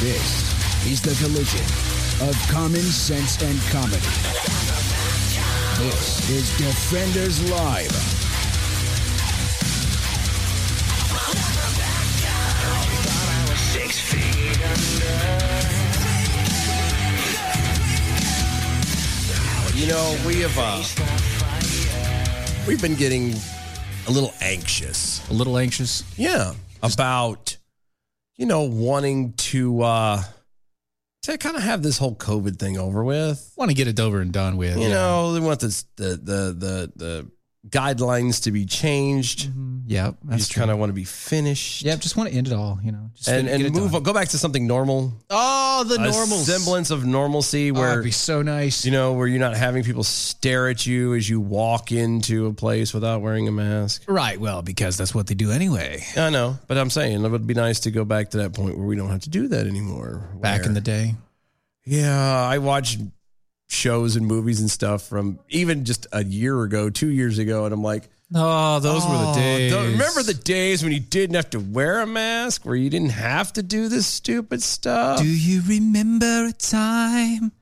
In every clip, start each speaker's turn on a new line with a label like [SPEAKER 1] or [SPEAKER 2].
[SPEAKER 1] This is the collision of common sense and comedy. This is Defenders Live.
[SPEAKER 2] You know, we have uh, we've been getting a little anxious.
[SPEAKER 3] A little anxious.
[SPEAKER 2] Yeah, about you know wanting to uh to kind of have this whole COVID thing over with.
[SPEAKER 3] Want to get it over and done with.
[SPEAKER 2] You know, they want this, the the the the guidelines to be changed.
[SPEAKER 3] Yep.
[SPEAKER 2] You
[SPEAKER 3] Mm-hmm. That's
[SPEAKER 2] just
[SPEAKER 3] true.
[SPEAKER 2] kind of want to be finished.
[SPEAKER 3] Yep. Just want to end it all. You know. Just
[SPEAKER 2] And
[SPEAKER 3] get it
[SPEAKER 2] and move
[SPEAKER 3] done.
[SPEAKER 2] on. Go back to something normal.
[SPEAKER 3] Oh, the
[SPEAKER 2] a
[SPEAKER 3] normal
[SPEAKER 2] semblance of normalcy
[SPEAKER 3] Oh,
[SPEAKER 2] where
[SPEAKER 3] that'd be so nice.
[SPEAKER 2] you know where you're not having people stare at you as you walk into a place without wearing a mask.
[SPEAKER 3] right. Well, because that's what they do anyway.
[SPEAKER 2] I know, but I'm saying it would be nice to go back to that point where we don't have to do that anymore.
[SPEAKER 3] Back in
[SPEAKER 2] Where-
[SPEAKER 3] the day.
[SPEAKER 2] yeah, I watched shows and movies and stuff from even just a year ago, two years ago, and I'm like,
[SPEAKER 3] Oh, those were the
[SPEAKER 2] oh,
[SPEAKER 3] days.
[SPEAKER 2] th- remember the days when you didn't have to wear a mask, where you didn't have to do this stupid stuff?
[SPEAKER 3] Do you remember a time?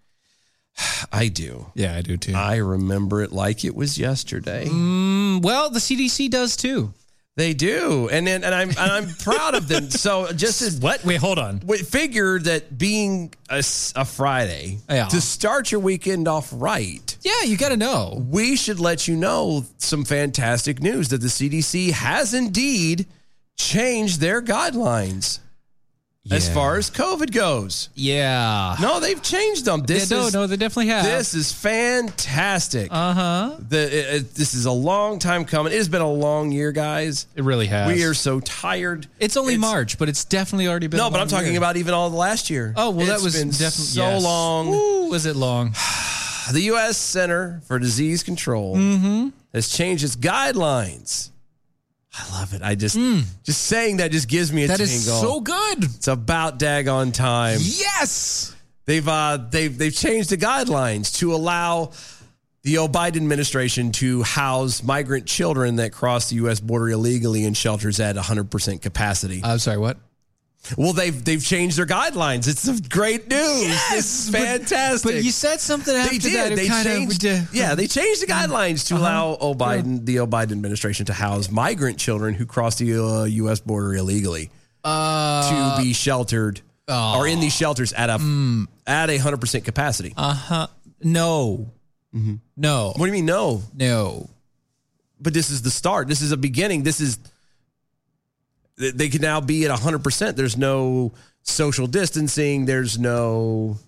[SPEAKER 2] I do.
[SPEAKER 3] Yeah, I do too.
[SPEAKER 2] I remember it like it was yesterday. Um,
[SPEAKER 3] Mm, well, the CDC does too.
[SPEAKER 2] They do, and then and I'm and I'm proud of them. So just as
[SPEAKER 3] What? Wait, hold on.
[SPEAKER 2] we figure that being a, s- a Friday
[SPEAKER 3] Yeah.
[SPEAKER 2] to start your weekend off right,
[SPEAKER 3] Yeah, you got to know.
[SPEAKER 2] we should let you know some fantastic news that the CDC has indeed changed their guidelines as
[SPEAKER 3] Yeah.
[SPEAKER 2] far as COVID goes.
[SPEAKER 3] Yeah.
[SPEAKER 2] No, they've changed them. This
[SPEAKER 3] yeah, no,
[SPEAKER 2] is
[SPEAKER 3] no, they definitely have.
[SPEAKER 2] this is fantastic.
[SPEAKER 3] Uh huh.
[SPEAKER 2] the, it, it- this is a long time coming. It has been a long year, guys.
[SPEAKER 3] It really has.
[SPEAKER 2] We are so tired.
[SPEAKER 3] It's only March, but it's definitely already been.
[SPEAKER 2] No,
[SPEAKER 3] a
[SPEAKER 2] but I'm
[SPEAKER 3] long
[SPEAKER 2] talking
[SPEAKER 3] year.
[SPEAKER 2] about even all the last year.
[SPEAKER 3] Oh well,
[SPEAKER 2] It's
[SPEAKER 3] that was
[SPEAKER 2] been
[SPEAKER 3] definitely
[SPEAKER 2] so long.
[SPEAKER 3] was it long?
[SPEAKER 2] The U.S. Center for Disease Control
[SPEAKER 3] Mm-hmm.
[SPEAKER 2] has changed its guidelines. I love it. I just just saying that just gives me a
[SPEAKER 3] Mm. That
[SPEAKER 2] tingle.
[SPEAKER 3] is so good.
[SPEAKER 2] it's about daggone time.
[SPEAKER 3] Yes.
[SPEAKER 2] They've uh, they've they've changed the guidelines to allow the Biden administration to house migrant children that cross the U.S. border illegally in shelters at 100 percent capacity.
[SPEAKER 3] I'm sorry. What?
[SPEAKER 2] well, they've they've changed their guidelines. It's great news. This is fantastic.
[SPEAKER 3] But you said something
[SPEAKER 2] they
[SPEAKER 3] after
[SPEAKER 2] did.
[SPEAKER 3] that. It
[SPEAKER 2] they
[SPEAKER 3] kind
[SPEAKER 2] changed.
[SPEAKER 3] of. Mm-hmm. Uh-huh.
[SPEAKER 2] yeah, they changed the guidelines to allow O'Biden, the O'Biden administration, to house migrant children who cross the uh, U.S. border illegally
[SPEAKER 3] uh,
[SPEAKER 2] to be sheltered or in these
[SPEAKER 3] oh.
[SPEAKER 2] shelters at a
[SPEAKER 3] Mm.
[SPEAKER 2] at a hundred percent capacity.
[SPEAKER 3] uh-huh. No. No.
[SPEAKER 2] Mm-hmm. what do you mean? No,
[SPEAKER 3] No.
[SPEAKER 2] but this is the start. This is a beginning. This is they- they can now be at hundred percent. There's no social distancing. There's no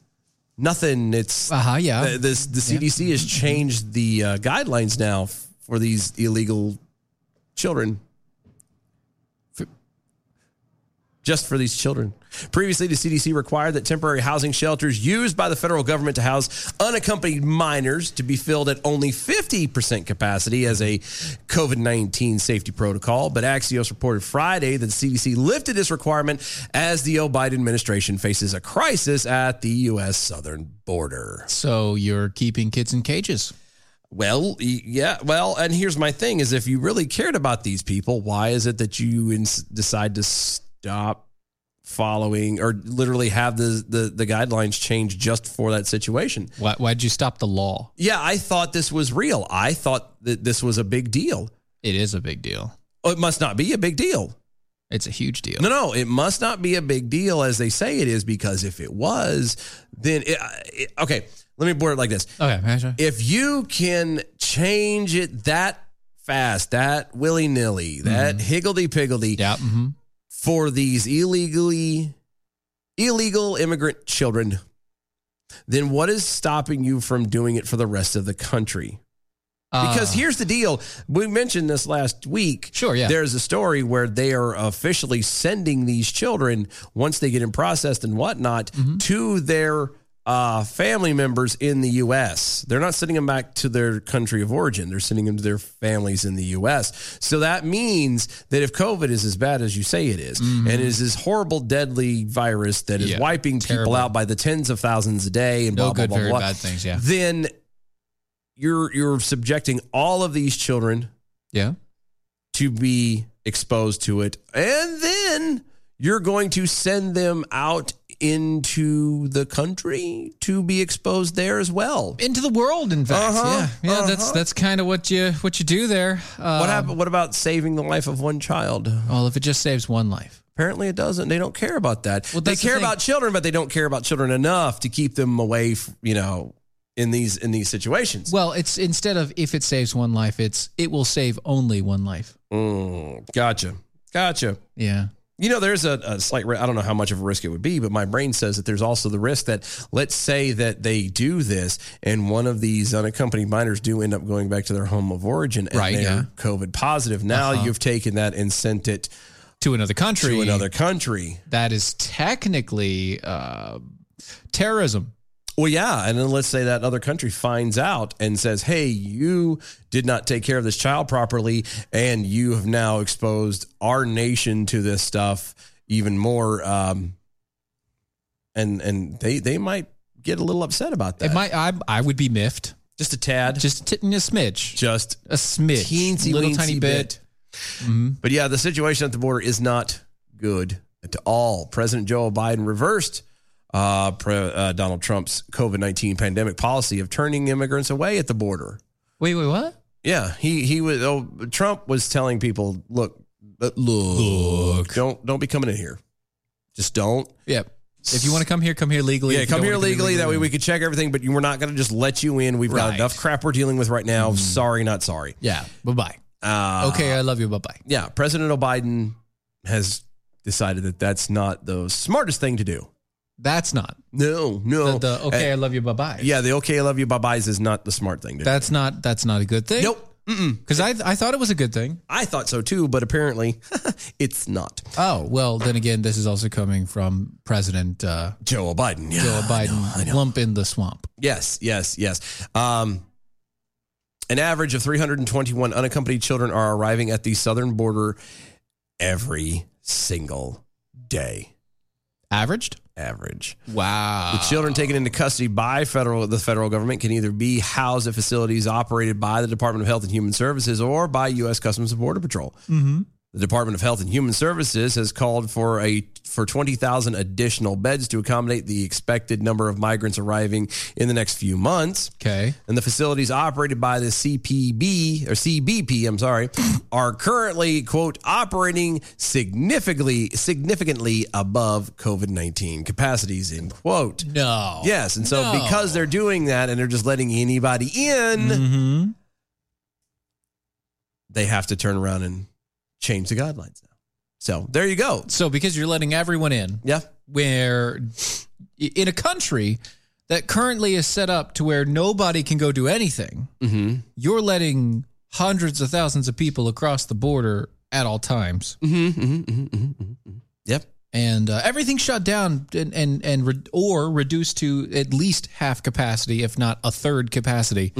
[SPEAKER 2] nothing. It's
[SPEAKER 3] Uh huh. Yeah. Mm-hmm.
[SPEAKER 2] the, this, the CDC has changed the uh, guidelines now f- for these illegal children. For- just for these children. Previously, the CDC required that temporary housing shelters used by the federal government to house unaccompanied minors to be filled at only 50% capacity as a COVID 19 safety protocol. But Axios reported Friday that the CDC lifted this requirement as the Biden administration faces a crisis at the U.S. southern border.
[SPEAKER 3] so you're keeping kids in cages.
[SPEAKER 2] Well, y- yeah. Well, and here's my thing: is if you really cared about these people, why is it that you ins- decide to stop following or literally have the, the the guidelines changed just for that situation?
[SPEAKER 3] Why? Why'd you stop the law?
[SPEAKER 2] Yeah, I thought this was real. I thought that this was a big deal.
[SPEAKER 3] It is a big deal.
[SPEAKER 2] Oh, It must not be a big deal.
[SPEAKER 3] It's a huge deal.
[SPEAKER 2] No, no, it must not be a big deal as they say it is because if it was, then it, it, okay. Let me board it like this:
[SPEAKER 3] Okay. Marsha.
[SPEAKER 2] if you can change it that fast, that willy nilly, that higgledy piggledy
[SPEAKER 3] Yeah. hmm
[SPEAKER 2] for these illegally illegal immigrant children, then what is stopping you from doing it for the rest of the country? Because
[SPEAKER 3] Uh.
[SPEAKER 2] here's the deal. We mentioned this last week.
[SPEAKER 3] Sure, yeah.
[SPEAKER 2] There's a story where they are
[SPEAKER 3] Mm-hmm.
[SPEAKER 2] officially sending these children, once they get in processed and whatnot, to their uh, family members in the U.S. They're not sending them back to their country of origin. They're sending them to their families in the U.S. So that means that if COVID is as bad as you say it is, and is this horrible, deadly virus that is
[SPEAKER 3] Mm-hmm. Yeah,
[SPEAKER 2] wiping people
[SPEAKER 3] terrible.
[SPEAKER 2] out by the tens of thousands a day and blah,
[SPEAKER 3] No
[SPEAKER 2] blah,
[SPEAKER 3] good,
[SPEAKER 2] blah,
[SPEAKER 3] very
[SPEAKER 2] blah,
[SPEAKER 3] bad things, yeah.
[SPEAKER 2] then you're you're subjecting all of these children
[SPEAKER 3] Yeah.
[SPEAKER 2] to be exposed to it. And then you're going to send them out into the country to be exposed there as well.
[SPEAKER 3] Into the world, in fact.
[SPEAKER 2] Uh-huh,
[SPEAKER 3] yeah. Yeah. That's
[SPEAKER 2] uh-huh.
[SPEAKER 3] that's kind of what you what you do there. Uh,
[SPEAKER 2] What happened? What about saving the life of one child?
[SPEAKER 3] Well, if it just saves one life.
[SPEAKER 2] Apparently, it doesn't. They don't care about that.
[SPEAKER 3] Well,
[SPEAKER 2] they
[SPEAKER 3] that's the
[SPEAKER 2] care
[SPEAKER 3] thing.
[SPEAKER 2] about children, but they don't care about children enough to keep them away. f you know, in these in these situations.
[SPEAKER 3] Well, it's instead of if it saves one life, it's it will save only one life.
[SPEAKER 2] Mm, gotcha, gotcha.
[SPEAKER 3] Yeah.
[SPEAKER 2] You know, there's a, a slight, ri- I don't know how much of a risk it would be, but my brain says that there's also the risk that let's say that they do this and one of these unaccompanied minors do end up going back to their home of origin and
[SPEAKER 3] Right,
[SPEAKER 2] they're
[SPEAKER 3] yeah. Uh-huh.
[SPEAKER 2] COVID positive. Now you've taken that and sent it
[SPEAKER 3] To another country.
[SPEAKER 2] to another country.
[SPEAKER 3] That is technically uh, terrorism.
[SPEAKER 2] Well, yeah. And then let's say that other country finds out and says, hey, you did not take care of this child properly and you have now exposed our nation to this stuff even more. Um, and and they, they might get a little upset about that.
[SPEAKER 3] It might. I I would be miffed.
[SPEAKER 2] just a tad. Just,
[SPEAKER 3] Just t- a smidge.
[SPEAKER 2] just
[SPEAKER 3] a smidge.
[SPEAKER 2] teensy
[SPEAKER 3] little
[SPEAKER 2] weensy
[SPEAKER 3] tiny bit.
[SPEAKER 2] But yeah, the situation at the border is not good at all. President Joe Biden reversed uh, pre- uh, Donald Trump's COVID 19 pandemic policy of turning immigrants away at the border.
[SPEAKER 3] Wait, wait, what?
[SPEAKER 2] Yeah, he he was. Oh, Trump was telling people, look, uh, look, don't don't be coming in here. Just don't.
[SPEAKER 3] Yep. If you want to come here, come here legally.
[SPEAKER 2] Yeah,
[SPEAKER 3] If you
[SPEAKER 2] come
[SPEAKER 3] don't
[SPEAKER 2] here
[SPEAKER 3] wanna
[SPEAKER 2] legally. That way we could check everything. But you, we're not going to just let you in. We've got
[SPEAKER 3] Right. Mm-hmm.
[SPEAKER 2] enough crap we're dealing with right now. Sorry, not sorry.
[SPEAKER 3] Yeah. Bye bye.
[SPEAKER 2] Uh,
[SPEAKER 3] Okay, I love you. Bye bye.
[SPEAKER 2] Yeah, President Biden has decided that that's not the smartest thing to do.
[SPEAKER 3] That's not
[SPEAKER 2] No, no.
[SPEAKER 3] the, the okay.
[SPEAKER 2] Uh,
[SPEAKER 3] I love you. Bye bye.
[SPEAKER 2] yeah, the okay, I love you, bye byes is not the smart thing to
[SPEAKER 3] That's not that's not a good thing.
[SPEAKER 2] do. Nope. Mm-mm.
[SPEAKER 3] Because I I thought it was a good thing.
[SPEAKER 2] I thought so too, but apparently it's not.
[SPEAKER 3] Oh well. Then again, this is also coming from President uh,
[SPEAKER 2] Joe Biden. Yeah.
[SPEAKER 3] Joe Biden. Lump in the swamp.
[SPEAKER 2] Yes, yes, yes. Um, an average of 321 unaccompanied children are arriving at the southern border every single day.
[SPEAKER 3] Averaged.
[SPEAKER 2] Average.
[SPEAKER 3] Wow.
[SPEAKER 2] The children taken into custody by federal the federal government can either be housed at facilities operated by the Department of Health and Human Services or by U.S. Customs and Border Patrol.
[SPEAKER 3] Mm-hmm.
[SPEAKER 2] The Department of Health and Human Services has called for a for 20,000 additional beds to accommodate the expected number of migrants arriving in the next few months.
[SPEAKER 3] Okay.
[SPEAKER 2] And the facilities operated by the CPB or CBP, I'm sorry, are currently quote operating significantly significantly above COVID-19 capacities end quote.
[SPEAKER 3] No.
[SPEAKER 2] Yes, and so
[SPEAKER 3] Oh, No.
[SPEAKER 2] because they're doing that and they're just letting anybody in,
[SPEAKER 3] Mm-hmm.
[SPEAKER 2] they have to turn around and change the guidelines now. So there you go.
[SPEAKER 3] So because you're letting everyone in,
[SPEAKER 2] Yeah.
[SPEAKER 3] where in a country that currently is set up to where nobody can go do anything,
[SPEAKER 2] Mm-hmm.
[SPEAKER 3] you're letting hundreds of thousands of people across the border at all times,
[SPEAKER 2] Mm-hmm, mm-hmm, mm-hmm, mm-hmm. Yep.
[SPEAKER 3] and uh, everything's shut down and and and re- or reduced to at least half capacity, if not a third capacity.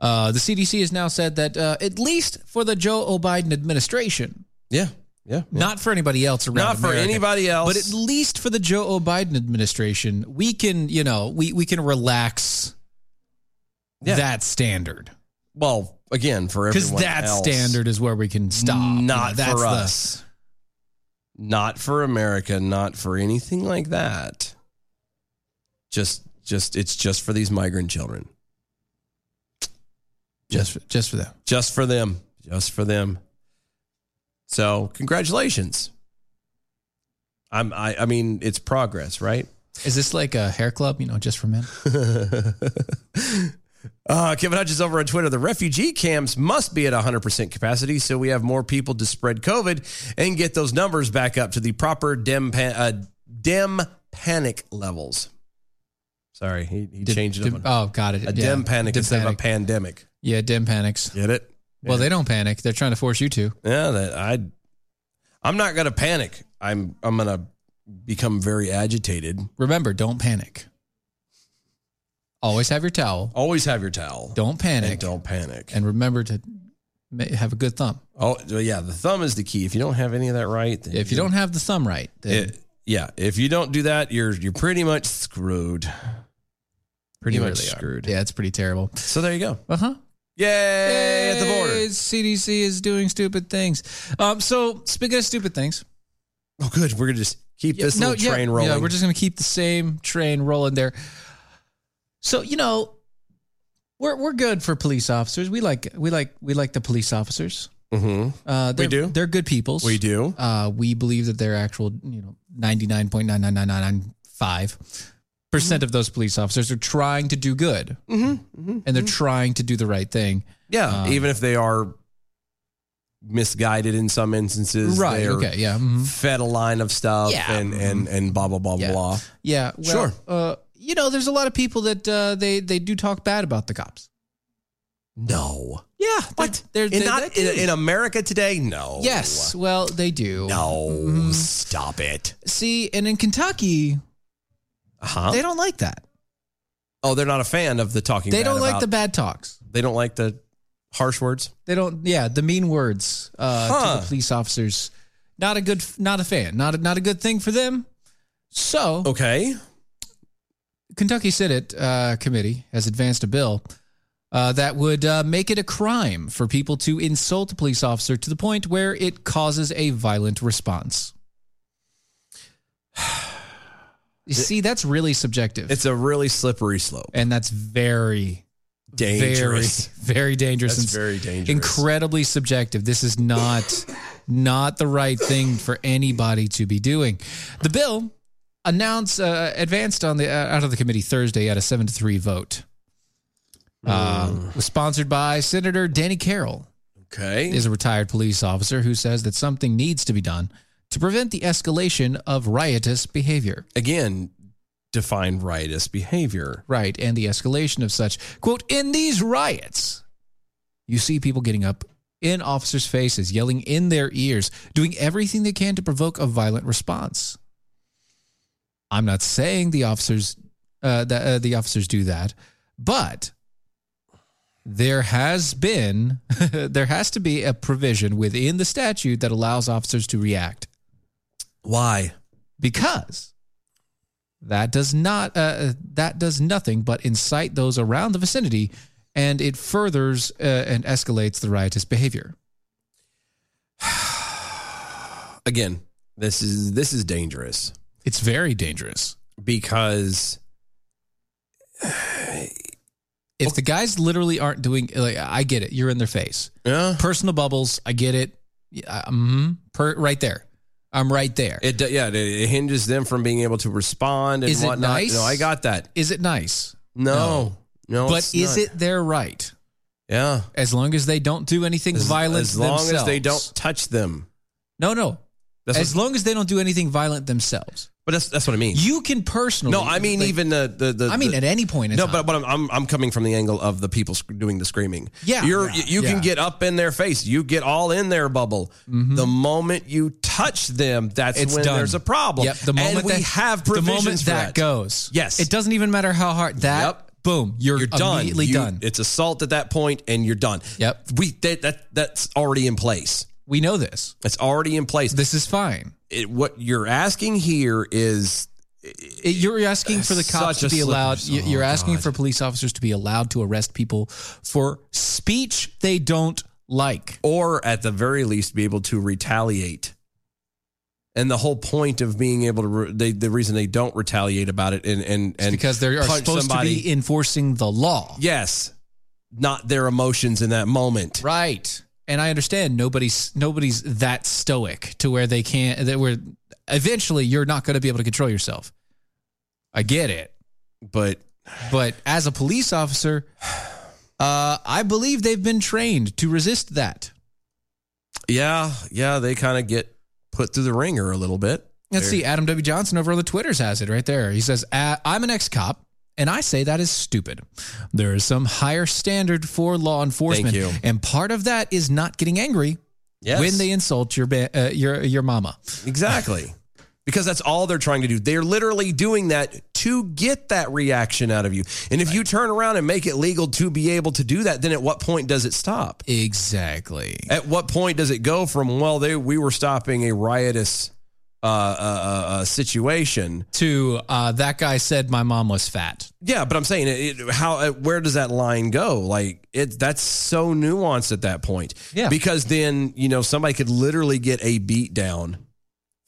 [SPEAKER 3] Uh, the CDC has now said that uh, at least for the Joe O. Biden administration,
[SPEAKER 2] Yeah. Yeah.
[SPEAKER 3] not for anybody else around,
[SPEAKER 2] Not for
[SPEAKER 3] America,
[SPEAKER 2] anybody else.
[SPEAKER 3] But at least for the Joe O. Biden administration, we can, you know, we, we can relax
[SPEAKER 2] Yeah.
[SPEAKER 3] that standard.
[SPEAKER 2] well, again, for
[SPEAKER 3] Because
[SPEAKER 2] everyone
[SPEAKER 3] that
[SPEAKER 2] else.
[SPEAKER 3] standard is where we can stop.
[SPEAKER 2] Not
[SPEAKER 3] that's
[SPEAKER 2] for
[SPEAKER 3] the-
[SPEAKER 2] us. Not for America, not for anything like that. Just just it's just for these migrant children.
[SPEAKER 3] just, for, just for them.
[SPEAKER 2] Just for them. Just for them. So congratulations. I'm I, I mean it's progress, right?
[SPEAKER 3] Is this like a hair club, you know, just for men?
[SPEAKER 2] Uh, Kevin Hutchins over on Twitter. The refugee camps must be at 100% capacity so we have more people to spread COVID and get those numbers back up to the proper dem, pan, uh, dem panic levels. Sorry, he, he changed it
[SPEAKER 3] Dim-
[SPEAKER 2] up. on-
[SPEAKER 3] oh, got it.
[SPEAKER 2] a dem panic
[SPEAKER 3] Dim
[SPEAKER 2] instead
[SPEAKER 3] panic.
[SPEAKER 2] of a pandemic.
[SPEAKER 3] yeah, dim panics.
[SPEAKER 2] Get it?
[SPEAKER 3] Well, they don't panic. They're trying to force you to.
[SPEAKER 2] Yeah, that I I'm not going to panic. I'm I'm going to become very agitated.
[SPEAKER 3] Remember, don't panic. Always have your towel.
[SPEAKER 2] Always have your towel.
[SPEAKER 3] Don't
[SPEAKER 2] and
[SPEAKER 3] panic.
[SPEAKER 2] don't panic.
[SPEAKER 3] And remember to ma- have a good thumb.
[SPEAKER 2] oh well, yeah, the thumb is the key. If you don't have any of that right, then
[SPEAKER 3] If you don't have the thumb right, then
[SPEAKER 2] it- yeah, if you don't do that, you're you're pretty much screwed. Pretty
[SPEAKER 3] you
[SPEAKER 2] much
[SPEAKER 3] really are.
[SPEAKER 2] screwed.
[SPEAKER 3] Yeah, it's pretty terrible.
[SPEAKER 2] So there you go.
[SPEAKER 3] Uh huh.
[SPEAKER 2] Yay, at the border.
[SPEAKER 3] CDC is doing stupid things. Um, so speaking of stupid things,
[SPEAKER 2] Oh, good. We're gonna just keep this
[SPEAKER 3] no,
[SPEAKER 2] little
[SPEAKER 3] yeah,
[SPEAKER 2] train rolling.
[SPEAKER 3] Yeah, we're just gonna keep the same train rolling there. So you know, we're we're good for police officers. We like we like we like the police officers.
[SPEAKER 2] Mhm.
[SPEAKER 3] Uh, they're-
[SPEAKER 2] do.
[SPEAKER 3] They're good people.
[SPEAKER 2] We do.
[SPEAKER 3] Uh, we believe that they're actual, you know, ninety nine point nine nine nine nine nine five percent
[SPEAKER 2] Mm-hmm.
[SPEAKER 3] of those police officers are trying to do good, and they're
[SPEAKER 2] Mm-hmm.
[SPEAKER 3] trying to do the right thing.
[SPEAKER 2] Yeah,
[SPEAKER 3] Um,
[SPEAKER 2] even if they are misguided in some instances,
[SPEAKER 3] Right?
[SPEAKER 2] they're
[SPEAKER 3] Okay. Yeah. mhm.
[SPEAKER 2] fed a line of stuff
[SPEAKER 3] Yeah.
[SPEAKER 2] and and and blah blah blah blah
[SPEAKER 3] Yeah.
[SPEAKER 2] blah.
[SPEAKER 3] Yeah, well,
[SPEAKER 2] Sure.
[SPEAKER 3] Uh, you know, there's a lot of people that uh, they they do talk bad about the cops.
[SPEAKER 2] No,
[SPEAKER 3] Yeah,
[SPEAKER 2] what?
[SPEAKER 3] They're,
[SPEAKER 2] in, not, in, in America today? No.
[SPEAKER 3] yes, well, they do.
[SPEAKER 2] Oh.
[SPEAKER 3] Mm-hmm.
[SPEAKER 2] No. Stop it.
[SPEAKER 3] See, and in Kentucky,
[SPEAKER 2] Huh?
[SPEAKER 3] they don't like that.
[SPEAKER 2] oh, they're not a fan of the talking.
[SPEAKER 3] They
[SPEAKER 2] bad
[SPEAKER 3] don't like
[SPEAKER 2] about-
[SPEAKER 3] the bad talks.
[SPEAKER 2] They don't like the harsh words.
[SPEAKER 3] They don't. Yeah, the mean words uh, to
[SPEAKER 2] Huh.
[SPEAKER 3] the police officers. Not a good. Not a fan. Not a, not a good thing for them. So
[SPEAKER 2] Oh. Okay.
[SPEAKER 3] Kentucky Senate uh, committee has advanced a bill uh, that would uh, make it a crime for people to insult a police officer to the point where it causes a violent response. You see, that's really subjective,
[SPEAKER 2] It's a really slippery slope.
[SPEAKER 3] and that's very,
[SPEAKER 2] Dangerous.
[SPEAKER 3] very, very dangerous.
[SPEAKER 2] That's
[SPEAKER 3] and
[SPEAKER 2] very dangerous.
[SPEAKER 3] Incredibly subjective. This is not not the right thing for anybody to be doing. The bill announced uh, advanced on the uh, out of the committee Thursday at a seven to three vote.
[SPEAKER 2] Mm.
[SPEAKER 3] Um, was sponsored by Senator Danny Carroll,
[SPEAKER 2] Okay.
[SPEAKER 3] is a retired police officer who says that something needs to be done to prevent the escalation of riotous behavior.
[SPEAKER 2] Again, define riotous behavior.
[SPEAKER 3] Right, and the escalation of such. Quote, in these riots, you see people getting up in officers' faces, yelling in their ears, doing everything they can to provoke a violent response. I'm not saying the officers uh, that uh, the officers do that, but there has been there has to be a provision within the statute that allows officers to react
[SPEAKER 2] Why?
[SPEAKER 3] because that does not uh, that does nothing but incite those around the vicinity and it furthers uh, and escalates the riotous behavior
[SPEAKER 2] Again, this is this is dangerous.
[SPEAKER 3] it's very dangerous
[SPEAKER 2] because
[SPEAKER 3] if the guys literally aren't doing like i get it you're in their face
[SPEAKER 2] yeah,
[SPEAKER 3] personal bubbles i get it yeah, mm-hmm. per, right there i'm right there. Is
[SPEAKER 2] it do- yeah it, it hinges them from being able to respond and
[SPEAKER 3] Is it
[SPEAKER 2] whatnot.
[SPEAKER 3] nice?
[SPEAKER 2] No, I got that.
[SPEAKER 3] it nice
[SPEAKER 2] No, no,
[SPEAKER 3] but
[SPEAKER 2] it's
[SPEAKER 3] is
[SPEAKER 2] not.
[SPEAKER 3] it their right
[SPEAKER 2] Yeah,
[SPEAKER 3] as long as they don't do anything
[SPEAKER 2] as,
[SPEAKER 3] violent
[SPEAKER 2] as long as they don't
[SPEAKER 3] themselves.
[SPEAKER 2] touch them.
[SPEAKER 3] no no
[SPEAKER 2] That's
[SPEAKER 3] as
[SPEAKER 2] what,
[SPEAKER 3] long as they don't do anything violent themselves
[SPEAKER 2] but that's that's what I mean.
[SPEAKER 3] You can personally.
[SPEAKER 2] no, I mean
[SPEAKER 3] like,
[SPEAKER 2] even the the, the
[SPEAKER 3] I mean
[SPEAKER 2] the-
[SPEAKER 3] at any point. In
[SPEAKER 2] no,
[SPEAKER 3] time.
[SPEAKER 2] but but I'm, I'm I'm coming from the angle of the people sc- doing the screaming.
[SPEAKER 3] Yeah.
[SPEAKER 2] you're
[SPEAKER 3] Yeah.
[SPEAKER 2] you can
[SPEAKER 3] Yeah.
[SPEAKER 2] get up in their face. You get all in their bubble. The moment you touch them, that's
[SPEAKER 3] it's
[SPEAKER 2] when
[SPEAKER 3] done.
[SPEAKER 2] there's a problem.
[SPEAKER 3] Yep. The moment
[SPEAKER 2] and we
[SPEAKER 3] that,
[SPEAKER 2] have
[SPEAKER 3] the
[SPEAKER 2] provisions
[SPEAKER 3] moment
[SPEAKER 2] for
[SPEAKER 3] that, goes.
[SPEAKER 2] Yes.
[SPEAKER 3] It doesn't even matter how hard that.
[SPEAKER 2] Yep.
[SPEAKER 3] Boom. You're,
[SPEAKER 2] you're done.
[SPEAKER 3] immediately
[SPEAKER 2] You-
[SPEAKER 3] done.
[SPEAKER 2] It's assault at that point, and you're done.
[SPEAKER 3] Yep.
[SPEAKER 2] We that, that that's already in place.
[SPEAKER 3] we know this.
[SPEAKER 2] It's already in place.
[SPEAKER 3] This is fine.
[SPEAKER 2] It- what you're asking here is
[SPEAKER 3] It- you're asking for the
[SPEAKER 2] Such
[SPEAKER 3] cops
[SPEAKER 2] a
[SPEAKER 3] to be
[SPEAKER 2] slippery
[SPEAKER 3] allowed.
[SPEAKER 2] slope.
[SPEAKER 3] you- You're
[SPEAKER 2] Oh,
[SPEAKER 3] asking
[SPEAKER 2] God.
[SPEAKER 3] for police officers to be allowed to arrest people for speech they don't like.
[SPEAKER 2] or at the very least be able to retaliate. And the whole point of being able to re- they, the reason they don't retaliate about it and and and
[SPEAKER 3] because they are
[SPEAKER 2] punch
[SPEAKER 3] supposed
[SPEAKER 2] somebody-
[SPEAKER 3] to be enforcing the law.
[SPEAKER 2] yes, not their emotions in that moment.
[SPEAKER 3] Right. And I understand nobody's nobody's that stoic to where they can't that where eventually you're not going to be able to control yourself. I get it.
[SPEAKER 2] But
[SPEAKER 3] But as a police officer, uh, I believe they've been trained to resist that.
[SPEAKER 2] yeah, yeah, they kind of get put through the ringer a little bit.
[SPEAKER 3] Let's see. Adam W. Johnson over on the Twitters has it right there. He says, "Uh, I'm an ex cop. And I say that is stupid. There is some higher standard for law enforcement.
[SPEAKER 2] you.
[SPEAKER 3] And part of that is not getting angry
[SPEAKER 2] Yes.
[SPEAKER 3] when they insult your, ba- uh, your, your mama.
[SPEAKER 2] exactly. because that's all they're trying to do. They're literally doing that to get that reaction out of you. And if you turn around and make it legal to be able to do that, then at what point does it stop?
[SPEAKER 3] Exactly.
[SPEAKER 2] At what point does it go from well, they we were stopping a riotous uh, uh, uh, uh, situation?
[SPEAKER 3] To uh, that guy said my mom was fat.
[SPEAKER 2] Yeah, but I'm saying it, it, how uh, where does that line go? Like it that's so nuanced at that point.
[SPEAKER 3] Yeah.
[SPEAKER 2] Because then, you know, somebody could literally get a beat down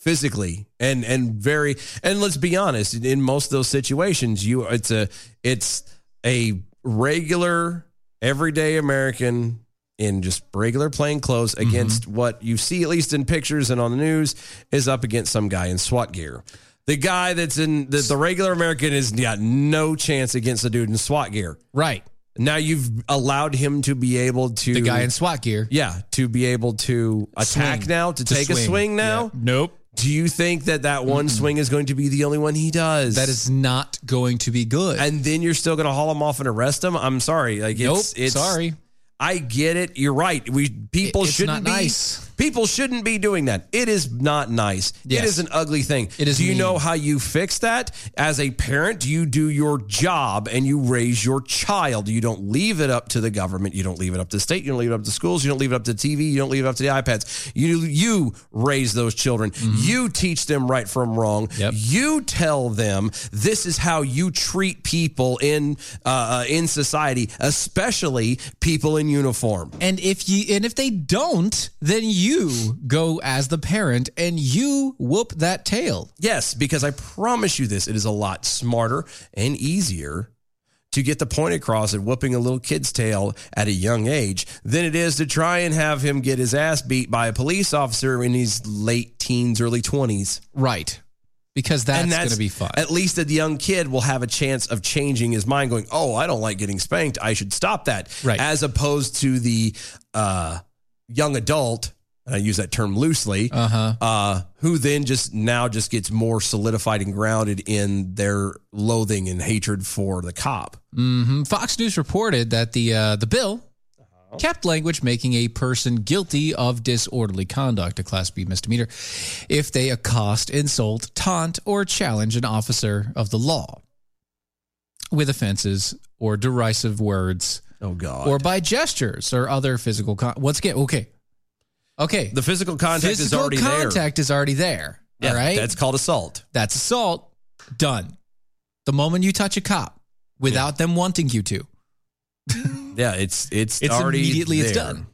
[SPEAKER 2] physically and and very and let's be honest, in most of those situations, you it's a it's a regular everyday American in just regular plain clothes
[SPEAKER 3] Mm-hmm.
[SPEAKER 2] against what you see at least in pictures and on the news is up against some guy in SWAT gear. The guy that's in the, the regular American has got no chance against the dude in SWAT gear.
[SPEAKER 3] Right.
[SPEAKER 2] Now you've allowed him to be able to
[SPEAKER 3] The guy in SWAT gear.
[SPEAKER 2] yeah to be able to attack
[SPEAKER 3] Swing.
[SPEAKER 2] now to, take a swing now.
[SPEAKER 3] Yeah. Nope.
[SPEAKER 2] Do you think that that one swing is going to be the only one he does?
[SPEAKER 3] That is not going to be good.
[SPEAKER 2] and then you're still going to haul him off and arrest him. I'm sorry, like
[SPEAKER 3] nope.
[SPEAKER 2] it's, it's
[SPEAKER 3] sorry.
[SPEAKER 2] I get it. You're right. We people
[SPEAKER 3] It- it's
[SPEAKER 2] shouldn't
[SPEAKER 3] not
[SPEAKER 2] be
[SPEAKER 3] nice.
[SPEAKER 2] people shouldn't be doing that. It is not nice. It
[SPEAKER 3] Yes.
[SPEAKER 2] is an ugly thing.
[SPEAKER 3] It is
[SPEAKER 2] Do you
[SPEAKER 3] mean.
[SPEAKER 2] know how you fix that? As a parent, you do your job and you raise your child. You don't leave it up to the government. You don't leave it up to the state. You don't leave it up to schools. You don't leave it up to TV. You don't leave it up to the iPads. You you raise those children. You teach them right from wrong.
[SPEAKER 3] Yep.
[SPEAKER 2] You tell them this is how you treat people in uh, uh, in society, especially people in uniform.
[SPEAKER 3] And if you and if they don't, then you go as the parent and you whoop that tail.
[SPEAKER 2] Yes, because I promise you this, it is a lot smarter and easier to get the point across at whooping a little kid's tail at a young age than it is to try and have him get his ass beat by a police officer in his late teens, early 20s.
[SPEAKER 3] Right. Because that's,
[SPEAKER 2] and
[SPEAKER 3] going to be fun.
[SPEAKER 2] At least a young kid will have a chance of changing his mind, going, "Oh, I don't like getting spanked. I should stop that."
[SPEAKER 3] Right.
[SPEAKER 2] As opposed to the uh, young adult, and I use that term loosely,
[SPEAKER 3] Uh-huh.
[SPEAKER 2] uh, who then just now just gets more solidified and grounded in their loathing and hatred for the cop.
[SPEAKER 3] hmm Fox News reported that the uh, the bill
[SPEAKER 2] Uh-huh.
[SPEAKER 3] kept language making a person guilty of disorderly conduct, a Class B misdemeanor, if they accost, insult, taunt, or challenge an officer of the law with offenses or derisive words
[SPEAKER 2] Oh God!
[SPEAKER 3] or by gestures or other physical. Con- Once again, okay, okay,
[SPEAKER 2] the physical contact is
[SPEAKER 3] physical
[SPEAKER 2] already there.
[SPEAKER 3] contact is already there.
[SPEAKER 2] Yeah,
[SPEAKER 3] all right,
[SPEAKER 2] that's called assault.
[SPEAKER 3] that's assault. Done. The moment you touch a cop without them wanting you to
[SPEAKER 2] Yeah, it's it's,
[SPEAKER 3] it's
[SPEAKER 2] already
[SPEAKER 3] immediately it's
[SPEAKER 2] there.
[SPEAKER 3] done.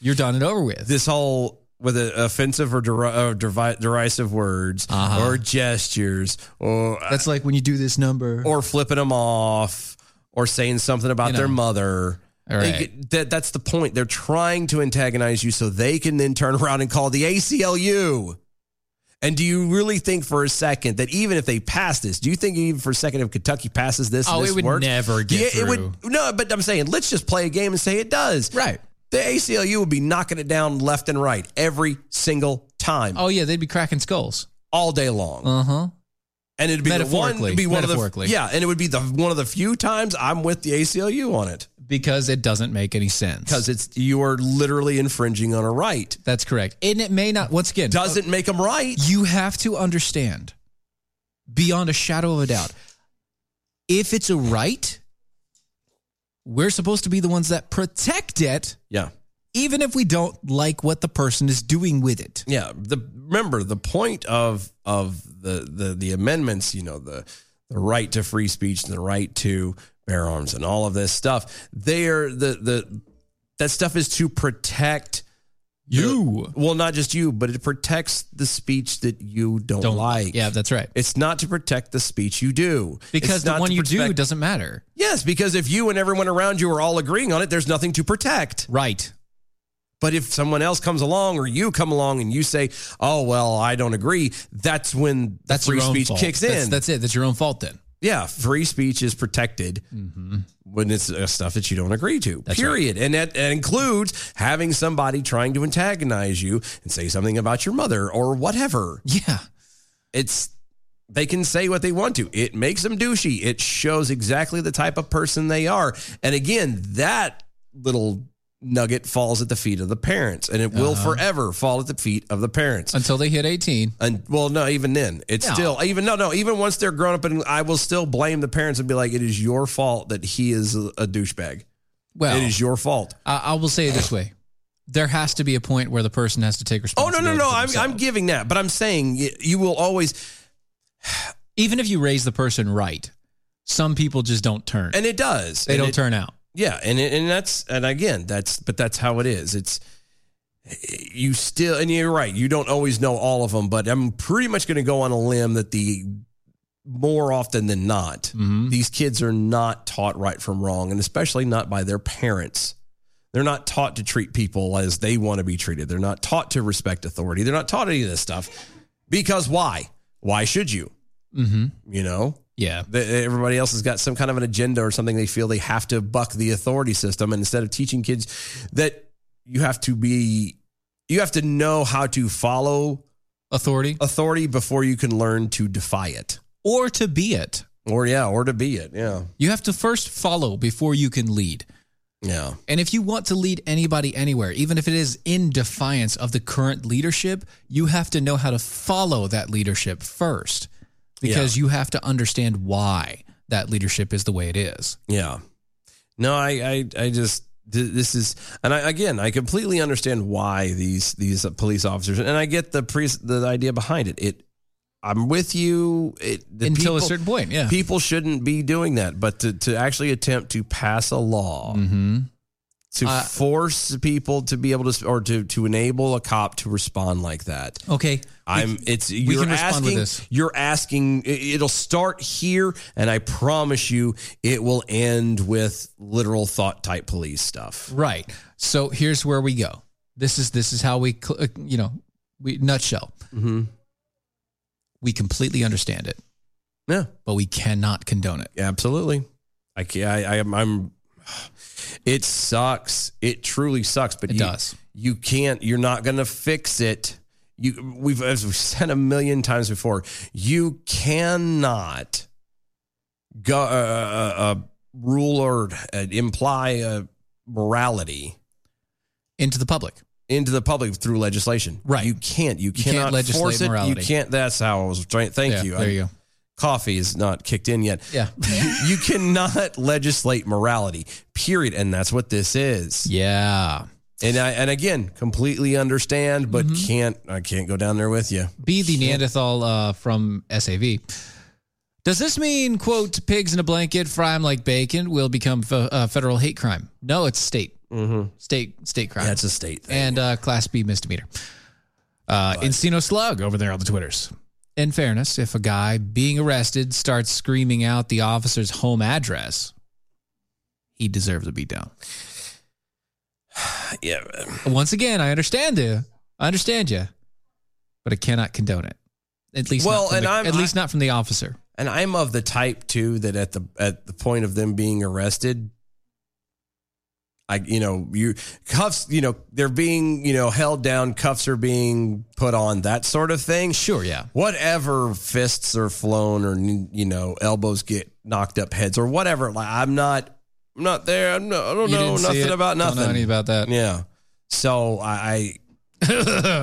[SPEAKER 3] You're done and over with.
[SPEAKER 2] this whole with a offensive or deri- uh, dervi- derisive words
[SPEAKER 3] Uh-huh.
[SPEAKER 2] or gestures or
[SPEAKER 3] That's like when you do this number.
[SPEAKER 2] or flipping them off or saying something about
[SPEAKER 3] You
[SPEAKER 2] their
[SPEAKER 3] know.
[SPEAKER 2] mother.
[SPEAKER 3] All right.
[SPEAKER 2] It- that, that's the point. They're trying to antagonize you so they can then turn around and call the ACLU. And do you really think for a second that even if they pass this, do you think even for a second if Kentucky passes this,
[SPEAKER 3] Oh,
[SPEAKER 2] and this
[SPEAKER 3] it would
[SPEAKER 2] works?
[SPEAKER 3] never get
[SPEAKER 2] it would no. But I'm saying let's just play a game and say it does.
[SPEAKER 3] right.
[SPEAKER 2] The ACLU would be knocking it down left and right every single time,
[SPEAKER 3] Oh yeah, they'd be cracking skulls.
[SPEAKER 2] all day long.
[SPEAKER 3] Uh huh.
[SPEAKER 2] and it'd be the one,
[SPEAKER 3] Metaphorically.
[SPEAKER 2] it'd be one
[SPEAKER 3] Metaphorically.
[SPEAKER 2] of the yeah, and it would be the one of the few times I'm with the ACLU on it
[SPEAKER 3] Because it doesn't make any sense.
[SPEAKER 2] because it's you are literally infringing on a right.
[SPEAKER 3] that's correct. And it may not. Once again,
[SPEAKER 2] Doesn't make them right.
[SPEAKER 3] you have to understand beyond a shadow of a doubt if it's a right. We're supposed to be the ones that protect it,
[SPEAKER 2] Yeah,
[SPEAKER 3] even if we don't like what the person is doing with it.
[SPEAKER 2] yeah. The remember the point of of the the the amendments. You know the the right to free speech and the right to bear arms and all of this stuff. They are the the that stuff is to protect
[SPEAKER 3] You
[SPEAKER 2] Well, not just you, but it protects the speech that you don't,
[SPEAKER 3] don't
[SPEAKER 2] like.
[SPEAKER 3] like. Yeah, that's right.
[SPEAKER 2] It's not to protect the speech you do.
[SPEAKER 3] Because
[SPEAKER 2] It's
[SPEAKER 3] the
[SPEAKER 2] not
[SPEAKER 3] one
[SPEAKER 2] to
[SPEAKER 3] you do
[SPEAKER 2] protect-
[SPEAKER 3] doesn't matter.
[SPEAKER 2] Yes, because if you and everyone around you are all agreeing on it, there's nothing to protect.
[SPEAKER 3] Right.
[SPEAKER 2] But if someone else comes along or you come along and you say, "Oh well, I don't agree," that's when the
[SPEAKER 3] That's
[SPEAKER 2] free
[SPEAKER 3] your own
[SPEAKER 2] speech
[SPEAKER 3] fault.
[SPEAKER 2] kicks
[SPEAKER 3] That's,
[SPEAKER 2] in.
[SPEAKER 3] that's it. That's your own fault then.
[SPEAKER 2] yeah, free speech is protected when it's uh, stuff that you don't agree to.
[SPEAKER 3] Mm-hmm. That's
[SPEAKER 2] period. And that, that includes having somebody trying to antagonize you and say something about your mother or whatever.
[SPEAKER 3] Yeah.
[SPEAKER 2] it's they can say what they want to. It makes them douchey. It shows exactly the type of person they are. And again, that little nugget falls at the feet of the parents, and it will
[SPEAKER 3] Uh-huh.
[SPEAKER 2] forever fall at the feet of the parents.
[SPEAKER 3] until they hit 18.
[SPEAKER 2] And well, no, even then, it's
[SPEAKER 3] No.
[SPEAKER 2] still even no, no, even once they're grown up, and I will still blame the parents and be like, it is your fault that he is a, a douchebag.
[SPEAKER 3] Well,
[SPEAKER 2] It is your fault.
[SPEAKER 3] I, I will say it this way: there has to be a point where the person has to take
[SPEAKER 2] Oh no,
[SPEAKER 3] responsibility.
[SPEAKER 2] no, no! I'm
[SPEAKER 3] for
[SPEAKER 2] I'm
[SPEAKER 3] themselves.
[SPEAKER 2] giving that, but I'm saying y- you will always,
[SPEAKER 3] even if you raise the person right, some people just don't turn.
[SPEAKER 2] and it does.
[SPEAKER 3] they
[SPEAKER 2] and
[SPEAKER 3] don't
[SPEAKER 2] it-
[SPEAKER 3] turn out.
[SPEAKER 2] Yeah, and it- and that's and again, that's but that's how it is. It's you still and you're right. You don't always know all of them, but I'm pretty much going to go on a limb that the more often than not, these kids are not taught right from wrong, and especially not by their parents. They're not taught to treat people as they want to be treated. They're not taught to respect authority. They're not taught any of this stuff. Because why? Why should you?
[SPEAKER 3] Mm-hmm.
[SPEAKER 2] You know,
[SPEAKER 3] Yeah.
[SPEAKER 2] that everybody else has got some kind of an agenda or something they feel they have to buck the authority system and instead of teaching kids that you have to be you have to know how to follow
[SPEAKER 3] Authority
[SPEAKER 2] authority before you can learn to defy it
[SPEAKER 3] or to be it.
[SPEAKER 2] or yeah or to be it yeah
[SPEAKER 3] You have to first follow before you can lead.
[SPEAKER 2] yeah
[SPEAKER 3] And if you want to lead anybody anywhere, even if it is in defiance of the current leadership, you have to know how to follow that leadership first because you have to understand why that leadership is the way it is.
[SPEAKER 2] yeah no i i, I just th- this is and I, again i completely understand why these these police officers and i get the pre- the idea behind it it i'm with you it the
[SPEAKER 3] Until a
[SPEAKER 2] people-
[SPEAKER 3] certain point, yeah.
[SPEAKER 2] people shouldn't be doing that but to, to actually attempt to pass a law
[SPEAKER 3] Mm. Mm-hmm.
[SPEAKER 2] to
[SPEAKER 3] Uh,
[SPEAKER 2] force people to be able to or to, to enable a cop to respond like that
[SPEAKER 3] Okay.
[SPEAKER 2] I'm. It's you're
[SPEAKER 3] can respond with
[SPEAKER 2] asking.
[SPEAKER 3] this.
[SPEAKER 2] You're asking. it- It'll start here, and I promise you, it will end with literal thought type police stuff.
[SPEAKER 3] Right. So here's where we go. This is this is how we cl- uh, you know we nutshell.
[SPEAKER 2] Mm-hmm.
[SPEAKER 3] We completely understand it,
[SPEAKER 2] Yeah,
[SPEAKER 3] but we cannot condone it.
[SPEAKER 2] absolutely. I can I, I am. I'm. It sucks. It truly sucks. But
[SPEAKER 3] It
[SPEAKER 2] you,
[SPEAKER 3] does.
[SPEAKER 2] You can't. You're not going to fix it. You. We've as we've said a million times before. You cannot. Go. Uh, uh, uh, rule or uh, imply uh, morality
[SPEAKER 3] Into the public.
[SPEAKER 2] into the public through legislation.
[SPEAKER 3] Right.
[SPEAKER 2] You can't. You,
[SPEAKER 3] can't
[SPEAKER 2] cannot
[SPEAKER 3] legislate
[SPEAKER 2] force it.
[SPEAKER 3] morality.
[SPEAKER 2] You can't. That's how I was trying. Thank
[SPEAKER 3] Yeah,
[SPEAKER 2] you.
[SPEAKER 3] There
[SPEAKER 2] I-
[SPEAKER 3] you go.
[SPEAKER 2] Coffee is not kicked in yet.
[SPEAKER 3] Yeah.
[SPEAKER 2] you cannot legislate morality. Period. And that's what this is.
[SPEAKER 3] Yeah.
[SPEAKER 2] And I and again completely understand, but
[SPEAKER 3] Mm-hmm.
[SPEAKER 2] can't. I can't go down there with you.
[SPEAKER 3] Be the Neanderthal uh, from SAV. Does this mean quote pigs in a blanket fry 'em like bacon will become fe- uh, federal hate crime? No, it's state state state crime.
[SPEAKER 2] That's a state thing.
[SPEAKER 3] and uh, Class B misdemeanor. Uh, Encino Slug over there on the Twitters. In fairness, if a guy being arrested starts screaming out the officer's home address, he deserves a beatdown.
[SPEAKER 2] yeah.
[SPEAKER 3] Once again, I understand you. I understand you, but I cannot condone it. At least,
[SPEAKER 2] Well,
[SPEAKER 3] not from
[SPEAKER 2] and
[SPEAKER 3] the,
[SPEAKER 2] I'm-
[SPEAKER 3] at least not from the officer.
[SPEAKER 2] And I'm of the type too that at the at the point of them being arrested, I you know you cuffs you know they're being you know held down, cuffs are being put on, that sort of thing.
[SPEAKER 3] Sure, yeah.
[SPEAKER 2] Whatever fists are flown or you know elbows get knocked up heads or whatever. Like I'm not I'm not there. I'm not, I don't
[SPEAKER 3] You
[SPEAKER 2] know
[SPEAKER 3] didn't see
[SPEAKER 2] nothing
[SPEAKER 3] it.
[SPEAKER 2] about
[SPEAKER 3] Don't know anything
[SPEAKER 2] nothing.
[SPEAKER 3] about that.
[SPEAKER 2] Yeah. So I, I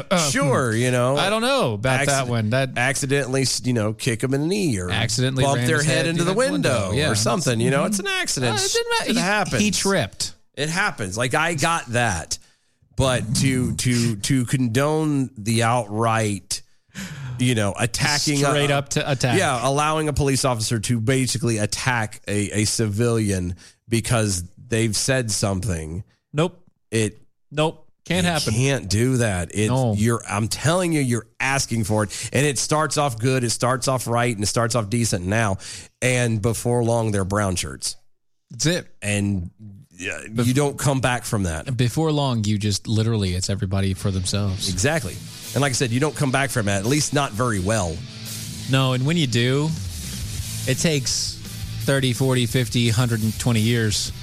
[SPEAKER 3] Uh,
[SPEAKER 2] sure you know
[SPEAKER 3] I don't know about that
[SPEAKER 2] Accident-
[SPEAKER 3] one. That uh,
[SPEAKER 2] accidentally, you know, kick them in the knee or
[SPEAKER 3] Accidentally
[SPEAKER 2] bump
[SPEAKER 3] ran
[SPEAKER 2] their
[SPEAKER 3] his
[SPEAKER 2] head,
[SPEAKER 3] head
[SPEAKER 2] into
[SPEAKER 3] through
[SPEAKER 2] the
[SPEAKER 3] the window.
[SPEAKER 2] window,
[SPEAKER 3] Yeah.
[SPEAKER 2] or something. You know, it's an accident.
[SPEAKER 3] Uh, it didn't matter.
[SPEAKER 2] It
[SPEAKER 3] He-
[SPEAKER 2] happens.
[SPEAKER 3] He tripped.
[SPEAKER 2] It happens. Like I got that, but to to to condone the outright, you know, attacking a-
[SPEAKER 3] straight up to attack.
[SPEAKER 2] yeah, allowing a police officer to basically attack a, a civilian because they've said something.
[SPEAKER 3] Nope.
[SPEAKER 2] It
[SPEAKER 3] Nope. Can't
[SPEAKER 2] you
[SPEAKER 3] happen.
[SPEAKER 2] Can't do that. It,
[SPEAKER 3] No.
[SPEAKER 2] you're. I'm telling you, you're asking for it, and it starts off good. It starts off right, and it starts off decent now. And before long, they're brown shirts,
[SPEAKER 3] That's it.
[SPEAKER 2] and yeah, you don't come back from that.
[SPEAKER 3] Before long, you just literally it's everybody for themselves.
[SPEAKER 2] Exactly. And like I said, you don't come back from that. At least not very well.
[SPEAKER 3] No, and when you do, it takes 30, 40, 50, 120 years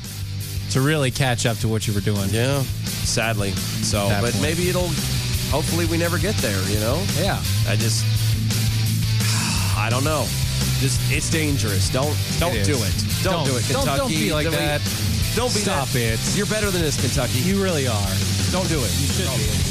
[SPEAKER 3] to really catch up to what you were doing.
[SPEAKER 2] Yeah. Sadly. So,
[SPEAKER 3] That
[SPEAKER 2] but
[SPEAKER 3] point.
[SPEAKER 2] maybe it'll. Hopefully, we never get there. You know.
[SPEAKER 3] Yeah.
[SPEAKER 2] I just. I don't know. Just it's dangerous. Don't don't
[SPEAKER 3] is.
[SPEAKER 2] do it. Don't, do it.
[SPEAKER 3] Don't,
[SPEAKER 2] Kentucky.
[SPEAKER 3] don't be like
[SPEAKER 2] Don't-
[SPEAKER 3] that.
[SPEAKER 2] Don't be
[SPEAKER 3] Stop
[SPEAKER 2] that.
[SPEAKER 3] it.
[SPEAKER 2] You're better than this, Kentucky.
[SPEAKER 3] You really are.
[SPEAKER 2] don't do it.
[SPEAKER 3] You should be anyway.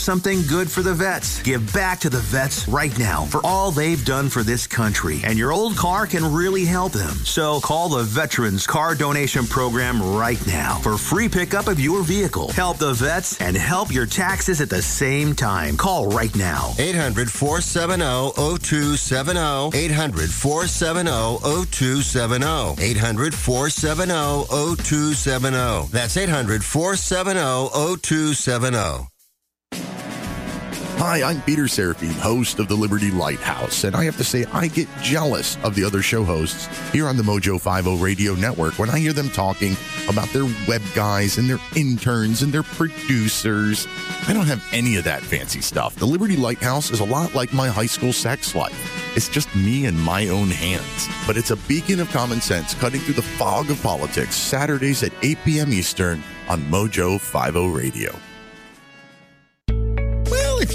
[SPEAKER 4] something good for the vets. Give back to the vets right now for all they've done for this country. And your old car can really help them. So call the Veterans Car Donation Program right now for free pickup of your vehicle. Help the vets and help your taxes at the same time. Call right now.
[SPEAKER 5] 800 470 0270. 800 470 0270. 800 470 0270. That's 800 470 0270.
[SPEAKER 6] Hi, I'm Peter Seraphine, host of The Liberty Lighthouse, and I have to say I get jealous of the other show hosts here on the Mojo 50 Radio Network when I hear them talking about their web guys and their interns and their producers. I don't have any of that fancy stuff. The Liberty Lighthouse is a lot like my high school sex life. It's just me and my own hands. But it's a beacon of common sense cutting through the fog of politics Saturdays at 8 p.m. Eastern on Mojo 50 Radio.
[SPEAKER 7] Well, if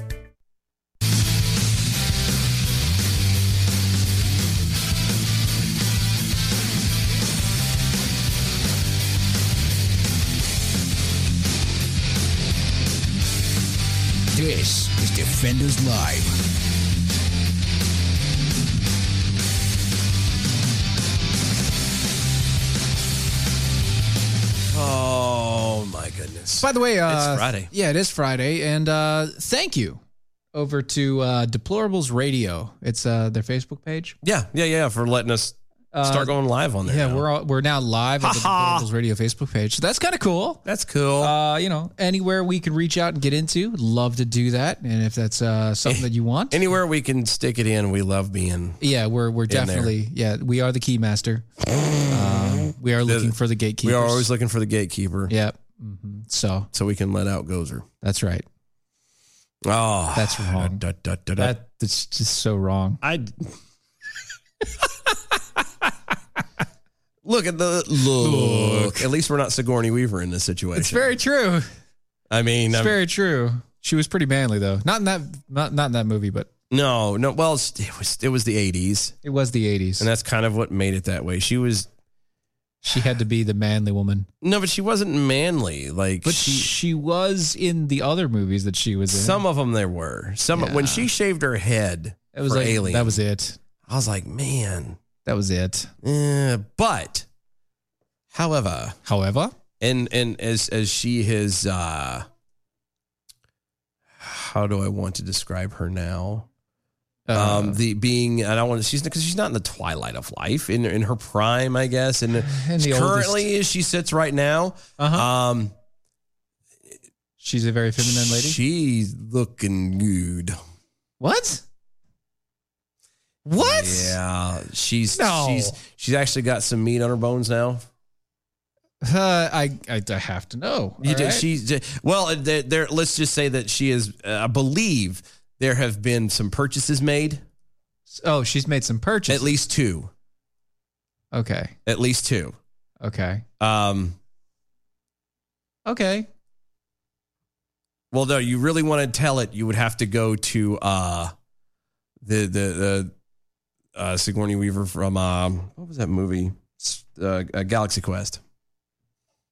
[SPEAKER 1] This is Defenders Live.
[SPEAKER 2] Oh my goodness.
[SPEAKER 3] By the way, uh,
[SPEAKER 2] Friday.
[SPEAKER 3] Yeah, it is Friday, and uh, thank you over to uh, Deplorables Radio. It's uh, their Facebook page.
[SPEAKER 2] yeah, yeah, yeah. For letting us start going live on there.
[SPEAKER 3] Uh, Yeah,
[SPEAKER 2] now.
[SPEAKER 3] we're all, we're now live on the Deplorables Radio Facebook page. So that's kind of cool.
[SPEAKER 2] That's cool.
[SPEAKER 3] Uh, you know, anywhere we can reach out and get into, love to do that. And if that's uh, something that you want,
[SPEAKER 2] Anywhere we can stick it in, we love being.
[SPEAKER 3] yeah, we're we're
[SPEAKER 2] there.
[SPEAKER 3] definitely yeah, we are the key master. um, we are looking for the gatekeepers.
[SPEAKER 2] We are always looking for the gatekeeper,
[SPEAKER 3] yeah. hmm So
[SPEAKER 2] so we can let out Gozer.
[SPEAKER 3] that's right.
[SPEAKER 2] Oh,
[SPEAKER 3] That's wrong.
[SPEAKER 2] da, da, da, da.
[SPEAKER 3] That that's just so wrong.
[SPEAKER 2] I look at the look. At least we're not Sigourney Weaver in this situation.
[SPEAKER 3] It's very true.
[SPEAKER 2] I mean,
[SPEAKER 3] It's
[SPEAKER 2] I'm-
[SPEAKER 3] very true. She was pretty manly though. Not in that not not in that movie, but
[SPEAKER 2] no, no. Well, it's- it was it was the '80s,
[SPEAKER 3] it was the eighties.
[SPEAKER 2] and that's kind of what made it that way. She was
[SPEAKER 3] She had to be the manly woman.
[SPEAKER 2] no, but she wasn't manly. Like,
[SPEAKER 3] But she,
[SPEAKER 2] she,
[SPEAKER 3] she was in the other movies that she was in.
[SPEAKER 2] some of them there were some
[SPEAKER 3] Yeah.
[SPEAKER 2] when she shaved her head.
[SPEAKER 3] it was
[SPEAKER 2] for
[SPEAKER 3] like
[SPEAKER 2] Alien.
[SPEAKER 3] that was it.
[SPEAKER 2] I was like, man.
[SPEAKER 3] That was it.
[SPEAKER 2] eh, but, however,
[SPEAKER 3] However,
[SPEAKER 2] and and as as she has uh how do i want to describe her now
[SPEAKER 3] uh,
[SPEAKER 2] um the being i don't want to she's because she's not in the twilight of life in in her prime i guess and,
[SPEAKER 3] And the
[SPEAKER 2] currently
[SPEAKER 3] oldest.
[SPEAKER 2] as she sits right now
[SPEAKER 3] uh-huh.
[SPEAKER 2] um
[SPEAKER 3] she's a very feminine lady.
[SPEAKER 2] she's looking good
[SPEAKER 3] what? What?
[SPEAKER 2] yeah she's
[SPEAKER 3] No.
[SPEAKER 2] she's she's actually got some meat on her bones now
[SPEAKER 3] Uh, I, I I have to know.
[SPEAKER 2] You
[SPEAKER 3] all
[SPEAKER 2] did.
[SPEAKER 3] right?
[SPEAKER 2] She's well. uh, There, there. Let's just say that she is. Uh, I believe there have been some purchases made.
[SPEAKER 3] oh, she's made some purchases.
[SPEAKER 2] At least two.
[SPEAKER 3] Okay.
[SPEAKER 2] At least two.
[SPEAKER 3] Okay.
[SPEAKER 2] Um.
[SPEAKER 3] Okay.
[SPEAKER 2] Well, no. You really want to tell it? You would have to go to uh, the the the uh, Sigourney Weaver from um, what was that movie? S- Uh, uh, Galaxy Quest.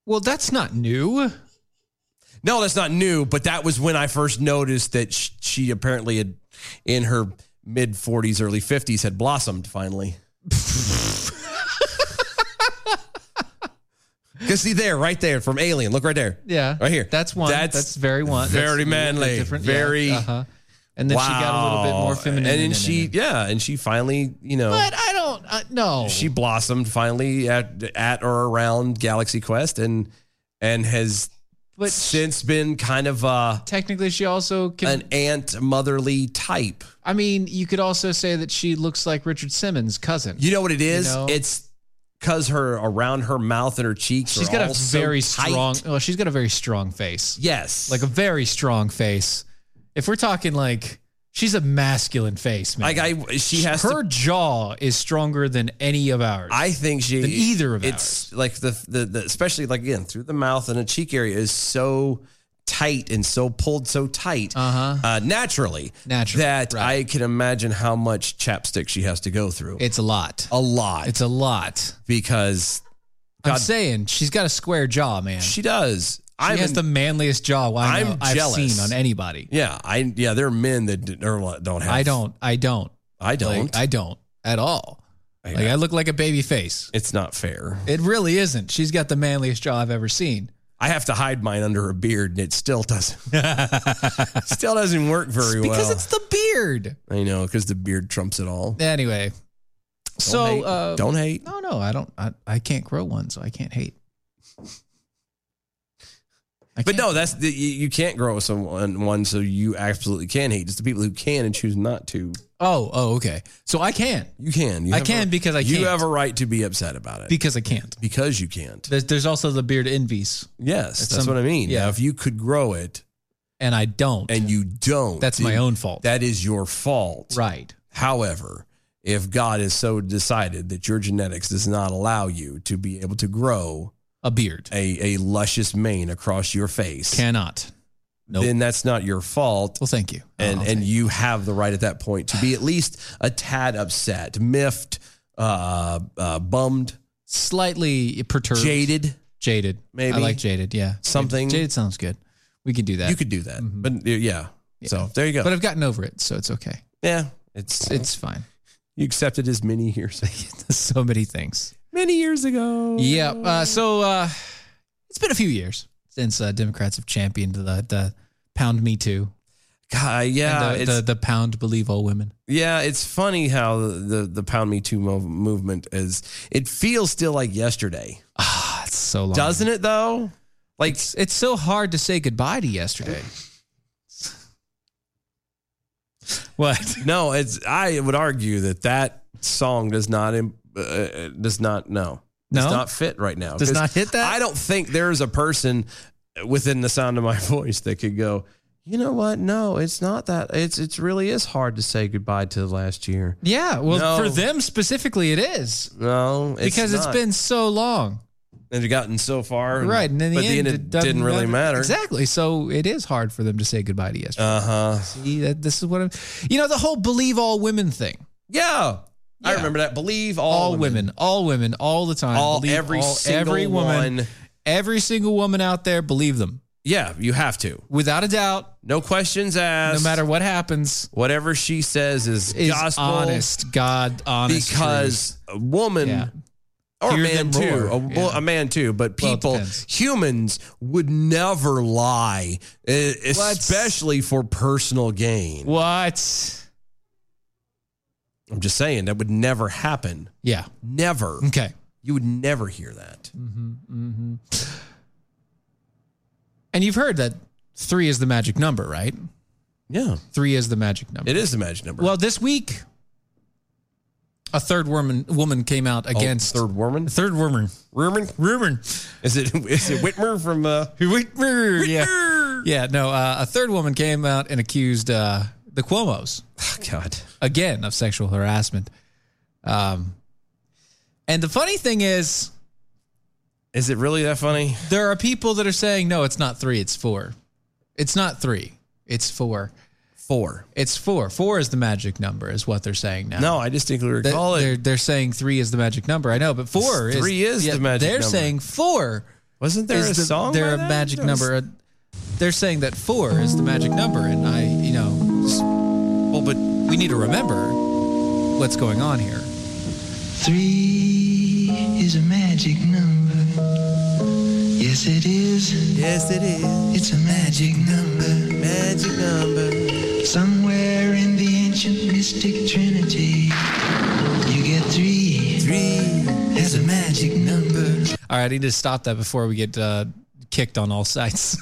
[SPEAKER 3] Well, that's not new.
[SPEAKER 2] No, that's not new, but that was when I first noticed that sh- she apparently had, in her mid 40s, early 50s, had blossomed finally. Cause see there, right there from Alien. Look right there.
[SPEAKER 3] Yeah,
[SPEAKER 2] right here.
[SPEAKER 3] That's one. That's,
[SPEAKER 2] That's
[SPEAKER 3] very one. That's
[SPEAKER 2] very
[SPEAKER 3] a little bit
[SPEAKER 2] manly, very-
[SPEAKER 3] uh-huh. And then she got a little bit
[SPEAKER 2] Wow.
[SPEAKER 3] more feminine,
[SPEAKER 2] And then
[SPEAKER 3] in it.
[SPEAKER 2] she, yeah, and she finally, you know,
[SPEAKER 3] But I don't uh, know.
[SPEAKER 2] she blossomed finally at at or around Galaxy Quest, and and has
[SPEAKER 3] but
[SPEAKER 2] since been kind of uh,
[SPEAKER 3] technically, she also can.
[SPEAKER 2] an aunt motherly type.
[SPEAKER 3] I mean, you could also say that she looks like Richard Simmons' cousin.
[SPEAKER 2] You know what it is?
[SPEAKER 3] know?
[SPEAKER 2] It's because her around her mouth and her cheeks.
[SPEAKER 3] she's
[SPEAKER 2] are
[SPEAKER 3] got
[SPEAKER 2] all
[SPEAKER 3] a
[SPEAKER 2] so
[SPEAKER 3] very
[SPEAKER 2] tight.
[SPEAKER 3] strong. Well, she's got a very strong face.
[SPEAKER 2] Yes,
[SPEAKER 3] like a very strong face. If we're talking like she's a masculine face, man.
[SPEAKER 2] like I she has
[SPEAKER 3] her
[SPEAKER 2] to.
[SPEAKER 3] jaw is stronger than any of ours.
[SPEAKER 2] I think she
[SPEAKER 3] than either of
[SPEAKER 2] it's like the, the the especially like again through the mouth and the cheek area is so tight and so pulled so tight
[SPEAKER 3] Uh-huh.
[SPEAKER 2] uh, naturally
[SPEAKER 3] Naturally,
[SPEAKER 2] that
[SPEAKER 3] right.
[SPEAKER 2] I can imagine how much chapstick she has to go through
[SPEAKER 3] it's a lot.
[SPEAKER 2] a lot
[SPEAKER 3] It's a lot.
[SPEAKER 2] because
[SPEAKER 3] I'm
[SPEAKER 2] God.
[SPEAKER 3] saying she's got a square jaw, man. She
[SPEAKER 2] she does. I'm
[SPEAKER 3] has the manliest jaw I know
[SPEAKER 2] I'm
[SPEAKER 3] I've
[SPEAKER 2] jealous.
[SPEAKER 3] seen on anybody.
[SPEAKER 2] yeah I yeah there are men that d- or don't have
[SPEAKER 3] I don't. I don't.
[SPEAKER 2] I don't
[SPEAKER 3] Like, I don't at all.
[SPEAKER 2] I-
[SPEAKER 3] Like I look like a baby face.
[SPEAKER 2] it's not fair.
[SPEAKER 3] It really isn't. She's got the manliest jaw I've ever seen.
[SPEAKER 2] I have to hide mine under a beard, and it still doesn't. still doesn't work very
[SPEAKER 3] because
[SPEAKER 2] well.
[SPEAKER 3] it's the beard.
[SPEAKER 2] I know, because the beard trumps it all.
[SPEAKER 3] Anyway,
[SPEAKER 2] Don't
[SPEAKER 3] so
[SPEAKER 2] hate.
[SPEAKER 3] uh,
[SPEAKER 2] don't hate.
[SPEAKER 3] No, no, I don't. I, I can't grow one, so I can't hate. I
[SPEAKER 2] But
[SPEAKER 3] can't-
[SPEAKER 2] no, that's the, you you can't grow someone one, so you absolutely can hate. It's the people who can and choose not to.
[SPEAKER 3] Oh, oh, okay. So I can
[SPEAKER 2] You can. You
[SPEAKER 3] I
[SPEAKER 2] have
[SPEAKER 3] can
[SPEAKER 2] a,
[SPEAKER 3] because I
[SPEAKER 2] You
[SPEAKER 3] can't.
[SPEAKER 2] have a right to be upset about it
[SPEAKER 3] because I can't.
[SPEAKER 2] because you can't.
[SPEAKER 3] There's, there's also the beard envies,
[SPEAKER 2] Yes, that's
[SPEAKER 3] some-
[SPEAKER 2] what I mean.
[SPEAKER 3] yeah.
[SPEAKER 2] Now, if you could grow it
[SPEAKER 3] and I don't.
[SPEAKER 2] and you don't,
[SPEAKER 3] That's my
[SPEAKER 2] then
[SPEAKER 3] own fault.
[SPEAKER 2] That is your fault.
[SPEAKER 3] right.
[SPEAKER 2] However, if God has so decided that your genetics does not allow you to be able to grow
[SPEAKER 3] A beard
[SPEAKER 2] a, a luscious mane across your face,
[SPEAKER 3] cannot. Nope.
[SPEAKER 2] then that's not your fault.
[SPEAKER 3] Well, thank you. Uh-huh.
[SPEAKER 2] And
[SPEAKER 3] I'll
[SPEAKER 2] and
[SPEAKER 3] take-
[SPEAKER 2] you have the right at that point to be at least a tad upset, miffed, uh, uh, bummed,
[SPEAKER 3] slightly perturbed,
[SPEAKER 2] jaded.
[SPEAKER 3] jaded.
[SPEAKER 2] maybe.
[SPEAKER 3] I like jaded. Yeah,
[SPEAKER 2] Something-
[SPEAKER 3] Jaded sounds good. We can do that.
[SPEAKER 2] You could do that, but uh, yeah. So there you go.
[SPEAKER 3] Mm-hmm. but I've gotten over it, so it's okay.
[SPEAKER 2] yeah, it's
[SPEAKER 3] It's fine.
[SPEAKER 2] you accepted as many years
[SPEAKER 3] so many things.
[SPEAKER 2] many years ago.
[SPEAKER 3] Yeah.
[SPEAKER 2] Mm.
[SPEAKER 3] Uh, so uh, it's been a few years since uh, Democrats have championed the, the pound me too.
[SPEAKER 2] God, yeah,
[SPEAKER 3] and the,
[SPEAKER 2] Uh, it's,
[SPEAKER 3] the, the pound believe all women.
[SPEAKER 2] yeah. It's funny how the the pound me too mov- movement is. It feels still like yesterday,
[SPEAKER 3] Ah, it's so long.
[SPEAKER 2] doesn't it? Though, like
[SPEAKER 3] It's, it's so hard to say goodbye to yesterday. what?
[SPEAKER 2] no, it's. I would argue that that song does not im- uh, uh, does not no
[SPEAKER 3] No?
[SPEAKER 2] does not fit right now.
[SPEAKER 3] Does
[SPEAKER 2] 'Cause
[SPEAKER 3] not hit that?
[SPEAKER 2] I don't think there is a person within the sound of my voice that could go. You know what? No, it's not that. It's it's really is hard to say goodbye to last year.
[SPEAKER 3] Yeah. Well,
[SPEAKER 2] No.
[SPEAKER 3] for them specifically, it is
[SPEAKER 2] No, it's
[SPEAKER 3] because it's
[SPEAKER 2] not.
[SPEAKER 3] been so long.
[SPEAKER 2] and you've gotten so far, and-
[SPEAKER 3] Right. And in the
[SPEAKER 2] but
[SPEAKER 3] end,
[SPEAKER 2] it
[SPEAKER 3] doesn't
[SPEAKER 2] didn't really matter.
[SPEAKER 3] Exactly. So it is hard for them to say goodbye to yesterday.
[SPEAKER 2] Uh huh.
[SPEAKER 3] See, that, this is what I'm, you know, the whole believe all women thing.
[SPEAKER 2] Yeah. I
[SPEAKER 3] Yeah.
[SPEAKER 2] remember that. Believe
[SPEAKER 3] all women. all women, all the time.
[SPEAKER 2] all
[SPEAKER 3] Believe
[SPEAKER 2] every
[SPEAKER 3] all-
[SPEAKER 2] single
[SPEAKER 3] every woman,
[SPEAKER 2] one.
[SPEAKER 3] every single woman out there. Believe them
[SPEAKER 2] Yeah, you have to.
[SPEAKER 3] without a doubt.
[SPEAKER 2] No questions asked.
[SPEAKER 3] No matter what happens,
[SPEAKER 2] whatever she says is,
[SPEAKER 3] is
[SPEAKER 2] gospel.
[SPEAKER 3] honest, God honest.
[SPEAKER 2] because a woman
[SPEAKER 3] truth. yeah,
[SPEAKER 2] or a
[SPEAKER 3] Hear
[SPEAKER 2] man
[SPEAKER 3] them
[SPEAKER 2] too,
[SPEAKER 3] roar.
[SPEAKER 2] a, wo-
[SPEAKER 3] Yeah.
[SPEAKER 2] a man too, but
[SPEAKER 3] Well, it
[SPEAKER 2] people,
[SPEAKER 3] depends.
[SPEAKER 2] humans would never lie, e-
[SPEAKER 3] What?
[SPEAKER 2] especially for personal gain.
[SPEAKER 3] what?
[SPEAKER 2] I'm just saying that would never happen.
[SPEAKER 3] Yeah.
[SPEAKER 2] Never.
[SPEAKER 3] Okay. Mm.
[SPEAKER 2] You would never hear that.
[SPEAKER 3] And you've heard that three is the magic number, right?
[SPEAKER 2] Yeah,
[SPEAKER 3] Three is the magic number.
[SPEAKER 2] it is the magic number.
[SPEAKER 3] Well, this week, a third woman woman came out
[SPEAKER 2] Oh,
[SPEAKER 3] against
[SPEAKER 2] third woman.
[SPEAKER 3] third woman.
[SPEAKER 2] Rumor?
[SPEAKER 3] Rumor.
[SPEAKER 2] Is it is it Whitmer from uh
[SPEAKER 3] Yeah. Yeah. No. Uh, a third woman came out and accused uh, the Cuomo's
[SPEAKER 2] oh, God.
[SPEAKER 3] again of sexual harassment. Um, and the funny thing is,
[SPEAKER 2] Is it really that funny?
[SPEAKER 3] there are people that are saying, no, it's not three, it's four. It's not three, it's four.
[SPEAKER 2] four.
[SPEAKER 3] It's four. Four is the magic number, is what they're saying now.
[SPEAKER 2] No, I distinctly
[SPEAKER 3] They-
[SPEAKER 2] recall
[SPEAKER 3] they're,
[SPEAKER 2] it.
[SPEAKER 3] they're saying three is the magic number. I know, but four is
[SPEAKER 2] Three is the magic
[SPEAKER 3] They're
[SPEAKER 2] number.
[SPEAKER 3] saying four.
[SPEAKER 2] Wasn't there
[SPEAKER 3] is
[SPEAKER 2] a
[SPEAKER 3] the,
[SPEAKER 2] song?
[SPEAKER 3] They're
[SPEAKER 2] by
[SPEAKER 3] a
[SPEAKER 2] that?
[SPEAKER 3] magic
[SPEAKER 2] There was-
[SPEAKER 3] number. They're saying that four is the magic number, and I, you know, s-
[SPEAKER 2] Well, but
[SPEAKER 3] we need to remember what's going on here.
[SPEAKER 8] Three is a magic number. Yes, it is.
[SPEAKER 2] yes, it is
[SPEAKER 8] It's a magic number.
[SPEAKER 2] magic number.
[SPEAKER 8] Somewhere in the ancient mystic trinity, you get three
[SPEAKER 2] Three.
[SPEAKER 8] as a magic number.
[SPEAKER 3] All right, I need to stop that before we get uh, kicked on all sides.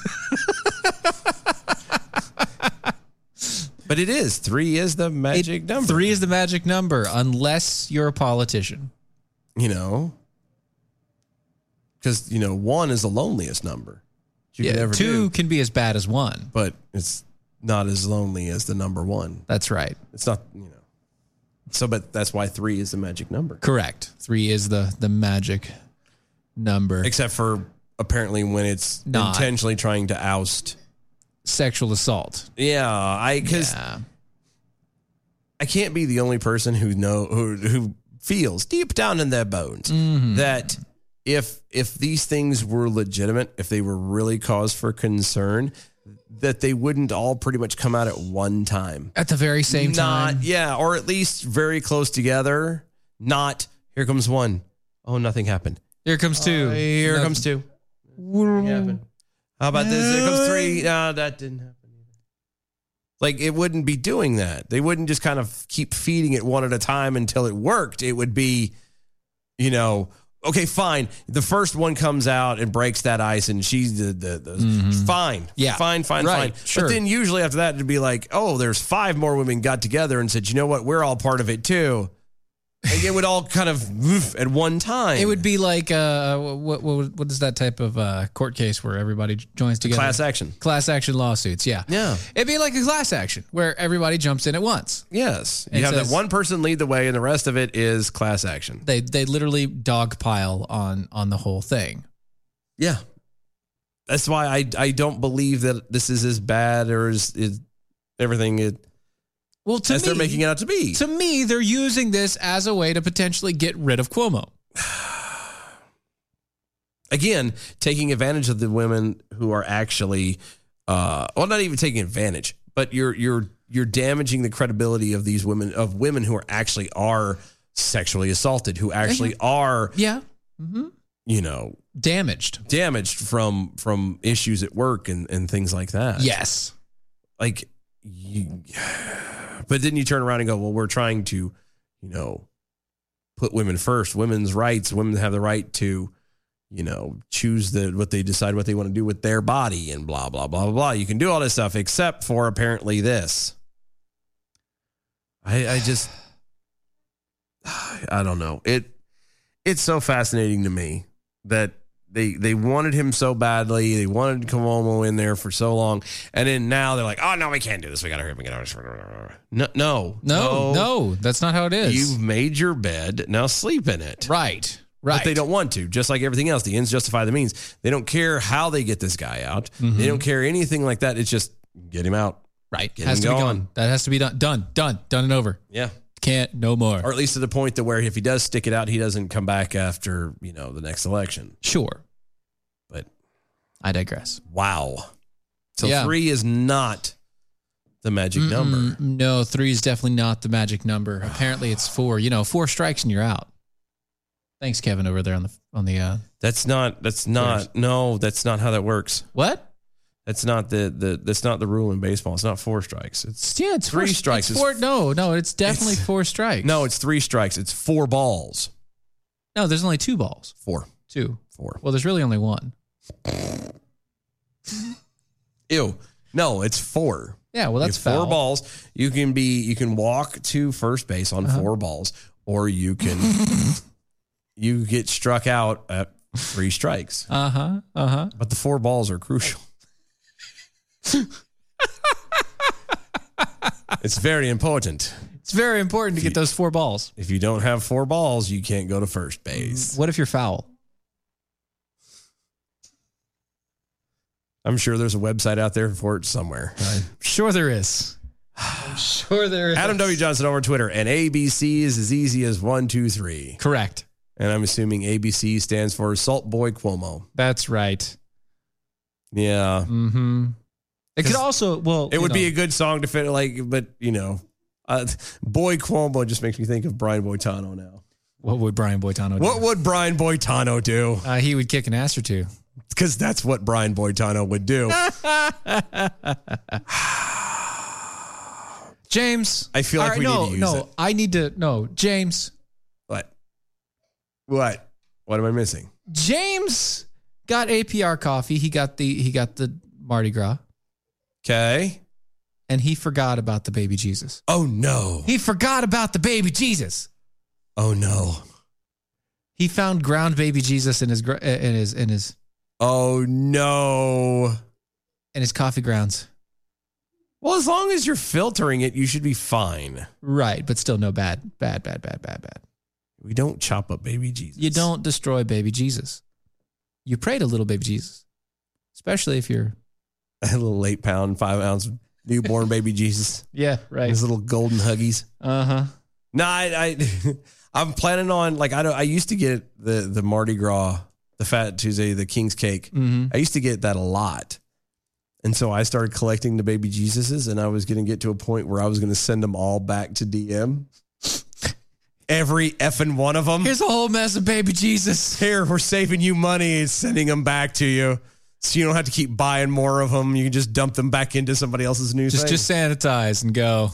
[SPEAKER 2] But it is three is the magic
[SPEAKER 3] It-
[SPEAKER 2] number.
[SPEAKER 3] Three is the magic number, unless you're a politician.
[SPEAKER 2] you know, because you know one is the loneliest number you could ever
[SPEAKER 3] two
[SPEAKER 2] do,
[SPEAKER 3] can be as bad as one.
[SPEAKER 2] but it's not as lonely as the number one.
[SPEAKER 3] That's right.
[SPEAKER 2] It's not you know. So, but that's why three is the magic number.
[SPEAKER 3] Correct. Three is the the magic number.
[SPEAKER 2] Except for apparently when it's
[SPEAKER 3] Not.
[SPEAKER 2] intentionally trying to oust.
[SPEAKER 3] Sexual assault.
[SPEAKER 2] Yeah, I because
[SPEAKER 3] Yeah.
[SPEAKER 2] I can't be the only person who know who who feels deep down in their bones
[SPEAKER 3] Mm-hmm.
[SPEAKER 2] that if if these things were legitimate, if they were really cause for concern, that they wouldn't all pretty much come out at one time.
[SPEAKER 3] At the very same
[SPEAKER 2] not
[SPEAKER 3] time.
[SPEAKER 2] yeah, or at least very close together. Not here comes one. Oh, nothing happened.
[SPEAKER 3] Here comes two.
[SPEAKER 2] Oh, Here
[SPEAKER 3] No,
[SPEAKER 2] comes two. Nothing happened. How about this? Here comes three. No, that didn't happen. either. Like it wouldn't be doing that. They wouldn't just kind of keep feeding it one at a time until it worked. It would be, you know, okay, fine. The first one comes out and breaks that ice, and she's the the, the fine,
[SPEAKER 3] Mm-hmm. Yeah.
[SPEAKER 2] fine, fine,
[SPEAKER 3] Right,
[SPEAKER 2] fine.
[SPEAKER 3] sure.
[SPEAKER 2] But then usually after that, it'd be like, oh, there's five more women got together and said, you know what, we're all part of it too. Like it would all kind of woof at one time.
[SPEAKER 3] It would be like uh, what, what what is that type of uh, court case where everybody joins together?
[SPEAKER 2] class action.
[SPEAKER 3] Class action lawsuits. Yeah.
[SPEAKER 2] Yeah.
[SPEAKER 3] It'd be like a class action where everybody jumps in at once.
[SPEAKER 2] Yes. You
[SPEAKER 3] It
[SPEAKER 2] have
[SPEAKER 3] says-
[SPEAKER 2] that one person lead the way, and the rest of it is class action.
[SPEAKER 3] They they literally dogpile on on the whole thing.
[SPEAKER 2] Yeah. That's why I, I don't believe that this is as bad or as, is everything it,
[SPEAKER 3] Well, to
[SPEAKER 2] as they're
[SPEAKER 3] me-
[SPEAKER 2] making it out to be.
[SPEAKER 3] to me, they're using this as a way to potentially get rid of Cuomo.
[SPEAKER 2] Again, taking advantage of the women who are actually, uh, well, not even taking advantage, but you're you're you're damaging the credibility of these women of women who are actually are sexually assaulted, who actually are
[SPEAKER 3] Yeah.
[SPEAKER 2] you know
[SPEAKER 3] Damaged.
[SPEAKER 2] damaged from from issues at work and and things like that.
[SPEAKER 3] Yes.
[SPEAKER 2] like you, but then you turn around and go well we're trying to you know put women first women's rights women have the right to you know choose the what they decide what they want to do with their body and blah blah blah blah blah you can do all this stuff except for apparently this i i just i don't know it it's so fascinating to me that they they wanted him so badly. They wanted Cuomo in there for so long, and then now they're like, "Oh no, we can't do this. We gotta hurry. We gotta." No, no,
[SPEAKER 3] No, no, that's not how it is.
[SPEAKER 2] You've made your bed. Now sleep in it.
[SPEAKER 3] right. Right.
[SPEAKER 2] But they don't want to. Just like everything else, the ends justify the means. They don't care how they get this guy out. They don't care anything like that. It's just get him out.
[SPEAKER 3] Right.
[SPEAKER 2] Get
[SPEAKER 3] has
[SPEAKER 2] him
[SPEAKER 3] to be
[SPEAKER 2] going.
[SPEAKER 3] gone. That has to be done. Done. Done. Done and over.
[SPEAKER 2] Yeah.
[SPEAKER 3] Can't no more.
[SPEAKER 2] Or at least to the point that where if he does stick it out, he doesn't come back after you know the next election.
[SPEAKER 3] sure.
[SPEAKER 2] But
[SPEAKER 3] I digress.
[SPEAKER 2] Wow. So
[SPEAKER 3] Yeah.
[SPEAKER 2] three is not the magic number.
[SPEAKER 3] Mm, no, three is definitely not the magic number. Apparently, it's four. You know, four strikes and you're out. Thanks, Kevin, over there on the on the uh,
[SPEAKER 2] That's not. That's not. No, that's not how that works.
[SPEAKER 3] what?
[SPEAKER 2] That's not the the. That's not the rule in baseball. It's not four strikes. It's
[SPEAKER 3] Yeah, it's
[SPEAKER 2] Three
[SPEAKER 3] four,
[SPEAKER 2] strikes
[SPEAKER 3] It's
[SPEAKER 2] is-
[SPEAKER 3] four, no, no, it's definitely
[SPEAKER 2] It's-
[SPEAKER 3] four strikes.
[SPEAKER 2] no. It's three strikes. It's four balls.
[SPEAKER 3] no, there's only two balls.
[SPEAKER 2] Four.
[SPEAKER 3] Two.
[SPEAKER 2] Four.
[SPEAKER 3] Well, there's really only one.
[SPEAKER 2] Ew. No, it's four.
[SPEAKER 3] Yeah, well, that's
[SPEAKER 2] You have four
[SPEAKER 3] foul.
[SPEAKER 2] balls. You can be. You can walk to first base on
[SPEAKER 3] Uh-huh.
[SPEAKER 2] four balls, or you can. you get struck out at three strikes.
[SPEAKER 3] Uh huh. Uh huh.
[SPEAKER 2] But the four balls are crucial. it's very important.
[SPEAKER 3] It's very important to get those four balls.
[SPEAKER 2] If you don't have four balls, you can't go to first base.
[SPEAKER 3] What if you're foul?
[SPEAKER 2] I'm sure there's a website out there for it somewhere. I-
[SPEAKER 3] Sure, there is. sure there is.
[SPEAKER 2] Adam W. Johnson over Twitter, and ABC is as easy as one, two, three.
[SPEAKER 3] Correct.
[SPEAKER 2] And I'm assuming ABC stands for Salt Boy Cuomo.
[SPEAKER 3] That's right.
[SPEAKER 2] Yeah.
[SPEAKER 3] Mm-hmm. It could
[SPEAKER 2] 'Cause
[SPEAKER 3] also well.
[SPEAKER 2] It
[SPEAKER 3] you
[SPEAKER 2] would be
[SPEAKER 3] know,
[SPEAKER 2] a good song to fit, like, but, you know, uh, Boy Cuomo just makes me think of Brian Boitano now.
[SPEAKER 3] what would Brian Boitano do?
[SPEAKER 2] What would Brian Boitano do?
[SPEAKER 3] uh, he would kick an ass or two.
[SPEAKER 2] Because that's what Brian Boitano would do.
[SPEAKER 3] James,
[SPEAKER 2] I feel like we need
[SPEAKER 3] no,
[SPEAKER 2] to use
[SPEAKER 3] no,
[SPEAKER 2] it.
[SPEAKER 3] I need to no. James,
[SPEAKER 2] What? What? What am I missing?
[SPEAKER 3] James got APR coffee. He got the he got the Mardi Gras,
[SPEAKER 2] Okay.
[SPEAKER 3] and he forgot about the baby Jesus.
[SPEAKER 2] Oh no.
[SPEAKER 3] He forgot about the baby Jesus.
[SPEAKER 2] Oh no.
[SPEAKER 3] He found ground baby Jesus in his gr- uh, in his in his
[SPEAKER 2] Oh no.
[SPEAKER 3] in his coffee grounds.
[SPEAKER 2] Well, as long as you're filtering it, you should be fine.
[SPEAKER 3] Right, but still no bad, bad, bad, bad, bad, bad.
[SPEAKER 2] We don't chop up baby Jesus.
[SPEAKER 3] You don't destroy baby Jesus. You pray to little baby Jesus, especially if you're.
[SPEAKER 2] A little eight pound, five ounce newborn baby Jesus.
[SPEAKER 3] Yeah, right.
[SPEAKER 2] His little golden huggies.
[SPEAKER 3] Uh huh.
[SPEAKER 2] No, I, I I'm planning on like I don't I used to get the the Mardi Gras, the Fat Tuesday, the King's Cake.
[SPEAKER 3] Mm-hmm.
[SPEAKER 2] I used to get that a lot. And so I started collecting the baby Jesuses, and I was going to get to a point where I was going to send them all back to DM. Every effing one of them.
[SPEAKER 3] Here's a whole mess of baby Jesus.
[SPEAKER 2] Here, we're saving you money and sending them back to you. So you don't have to keep buying more of them. You can just dump them back into somebody else's new
[SPEAKER 3] Just
[SPEAKER 2] thing.
[SPEAKER 3] just sanitize and go.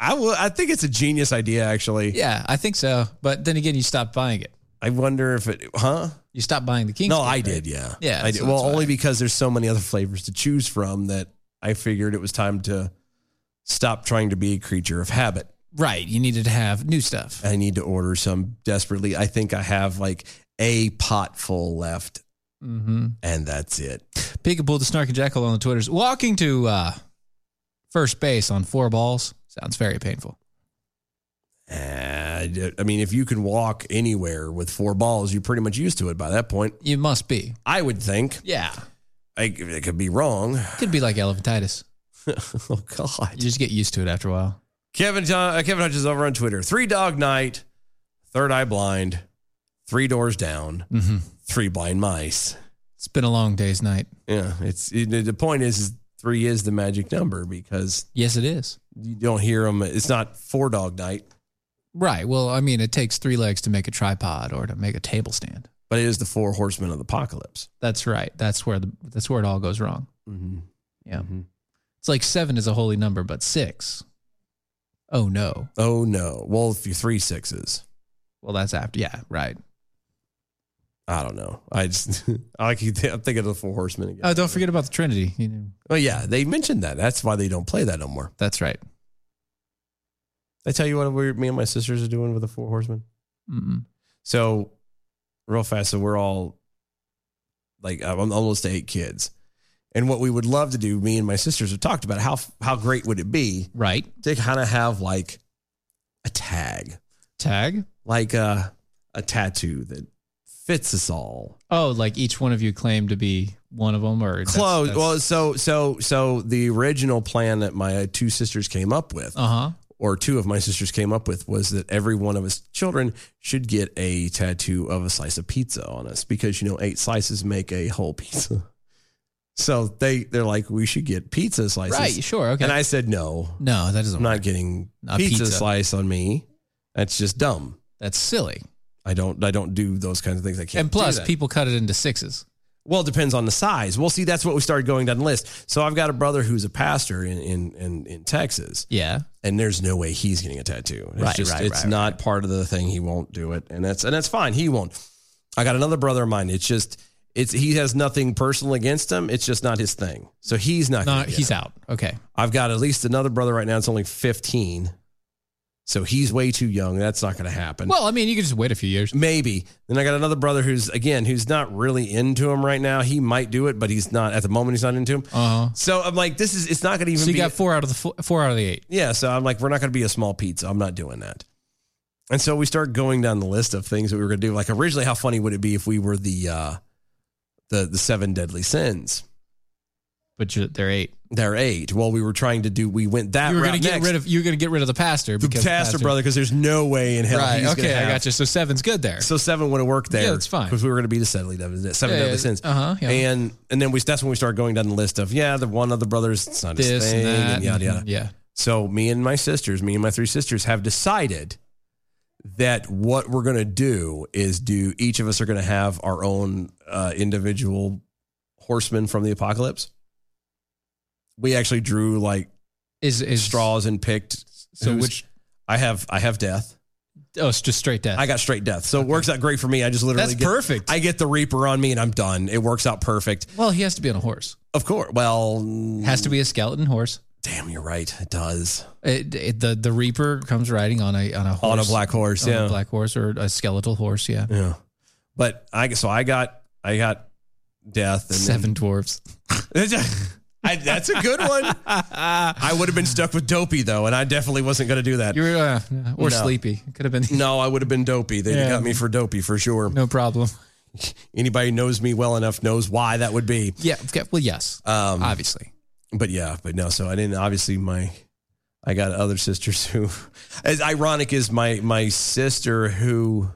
[SPEAKER 2] I will. I think it's a genius idea, actually.
[SPEAKER 3] Yeah, I think so. But then again, you stopped buying it.
[SPEAKER 2] I wonder if it, huh?
[SPEAKER 3] You stopped buying the King's.
[SPEAKER 2] No,
[SPEAKER 3] Cake,
[SPEAKER 2] I
[SPEAKER 3] right?
[SPEAKER 2] did. Yeah, I
[SPEAKER 3] Yeah,
[SPEAKER 2] did.
[SPEAKER 3] so that's
[SPEAKER 2] Well,
[SPEAKER 3] why.
[SPEAKER 2] only because there's so many other flavors to choose from that I figured it was time to stop trying to be a creature of habit.
[SPEAKER 3] Right, you needed to have new stuff.
[SPEAKER 2] I need to order some desperately. I think I have like a pot full left,
[SPEAKER 3] Mm-hmm.
[SPEAKER 2] and that's it.
[SPEAKER 3] Peekaboo the Snark and Jackal on the Twitters. Walking to uh, first base on four balls sounds very painful.
[SPEAKER 2] And, uh, I mean, if you can walk anywhere with four balls, you're pretty much used to it by that point.
[SPEAKER 3] You must be.
[SPEAKER 2] I would think.
[SPEAKER 3] Yeah,
[SPEAKER 2] I, it could be wrong.
[SPEAKER 3] could be like elephantitis.
[SPEAKER 2] oh God.
[SPEAKER 3] You just get used to it after a while.
[SPEAKER 2] Kevin John, uh, Kevin Hutchins over on Twitter. Three Dog Night, Third Eye Blind, Three Doors Down,
[SPEAKER 3] Mhm.
[SPEAKER 2] Three Blind Mice.
[SPEAKER 3] It's been a long day's night.
[SPEAKER 2] Yeah, it's it, the point is, is three is the magic number because
[SPEAKER 3] Yes, it is.
[SPEAKER 2] you don't hear them. It's not Four Dog Night,
[SPEAKER 3] Right. Well, I mean, it takes three legs to make a tripod or to make a table stand.
[SPEAKER 2] but it is the Four Horsemen of the Apocalypse.
[SPEAKER 3] That's right. That's where the that's where it all goes wrong.
[SPEAKER 2] Mm-hmm.
[SPEAKER 3] Yeah. It's like seven is a holy number, but six. Oh no.
[SPEAKER 2] Oh no! Well, if you're three sixes,
[SPEAKER 3] Well, that's after. Yeah. Right.
[SPEAKER 2] I don't know. I just I keep th- I'm thinking of the Four Horsemen again.
[SPEAKER 3] Oh, don't forget about the Trinity. You know,
[SPEAKER 2] oh yeah, they mentioned that. That's why they don't play that no more.
[SPEAKER 3] that's right.
[SPEAKER 2] I tell you what, we me and my sisters are doing with the Four Horsemen.
[SPEAKER 3] Mm-mm.
[SPEAKER 2] So, real fast. So we're all like I'm almost to eight kids, and what we would love to do, me and my sisters have talked about how how great would it be
[SPEAKER 3] Right.
[SPEAKER 2] to kind of have like a tag,
[SPEAKER 3] Tag.
[SPEAKER 2] like a a tattoo that fits us all.
[SPEAKER 3] Oh, like each one of you claim to be one of them or
[SPEAKER 2] Close. Well, so so so the original plan that my two sisters came up with,
[SPEAKER 3] Uh huh.
[SPEAKER 2] or two of my sisters came up with, was that every one of us children should get a tattoo of a slice of pizza on us because you know eight slices make a whole pizza. So they they're like we should get pizza slices,
[SPEAKER 3] Right. Sure. Okay.
[SPEAKER 2] And I said no,
[SPEAKER 3] no, that doesn't.
[SPEAKER 2] I'm not getting
[SPEAKER 3] Not
[SPEAKER 2] pizza,
[SPEAKER 3] pizza.
[SPEAKER 2] slice on me. That's just dumb.
[SPEAKER 3] that's silly.
[SPEAKER 2] I don't I don't do those kinds of things. I can't.
[SPEAKER 3] And plus,
[SPEAKER 2] do that.
[SPEAKER 3] people cut it into sixes.
[SPEAKER 2] Well, it depends on the size. Well, see, that's what we started going down the list. So I've got a brother who's a pastor in in in, in Texas,
[SPEAKER 3] Yeah.
[SPEAKER 2] and there's no way he's getting a tattoo. It's
[SPEAKER 3] Right,
[SPEAKER 2] just
[SPEAKER 3] right,
[SPEAKER 2] it's
[SPEAKER 3] right,
[SPEAKER 2] not part of the thing. He won't do it, and that's and that's fine. He won't. I got another brother of mine. It's just it's he has nothing personal against him. It's just not his thing. So he's not.
[SPEAKER 3] No,
[SPEAKER 2] gonna get
[SPEAKER 3] he's
[SPEAKER 2] it.
[SPEAKER 3] out. Okay.
[SPEAKER 2] I've got at least another brother right now. It's only 15, so he's way too young. That's not going to happen.
[SPEAKER 3] Well, I mean, you could just wait a few years.
[SPEAKER 2] Maybe. Then I got another brother who's again who's not really into him right now. He might do it, but he's not at the moment. He's not into him.
[SPEAKER 3] Uh huh.
[SPEAKER 2] So I'm like, this is it's not going to even.
[SPEAKER 3] So you
[SPEAKER 2] be
[SPEAKER 3] got four out of the four, four out of the eight.
[SPEAKER 2] yeah. So I'm like, we're not going to be a small pizza. I'm not doing that. And so we start going down the list of things that we were going to do. Like originally, how funny would it be if we were the uh, the the seven deadly sins?
[SPEAKER 3] but you they're eight.
[SPEAKER 2] They're eight. Well, we were trying to do. We went that.
[SPEAKER 3] You were
[SPEAKER 2] route
[SPEAKER 3] going to get
[SPEAKER 2] next.
[SPEAKER 3] rid of you were going to get rid of the pastor
[SPEAKER 2] the
[SPEAKER 3] because
[SPEAKER 2] pastor, brother because there's no way in hell.
[SPEAKER 3] Right.
[SPEAKER 2] He's
[SPEAKER 3] Okay,
[SPEAKER 2] Gonna have,
[SPEAKER 3] I got you. So seven's good there.
[SPEAKER 2] So seven would have worked there.
[SPEAKER 3] Yeah, that's fine.
[SPEAKER 2] Because we were going to be the seven deadly, seven
[SPEAKER 3] Yeah,
[SPEAKER 2] deadly
[SPEAKER 3] yeah,
[SPEAKER 2] sins.
[SPEAKER 3] uh-huh, yeah.
[SPEAKER 2] And and then we that's when we started going down the list of yeah the one of the brothers it's not his
[SPEAKER 3] this
[SPEAKER 2] thing
[SPEAKER 3] and that. mm-hmm.
[SPEAKER 2] and yada yada.
[SPEAKER 3] Yeah.
[SPEAKER 2] So me and my sisters, me and my three sisters, have decided that what we're going to do is do each of us are going to have our own uh, individual horseman from the apocalypse. We actually drew like
[SPEAKER 3] Is is
[SPEAKER 2] straws and picked.
[SPEAKER 3] So
[SPEAKER 2] who's-
[SPEAKER 3] which?
[SPEAKER 2] I have I have death.
[SPEAKER 3] Oh, it's just straight death.
[SPEAKER 2] I got straight death. So it works out great for me. I just literally
[SPEAKER 3] That's
[SPEAKER 2] get,
[SPEAKER 3] perfect.
[SPEAKER 2] I get the Reaper on me and I'm done. It works out perfect.
[SPEAKER 3] well, he has to be on a horse.
[SPEAKER 2] Of course. Well,
[SPEAKER 3] Has to be a skeleton horse.
[SPEAKER 2] damn, you're right. It does.
[SPEAKER 3] It, it- the the reaper comes riding on a on a horse,
[SPEAKER 2] On a black horse.
[SPEAKER 3] on a
[SPEAKER 2] yeah.
[SPEAKER 3] black horse or a skeletal horse. Yeah.
[SPEAKER 2] yeah. But I so I got I got death and
[SPEAKER 3] Seven dwarves.
[SPEAKER 2] I, that's a good one. I would have been stuck with dopey though, and I definitely wasn't going to do that.
[SPEAKER 3] You were uh,
[SPEAKER 2] No.
[SPEAKER 3] or sleepy. Could have been
[SPEAKER 2] no, I would have been dopey. They
[SPEAKER 3] Yeah.
[SPEAKER 2] got me for dopey for sure.
[SPEAKER 3] no problem.
[SPEAKER 2] Anybody who knows me well enough knows why that would be.
[SPEAKER 3] Yeah. Okay. Well, yes.
[SPEAKER 2] Um,
[SPEAKER 3] obviously.
[SPEAKER 2] but yeah, but no. So I didn't. Obviously, my I got other sisters who, as ironic as my my sister who.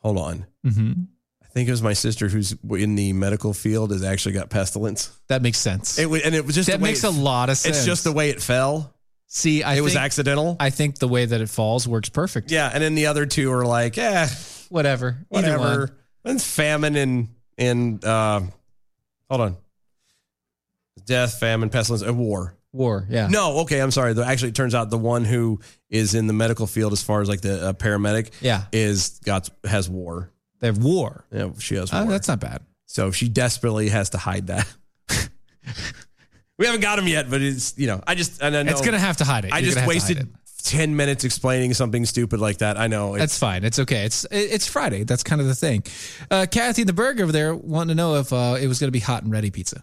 [SPEAKER 2] Hold on,
[SPEAKER 3] hmm
[SPEAKER 2] I think it was my sister who's in the medical field has actually got pestilence.
[SPEAKER 3] That makes sense.
[SPEAKER 2] It was, and it was just
[SPEAKER 3] that
[SPEAKER 2] the way
[SPEAKER 3] makes
[SPEAKER 2] it-
[SPEAKER 3] a lot of sense.
[SPEAKER 2] It's just the way it fell.
[SPEAKER 3] see. I
[SPEAKER 2] it
[SPEAKER 3] think,
[SPEAKER 2] was accidental.
[SPEAKER 3] I think the way that it falls works perfect.
[SPEAKER 2] yeah, and then the other two are like, eh,
[SPEAKER 3] Whatever. Either one.
[SPEAKER 2] whatever. It's famine and and uh, hold on, death, famine, pestilence, and war.
[SPEAKER 3] War. Yeah.
[SPEAKER 2] No, okay, I'm sorry. Though Actually, it turns out the one who is in the medical field, as far as like the uh, paramedic,
[SPEAKER 3] Yeah.
[SPEAKER 2] is got has war.
[SPEAKER 3] They have war.
[SPEAKER 2] Yeah, she has war.
[SPEAKER 3] Oh, that's not bad.
[SPEAKER 2] so she desperately has to hide that. we haven't got him yet, but it's you know, I just and I know
[SPEAKER 3] It's gonna have to hide it.
[SPEAKER 2] I
[SPEAKER 3] You're
[SPEAKER 2] just
[SPEAKER 3] gonna have to hide
[SPEAKER 2] wasted
[SPEAKER 3] it.
[SPEAKER 2] ten minutes explaining something stupid like that. I know. It's,
[SPEAKER 3] That's fine. It's okay. It's it- it's Friday. That's kind of the thing. Uh, Kathy the Berg over there wanting to know if uh, it was going to be hot and ready pizza.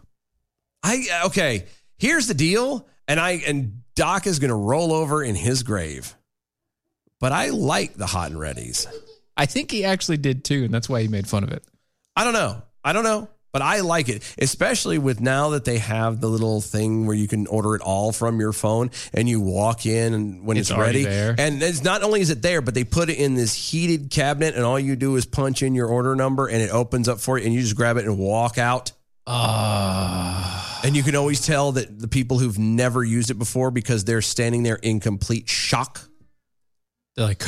[SPEAKER 2] I okay. Here's the deal, and I and Doc is gonna roll over in his grave. But I like the hot and readies.
[SPEAKER 3] I think he actually did too, and that's why he made fun of it.
[SPEAKER 2] I don't know. I don't know, but I like it, especially with now that they have the little thing where you can order it all from your phone and you walk in and when it's,
[SPEAKER 3] It's already
[SPEAKER 2] ready.
[SPEAKER 3] there.
[SPEAKER 2] And it's not only is it there, but they put it in this heated cabinet and all you do is punch in your order number and it opens up for you and you just grab it and walk out.
[SPEAKER 3] Uh,
[SPEAKER 2] And you can always tell that the people who've never used it before because they're standing there in complete shock.
[SPEAKER 3] They're like,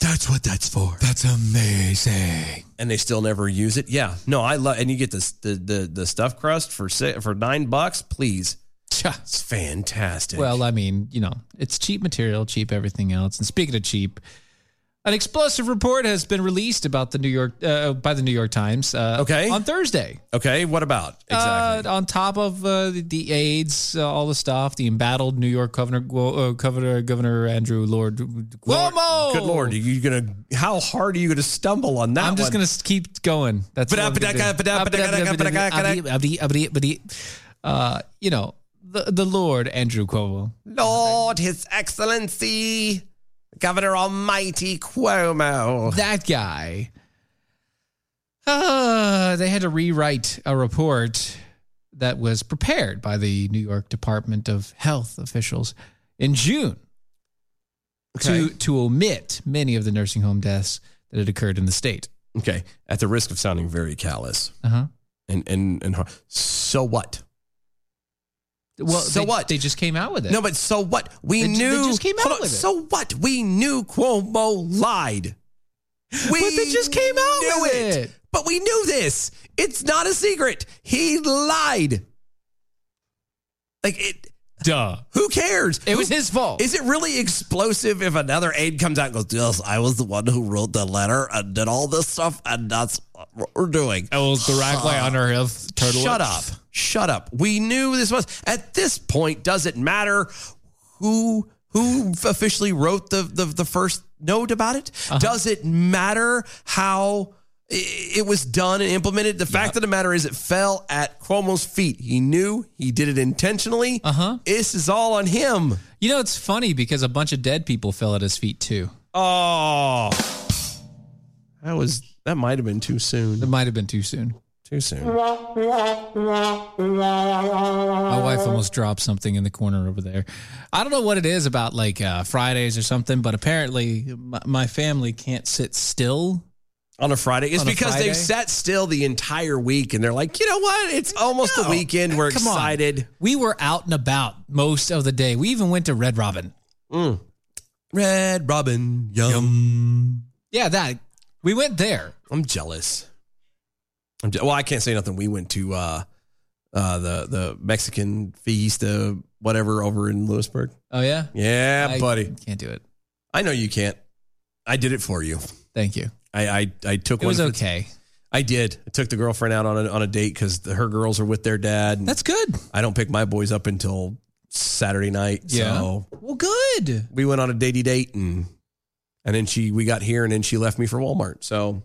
[SPEAKER 3] that's what that's for. That's amazing.
[SPEAKER 2] and they still never use it. Yeah, no, I love, and you get this the the the stuffed crust for si- for nine bucks. Please,
[SPEAKER 3] Tja.
[SPEAKER 2] it's fantastic.
[SPEAKER 3] Well, I mean, you know, it's cheap material, cheap everything else. And speaking of cheap, an explosive report has been released about the New York uh, by the New York Times. Uh,
[SPEAKER 2] Okay.
[SPEAKER 3] on Thursday.
[SPEAKER 2] okay, what about exactly?
[SPEAKER 3] Uh, on top of uh, the, the AIDS, uh, all the stuff, the embattled New York Governor Gwo- uh, Governor, Governor Andrew Lord Cuomo.
[SPEAKER 2] Good lord, are you gonna? How hard are you gonna stumble on that?
[SPEAKER 3] I'm just
[SPEAKER 2] one?
[SPEAKER 3] gonna s- keep going. That's what I'm gonna do. uh, you know the the Lord Andrew Cuomo.
[SPEAKER 2] Lord, His Excellency, Governor Almighty Cuomo.
[SPEAKER 3] that guy. Uh, they had to rewrite a report that was prepared by the New York Department of Health officials in June to to omit many of the nursing home deaths that had occurred in the state.
[SPEAKER 2] Okay, at the risk of sounding very callous
[SPEAKER 3] Uh-huh.
[SPEAKER 2] and and and hard. so what?
[SPEAKER 3] Well,
[SPEAKER 2] So
[SPEAKER 3] they-
[SPEAKER 2] what?
[SPEAKER 3] They just came out with it.
[SPEAKER 2] No, but so what? We
[SPEAKER 3] They ju- they
[SPEAKER 2] knew.
[SPEAKER 3] just came
[SPEAKER 2] Hold
[SPEAKER 3] out
[SPEAKER 2] on,
[SPEAKER 3] with it.
[SPEAKER 2] So what? We knew Cuomo lied. We
[SPEAKER 3] But they just came out
[SPEAKER 2] knew
[SPEAKER 3] with it.
[SPEAKER 2] But we knew this. It's not a secret. He lied. Like it.
[SPEAKER 3] duh.
[SPEAKER 2] Who cares?
[SPEAKER 3] It was
[SPEAKER 2] Who-
[SPEAKER 3] his fault.
[SPEAKER 2] Is it really explosive if another aide comes out and goes, "Yes, I was the one who wrote the letter and did all this stuff, and that's what we're doing."
[SPEAKER 3] It was the right way on her health turtle.
[SPEAKER 2] Shut up. Shut up. We knew this was at this point, does it matter who who officially wrote the the, the first note about it? Does it matter how i- it was done and implemented? The fact of the matter is it fell at Cuomo's feet. He knew he did it intentionally. Uh-huh. This is all on him.
[SPEAKER 3] You know, it's funny because a bunch of dead people fell at his feet too.
[SPEAKER 2] Oh. That was that might have been too soon.
[SPEAKER 3] It might have been too soon.
[SPEAKER 2] Too soon.
[SPEAKER 3] My wife almost dropped something in the corner over there. I don't know what it is about like uh, Fridays or something, but apparently my, my family can't sit still.
[SPEAKER 2] On a Friday. It's
[SPEAKER 3] On a
[SPEAKER 2] because
[SPEAKER 3] Friday?
[SPEAKER 2] they've sat still the entire week and they're like, you know what? It's almost the weekend. We're
[SPEAKER 3] Mm, Come on.
[SPEAKER 2] excited.
[SPEAKER 3] We were out and about most of the day. We even went to Red Robin.
[SPEAKER 2] Red Robin. Yum. Mm.
[SPEAKER 3] Yeah, that we went there.
[SPEAKER 2] I'm jealous. I'm je- well, I can't say nothing. We went to uh, uh, the the Mexican fiesta, whatever, over in Lewisburg.
[SPEAKER 3] Oh yeah,
[SPEAKER 2] Yeah,
[SPEAKER 3] I
[SPEAKER 2] buddy.
[SPEAKER 3] can't do it.
[SPEAKER 2] I know you can't. I did it for you.
[SPEAKER 3] Thank you.
[SPEAKER 2] I I, I took
[SPEAKER 3] It
[SPEAKER 2] one.
[SPEAKER 3] was
[SPEAKER 2] of the-
[SPEAKER 3] okay.
[SPEAKER 2] I did. I took the girlfriend out on a, on a date because her girls are with their dad. and
[SPEAKER 3] That's good.
[SPEAKER 2] I don't pick my boys up until Saturday night. So
[SPEAKER 3] Well, good.
[SPEAKER 2] we went on a datey date and and then she we got here and then she left me for Walmart. So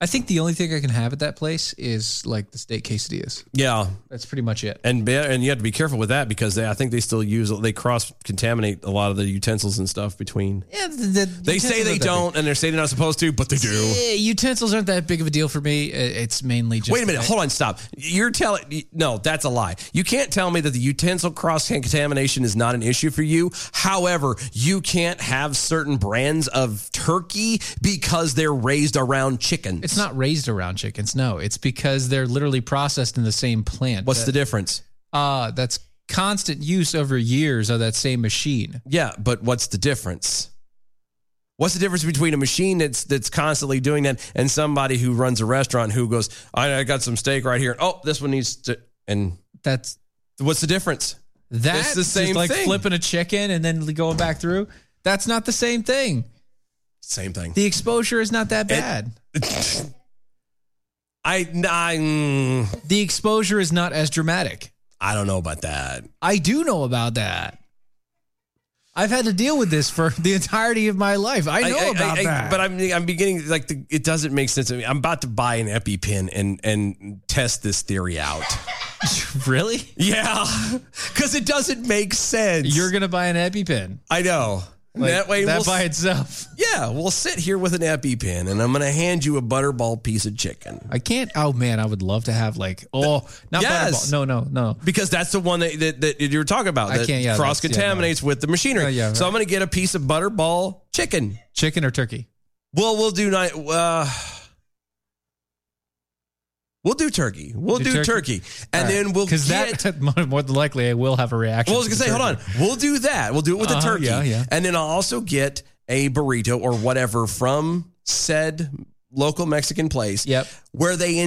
[SPEAKER 3] I think the only thing I can have at that place is like the steak quesadillas.
[SPEAKER 2] yeah,
[SPEAKER 3] That's pretty much it.
[SPEAKER 2] and be- and you have to be careful with that because they, I think they still use they cross contaminate a lot of the utensils and stuff between.
[SPEAKER 3] Yeah,
[SPEAKER 2] They say they don't, and they're saying they're not supposed to, but they do.
[SPEAKER 3] Yeah, Eh, utensils aren't that big of a deal for me. I- It's mainly just
[SPEAKER 2] Wait a minute, hold on, stop. You're telling no, that's a lie. You can't tell me that the utensil cross contamination is not an issue for you. However, you can't have certain brands of turkey because they're raised around chickens.
[SPEAKER 3] It's not raised around chickens. No, it's because they're literally processed in the same plant.
[SPEAKER 2] What's the difference?
[SPEAKER 3] uh, that's constant use over years of that same machine.
[SPEAKER 2] Yeah, but what's the difference? What's the difference between a machine that's that's constantly doing that and somebody who runs a restaurant who goes, I, I got some steak right here. Oh, this one needs to. And
[SPEAKER 3] That's
[SPEAKER 2] what's the difference?
[SPEAKER 3] that's
[SPEAKER 2] the
[SPEAKER 3] just
[SPEAKER 2] same
[SPEAKER 3] like
[SPEAKER 2] thing.
[SPEAKER 3] flipping a chicken and then going back through. That's not the same thing.
[SPEAKER 2] Same thing.
[SPEAKER 3] The exposure is not that bad.
[SPEAKER 2] I, I, mm,
[SPEAKER 3] the exposure is not as dramatic.
[SPEAKER 2] I don't know about that.
[SPEAKER 3] I do know about that. I've had to deal with this for the entirety of my life. I know about that.
[SPEAKER 2] but I'm I'm beginning like the, it doesn't make sense to me. I'm about to buy an EpiPen and and test this theory out.
[SPEAKER 3] really,
[SPEAKER 2] yeah, because it doesn't make sense.
[SPEAKER 3] you're gonna buy an EpiPen?
[SPEAKER 2] I know.
[SPEAKER 3] Like,
[SPEAKER 2] that way, we'll,
[SPEAKER 3] by itself.
[SPEAKER 2] yeah, we'll sit here with an EpiPen, and I'm going to hand you a butterball piece of chicken
[SPEAKER 3] I can't. Oh man, I would love to have like oh not
[SPEAKER 2] Yes.
[SPEAKER 3] butterball. No, no, no.
[SPEAKER 2] because that's the one that that, that you were talking about.
[SPEAKER 3] I
[SPEAKER 2] That
[SPEAKER 3] can't- yeah,
[SPEAKER 2] cross
[SPEAKER 3] that's- yeah, no.
[SPEAKER 2] contaminates with the machinery.
[SPEAKER 3] Oh, yeah,
[SPEAKER 2] So
[SPEAKER 3] right.
[SPEAKER 2] I'm going to get a piece of butterball chicken.
[SPEAKER 3] Chicken or turkey?
[SPEAKER 2] Well, we'll do night. Uh, we'll do turkey. We'll
[SPEAKER 3] Do
[SPEAKER 2] do,
[SPEAKER 3] turkey?
[SPEAKER 2] turkey, and then we'll
[SPEAKER 3] because
[SPEAKER 2] get.
[SPEAKER 3] that more more than likely I will have a reaction.
[SPEAKER 2] well, I was
[SPEAKER 3] to
[SPEAKER 2] gonna
[SPEAKER 3] the
[SPEAKER 2] say, hold on.
[SPEAKER 3] turkey.
[SPEAKER 2] We'll do that. We'll do it with
[SPEAKER 3] Uh-huh,
[SPEAKER 2] a turkey,
[SPEAKER 3] yeah, yeah.
[SPEAKER 2] and then I'll also get a burrito or whatever from said local Mexican place.
[SPEAKER 3] Yep.
[SPEAKER 2] where they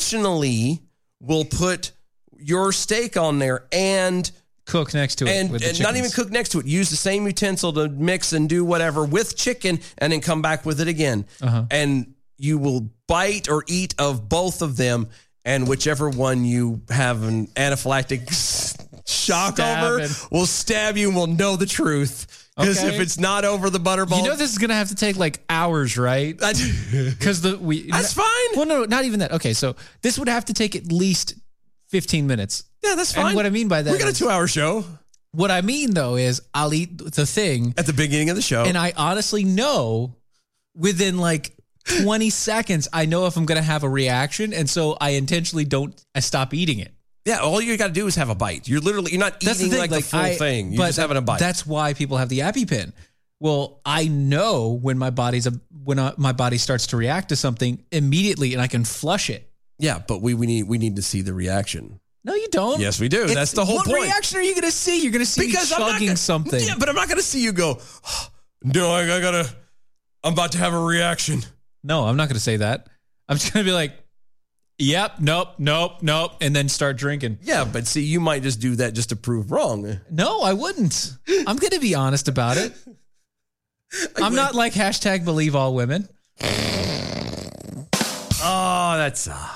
[SPEAKER 2] intentionally will put your steak on there and
[SPEAKER 3] Cook next to it
[SPEAKER 2] and,
[SPEAKER 3] with the
[SPEAKER 2] and not even
[SPEAKER 3] chickens.
[SPEAKER 2] cook next to it. Use the same utensil to mix and do whatever with chicken, and then come back with it again.
[SPEAKER 3] Uh-huh.
[SPEAKER 2] And you will bite or eat of both of them, and whichever one you have an anaphylactic shock
[SPEAKER 3] Stab
[SPEAKER 2] over
[SPEAKER 3] and-
[SPEAKER 2] will stab you, and will know the truth. Because
[SPEAKER 3] Okay.
[SPEAKER 2] if it's not over the butterball,
[SPEAKER 3] You know this is gonna have to take like hours, right?
[SPEAKER 2] I-
[SPEAKER 3] Because the we
[SPEAKER 2] That's fine.
[SPEAKER 3] Well, no, not even that. Okay, so this would have to take at least fifteen minutes.
[SPEAKER 2] yeah, that's
[SPEAKER 3] And
[SPEAKER 2] fine.
[SPEAKER 3] what I mean by that
[SPEAKER 2] we got a
[SPEAKER 3] is-
[SPEAKER 2] two-hour show
[SPEAKER 3] What I mean though is I'll eat the thing,
[SPEAKER 2] at the beginning of the show.
[SPEAKER 3] and I honestly know within like. 20 seconds, I know if I'm going to have a reaction. And so I intentionally don't, I stop eating it.
[SPEAKER 2] yeah, all you got to do is have a bite. You're literally you're not eating like, the full
[SPEAKER 3] I-
[SPEAKER 2] thing. You're
[SPEAKER 3] but
[SPEAKER 2] just having a bite.
[SPEAKER 3] That's why people have the EpiPen. Well, I know when my body's a, when I, my body starts to react to something immediately, and I can flush it.
[SPEAKER 2] yeah, but we, we need we need to see the reaction.
[SPEAKER 3] No, you don't.
[SPEAKER 2] Yes, we do. That's the whole
[SPEAKER 3] what
[SPEAKER 2] point.
[SPEAKER 3] reaction are you going to see? You're going to see because
[SPEAKER 2] I'm not
[SPEAKER 3] chugging
[SPEAKER 2] gonna-
[SPEAKER 3] something.
[SPEAKER 2] Yeah, but I'm not going to see you go. no, I, I gotta. I'm about to have a reaction.
[SPEAKER 3] no, I'm not going to say that. I'm just going to be like, "Yep, nope, nope, nope," and then start drinking.
[SPEAKER 2] Yeah, but see, you might just do that just to prove wrong.
[SPEAKER 3] No, I wouldn't. I'm going to be honest about it. I'm not like hashtag believe all women.
[SPEAKER 2] Oh, that's uh,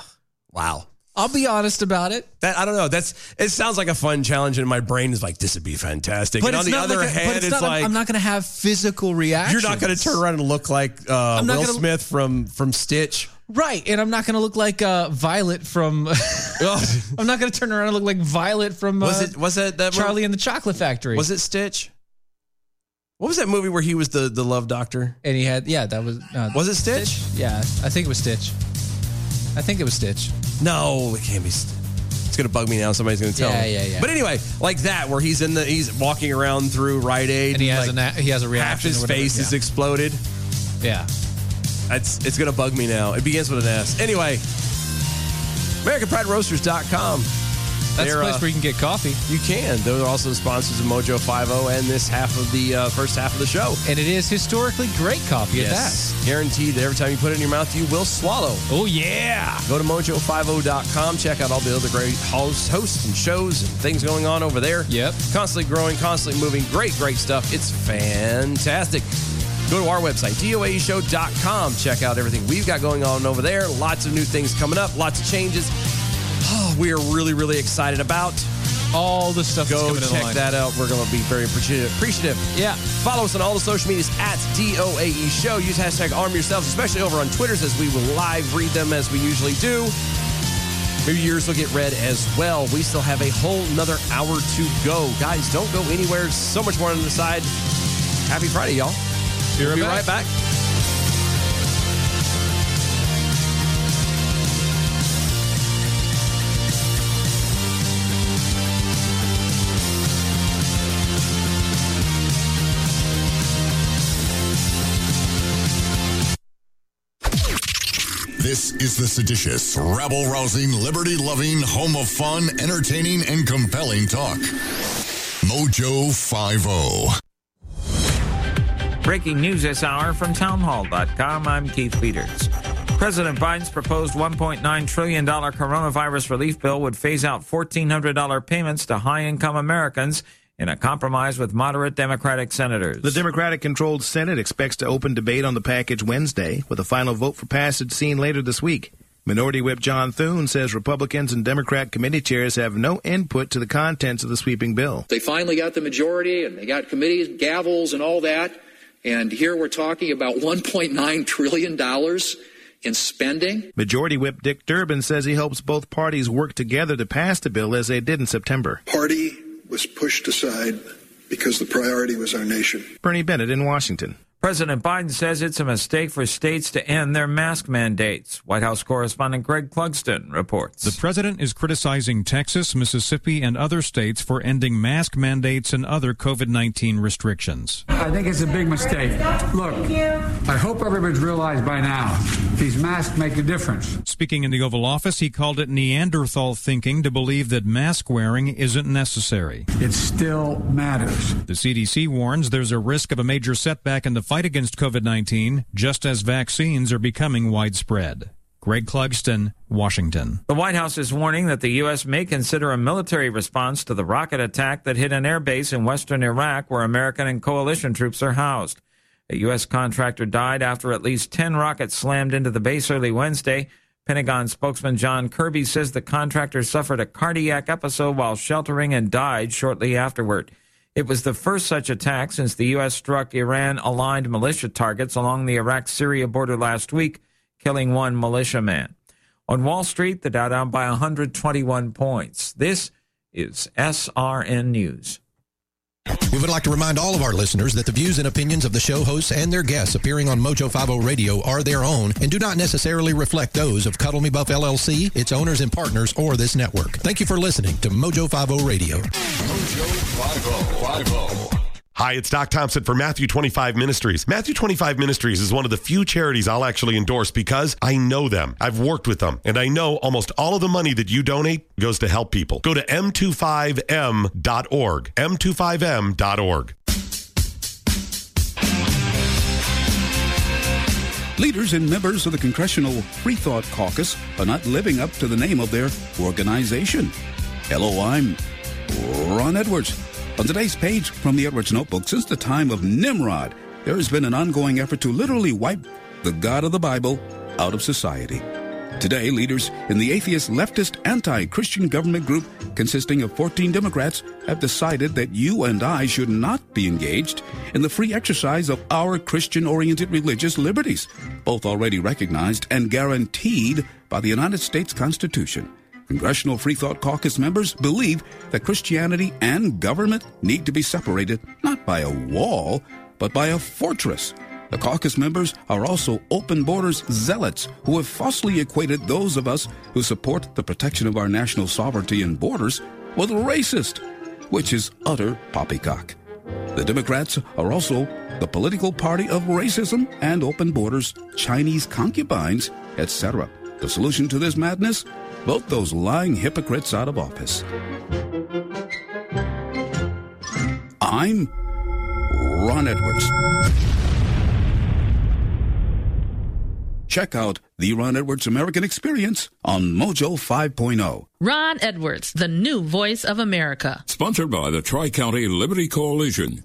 [SPEAKER 2] wow.
[SPEAKER 3] I'll be honest about it.
[SPEAKER 2] That I don't know. That's it. Sounds like a fun challenge, and my brain is like, this would be fantastic. and on the
[SPEAKER 3] not
[SPEAKER 2] other
[SPEAKER 3] like a- but
[SPEAKER 2] hand, it's,
[SPEAKER 3] not-
[SPEAKER 2] like
[SPEAKER 3] I'm not going to have physical
[SPEAKER 2] you're
[SPEAKER 3] reactions.
[SPEAKER 2] not going to turn around and look like uh,
[SPEAKER 3] I'm not
[SPEAKER 2] Will
[SPEAKER 3] gonna-
[SPEAKER 2] Smith from from Stitch.
[SPEAKER 3] right, and I'm not going to look like uh, Violet from.
[SPEAKER 2] Oh,
[SPEAKER 3] I'm not going to turn around and look like Violet from. Uh,
[SPEAKER 2] was it was that that
[SPEAKER 3] Charlie
[SPEAKER 2] Movie?
[SPEAKER 3] and the Chocolate Factory?
[SPEAKER 2] Was it Stitch? What was that movie where he was the the love doctor?
[SPEAKER 3] And he had yeah, that was uh,
[SPEAKER 2] Was it Stitch?
[SPEAKER 3] yeah. I think it was Stitch. I think it was Stitch.
[SPEAKER 2] No, it can't be. St- It's gonna bug me now. Somebody's gonna tell
[SPEAKER 3] Yeah,
[SPEAKER 2] me.
[SPEAKER 3] yeah, yeah.
[SPEAKER 2] But anyway, like that, where he's in the, he's walking around through Rite Aid,
[SPEAKER 3] And he has
[SPEAKER 2] like,
[SPEAKER 3] an a, he has a
[SPEAKER 2] half
[SPEAKER 3] reaction.
[SPEAKER 2] his
[SPEAKER 3] or whatever.
[SPEAKER 2] face is
[SPEAKER 3] yeah.
[SPEAKER 2] exploded.
[SPEAKER 3] yeah.
[SPEAKER 2] It's it's gonna bug me now. It begins with an S. Anyway, AmericanPrideRoasters.com.
[SPEAKER 3] That's
[SPEAKER 2] They're,
[SPEAKER 3] the place
[SPEAKER 2] uh,
[SPEAKER 3] where you can get coffee,
[SPEAKER 2] You can. They're also the sponsors of Mojo 50 and this half of the uh, first half of the show.
[SPEAKER 3] and it is historically great coffee at that.
[SPEAKER 2] Guaranteed that every time you put it in your mouth, you will swallow.
[SPEAKER 3] Oh yeah.
[SPEAKER 2] Go to mojo50.com. Check out all the other great hosts, hosts and shows and things going on over there.
[SPEAKER 3] Yep.
[SPEAKER 2] Constantly growing, constantly moving. Great, great stuff. It's fantastic. Go to our website, doaeshow.com. Check out everything we've got going on over there. Lots of new things coming up, lots of changes. Oh, we are really, really excited about.
[SPEAKER 3] All the stuff
[SPEAKER 2] Go
[SPEAKER 3] that's coming
[SPEAKER 2] check
[SPEAKER 3] along.
[SPEAKER 2] that out. We're going to be very appreciative. appreciative.
[SPEAKER 3] Yeah.
[SPEAKER 2] Follow us on all the social medias at DOAE E Show. Use hashtag arm yourselves, especially over on Twitters, as we will live read them as we usually do. Maybe yours will get read as well. We still have a whole another hour to go. Guys, don't go anywhere. So much more on the side. Happy Friday, y'all. we'll be right back.
[SPEAKER 9] This is the seditious, rabble rousing, liberty loving, home of fun, entertaining, and compelling talk. Mojo oh. 50.
[SPEAKER 10] Breaking news this hour from townhall.com. I'm Keith Peters. President Biden's proposed $1.9 trillion coronavirus relief bill would phase out $1,400 payments to high income Americans in a compromise with moderate Democratic senators.
[SPEAKER 4] The Democratic controlled Senate expects to open debate on the package Wednesday, with a final vote for passage seen later this week. Minority Whip John Thune says Republicans and Democrat committee chairs have no input to the contents of the sweeping bill.
[SPEAKER 11] They finally got the majority and they got committees, gavels, and all that. And here we're talking about $1.9 trillion in spending.
[SPEAKER 4] Majority Whip Dick Durbin says he hopes both parties work together to pass the bill as they did in September.
[SPEAKER 12] party was pushed aside because the priority was our nation.
[SPEAKER 4] Bernie Bennett in Washington.
[SPEAKER 10] President Biden says it's a mistake for states to end their mask mandates. White House correspondent Greg Clugston reports.
[SPEAKER 7] The president is criticizing Texas, Mississippi, and other states for ending mask mandates and other COVID 19 restrictions.
[SPEAKER 13] I think it's a big mistake. Look, I hope everybody's realized by now these masks make a difference.
[SPEAKER 7] Speaking in the Oval Office, he called it Neanderthal thinking to believe that mask wearing isn't necessary.
[SPEAKER 13] It still matters.
[SPEAKER 7] The CDC warns there's a risk of a major setback in the fight against COVID 19, just as vaccines are becoming widespread. Greg Clugston, Washington.
[SPEAKER 10] The White House is warning that the U.S. may consider a military response to the rocket attack that hit an airbase in western Iraq where American and coalition troops are housed. A U.S. contractor died after at least 10 rockets slammed into the base early Wednesday. Pentagon spokesman John Kirby says the contractor suffered a cardiac episode while sheltering and died shortly afterward. It was the first such attack since the U.S. struck Iran aligned militia targets along the Iraq Syria border last week, killing one militiaman. On Wall Street, the Dow down by 121 points. This is SRN News.
[SPEAKER 5] We would like to remind all of our listeners that the views and opinions of the show hosts and their guests appearing on Mojo 50 Radio are their own and do not necessarily reflect those of Cuddle Me Buff LLC, its owners and partners, or this network. Thank you for listening to Mojo 50 Radio.
[SPEAKER 14] Hi, it's Doc Thompson for Matthew 25 Ministries. Matthew 25 Ministries is one of the few charities I'll actually endorse because I know them. I've worked with them, and I know almost all of the money that you donate goes to help people. Go to m25m.org. m25m.org.
[SPEAKER 6] Leaders and members of the Congressional Free Thought Caucus are not living up to the name of their organization. Hello, I'm Ron Edwards. On today's page from the Edwards Notebook, since the time of Nimrod, there has been an ongoing effort to literally wipe the God of the Bible out of society. Today, leaders in the atheist leftist anti Christian government group, consisting of 14 Democrats, have decided that you and I should not be engaged in the free exercise of our Christian oriented religious liberties, both already recognized and guaranteed by the United States Constitution. Congressional Free Thought Caucus members believe that Christianity and government need to be separated not by a wall, but by a fortress.
[SPEAKER 12] The caucus members are also open borders zealots who have falsely equated those of us who support the protection of our national sovereignty and borders with racist, which is utter poppycock. The Democrats are also the political party of racism and open borders, Chinese concubines, etc. The solution to this madness? Vote those lying hypocrites out of office. I'm Ron Edwards. Check out the Ron Edwards American Experience on Mojo oh. 5.0.
[SPEAKER 15] Ron Edwards, the new voice of America.
[SPEAKER 16] Sponsored by the Tri County Liberty Coalition.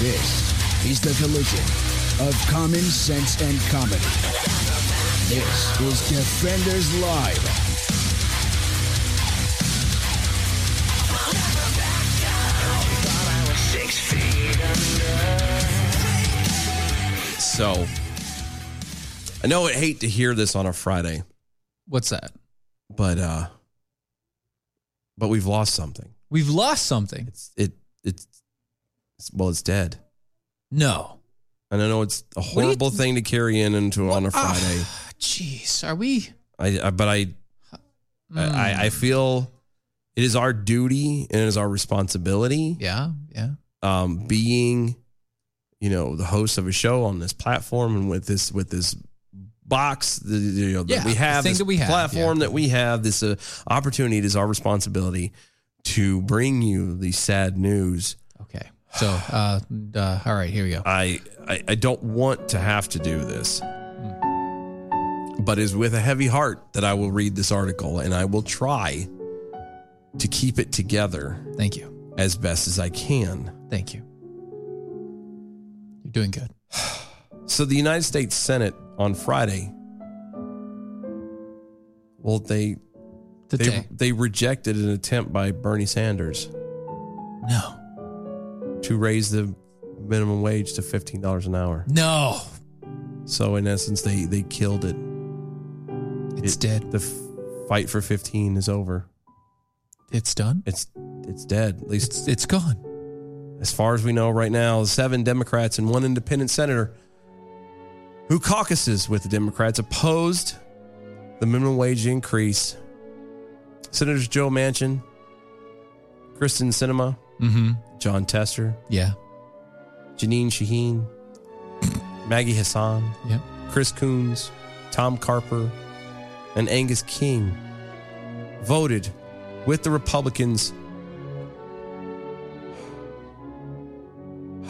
[SPEAKER 1] This is the collision of common sense and comedy. This is Defenders Live.
[SPEAKER 2] So I know I hate to hear this on a Friday.
[SPEAKER 3] What's that?
[SPEAKER 2] But uh but we've lost something.
[SPEAKER 3] We've lost something.
[SPEAKER 2] It's it it's, it's well, it's dead.
[SPEAKER 3] No.
[SPEAKER 2] And I know it's a
[SPEAKER 3] do you-
[SPEAKER 2] horrible thing to carry in into on a
[SPEAKER 3] Ah,
[SPEAKER 2] Friday.
[SPEAKER 3] Jeez, are we?
[SPEAKER 2] I, I but I,
[SPEAKER 3] Hmm.
[SPEAKER 2] I I feel it is our duty and it is our responsibility.
[SPEAKER 3] Yeah, yeah.
[SPEAKER 2] Um, being, you know, the host of a show on this platform and with this with this box the, the- you know,
[SPEAKER 3] Yeah,
[SPEAKER 2] that we
[SPEAKER 3] the
[SPEAKER 2] have,
[SPEAKER 3] thing
[SPEAKER 2] this
[SPEAKER 3] that we have,
[SPEAKER 2] platform
[SPEAKER 3] yeah.
[SPEAKER 2] that we have, this uh, opportunity it is our responsibility to bring you the sad news.
[SPEAKER 3] Okay. So, uh, uh all right, here we go.
[SPEAKER 2] I, I I don't want to have to do this, but it is with a heavy heart that I will read this article and I will try to keep it together.
[SPEAKER 3] Thank you.
[SPEAKER 2] As best as I can.
[SPEAKER 3] Thank you. You're doing good.
[SPEAKER 2] So the United States Senate on Friday, well, they they,
[SPEAKER 3] Today.
[SPEAKER 2] they rejected an attempt by Bernie Sanders.
[SPEAKER 3] No.
[SPEAKER 2] To raise the minimum wage to fifteen dollars an hour.
[SPEAKER 3] No.
[SPEAKER 2] So in essence, they they killed it.
[SPEAKER 3] It's dead.
[SPEAKER 2] The f- fight for fifteen is over.
[SPEAKER 3] It's done.
[SPEAKER 2] It's it's dead. At least
[SPEAKER 3] it's gone.
[SPEAKER 2] As far as we know right now, seven Democrats and one independent senator who caucuses with the Democrats opposed the minimum wage increase. Senators Joe Manchin, Kristen Cinema,
[SPEAKER 3] Mhm.
[SPEAKER 2] John Tester,
[SPEAKER 3] Yeah.
[SPEAKER 2] Janine Shaheen, Maggie Hassan,
[SPEAKER 3] Yep.
[SPEAKER 2] Chris Coons, Tom Carper, and Angus King voted with the Republicans.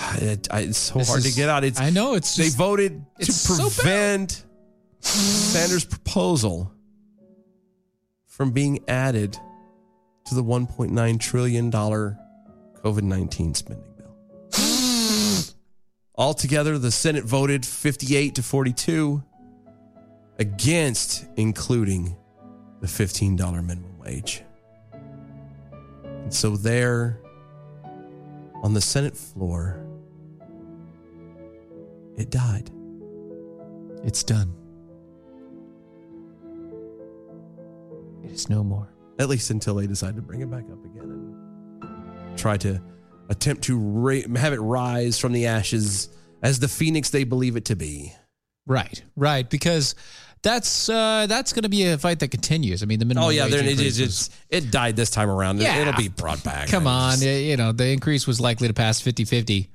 [SPEAKER 2] I- I- it's so
[SPEAKER 3] This
[SPEAKER 2] hard
[SPEAKER 3] is-
[SPEAKER 2] to get out. It's
[SPEAKER 3] I know, it's
[SPEAKER 2] they
[SPEAKER 3] just-
[SPEAKER 2] voted
[SPEAKER 3] it's
[SPEAKER 2] to
[SPEAKER 3] so bad.
[SPEAKER 2] prevent Sanders' proposal from being added to the 1.9 trillion dollar COVID 19 spending bill. Altogether, the Senate voted 58 to 42 against including the $15 minimum wage. And so, there on the Senate floor, it died.
[SPEAKER 3] It's done. It is no more.
[SPEAKER 2] At least until they decide to bring it back up again and try to attempt to ra- have it rise from the ashes as the phoenix they believe it to be.
[SPEAKER 3] Right, right, because that's uh that's going to be a fight that continues. I mean, the minimum.
[SPEAKER 2] Oh yeah,
[SPEAKER 3] wage
[SPEAKER 2] there, it,
[SPEAKER 3] increase
[SPEAKER 2] it,
[SPEAKER 3] was-
[SPEAKER 2] it, it died this time around. It-
[SPEAKER 3] Yeah.
[SPEAKER 2] It'll be brought back.
[SPEAKER 3] Come on, y- you know the increase was likely to pass 50-50.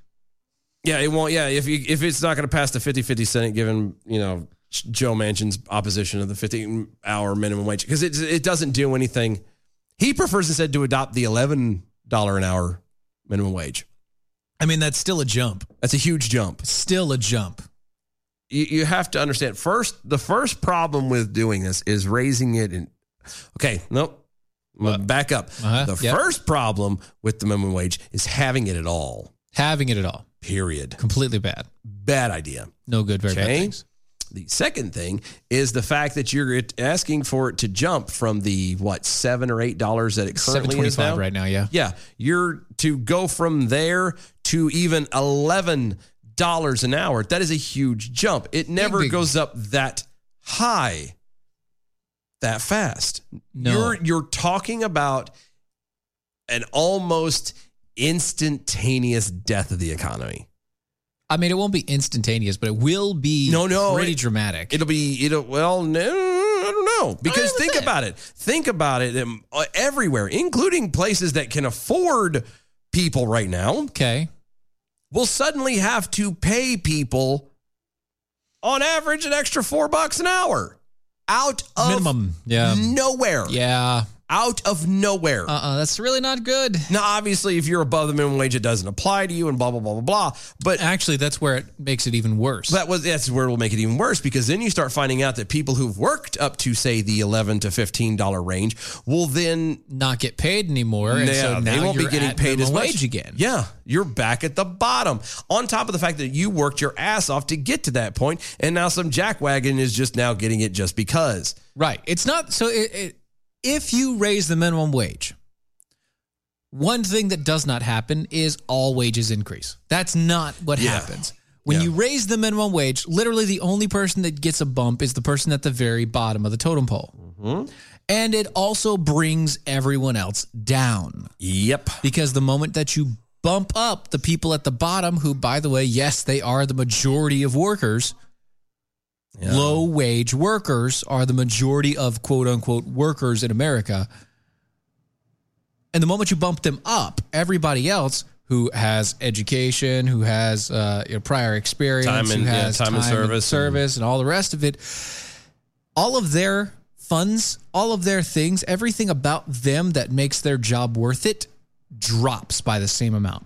[SPEAKER 2] Yeah, it won't. Yeah, if you, if it's not going to pass the 50-50 Senate, given you know Joe Manchin's opposition of the fifteen hour minimum wage, because it it doesn't do anything. He prefers instead to adopt the eleven dollar an hour minimum wage.
[SPEAKER 3] I mean, that's still a jump.
[SPEAKER 2] That's a huge jump.
[SPEAKER 3] Still a jump.
[SPEAKER 2] You, you have to understand first. The first problem with doing this is raising it. In okay, nope. I'm gonna back up.
[SPEAKER 3] Uh-huh,
[SPEAKER 2] the
[SPEAKER 3] yep.
[SPEAKER 2] first problem with the minimum wage is having it at all.
[SPEAKER 3] Having it at all.
[SPEAKER 2] Period.
[SPEAKER 3] Completely bad.
[SPEAKER 2] Bad idea.
[SPEAKER 3] No good. Very bad things.
[SPEAKER 2] The second thing is the fact that you're at- asking for it to jump from the what seven or eight dollars that it currently is now.
[SPEAKER 3] 725 right now, yeah.
[SPEAKER 2] Yeah, you're to go from there to even eleven dollars an hour. That is a huge jump. It never goes up that high that fast.
[SPEAKER 3] No.
[SPEAKER 2] You're you're talking about an almost instantaneous death of the economy.
[SPEAKER 3] I mean, it won't be instantaneous, but it will be no, no, pretty
[SPEAKER 2] it-
[SPEAKER 3] dramatic.
[SPEAKER 2] It'll be it'll well no I don't know because think about it. Think about it um, uh, everywhere, including places that can afford people right now.
[SPEAKER 3] Okay,
[SPEAKER 2] will suddenly have to pay people on average an extra four bucks an hour out of
[SPEAKER 3] Minimum, yeah.
[SPEAKER 2] nowhere.
[SPEAKER 3] Yeah.
[SPEAKER 2] Out of nowhere. Uh
[SPEAKER 3] uh That's really not good.
[SPEAKER 2] Now, obviously, if you're above the minimum wage, it doesn't apply to you and blah, blah, blah, blah, blah. But
[SPEAKER 3] actually, that's where it makes it even worse.
[SPEAKER 2] That was That's where it will make it even worse because then you start finding out that people who've worked up to, say, the 11 to $15 range will then
[SPEAKER 3] not get paid anymore. and so
[SPEAKER 2] they
[SPEAKER 3] now
[SPEAKER 2] won't be
[SPEAKER 3] you're
[SPEAKER 2] getting
[SPEAKER 3] at
[SPEAKER 2] paid as
[SPEAKER 3] minimum
[SPEAKER 2] much
[SPEAKER 3] wage again.
[SPEAKER 2] Yeah, you're back at the bottom. On top of the fact that you worked your ass off to get to that point, and now some jackwagon is just now getting it just because.
[SPEAKER 3] Right. It's not so. It, it, if you raise the minimum wage, one thing that does not happen is all wages increase. That's not what
[SPEAKER 2] Yeah.
[SPEAKER 3] happens. When you raise the minimum wage, literally the only person that gets a bump is the person at the very bottom of the totem pole.
[SPEAKER 2] Mm-hmm.
[SPEAKER 3] And it also brings everyone else down.
[SPEAKER 2] Yep.
[SPEAKER 3] Because the moment that you bump up the people at the bottom, who, by the way, yes, they are the majority of workers, low wage workers are the majority of quote unquote workers in America. And the moment you bump them up, everybody else who has education, who has uh, you know, prior experience,
[SPEAKER 2] Time and-
[SPEAKER 3] who
[SPEAKER 2] yeah,
[SPEAKER 3] has
[SPEAKER 2] time and service and-
[SPEAKER 3] service, and all the rest of it, all of their funds, all of their things, everything about them that makes their job worth it drops by the same amount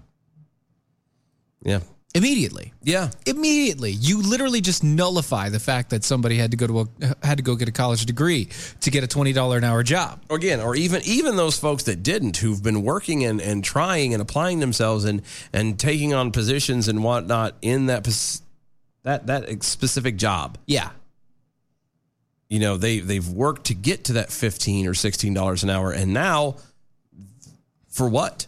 [SPEAKER 2] Yeah.
[SPEAKER 3] immediately.
[SPEAKER 2] Yeah.
[SPEAKER 3] Immediately. You literally just nullify the fact that somebody had to go to a, had to go get a college degree to get a $20 an hour job.
[SPEAKER 2] Again, or even even those folks that didn't, who've been working and, and trying and applying themselves and and taking on positions and whatnot in that pos- that that specific job.
[SPEAKER 3] Yeah.
[SPEAKER 2] you know they they've worked to get to that 15 or 16 dollars an hour and now for what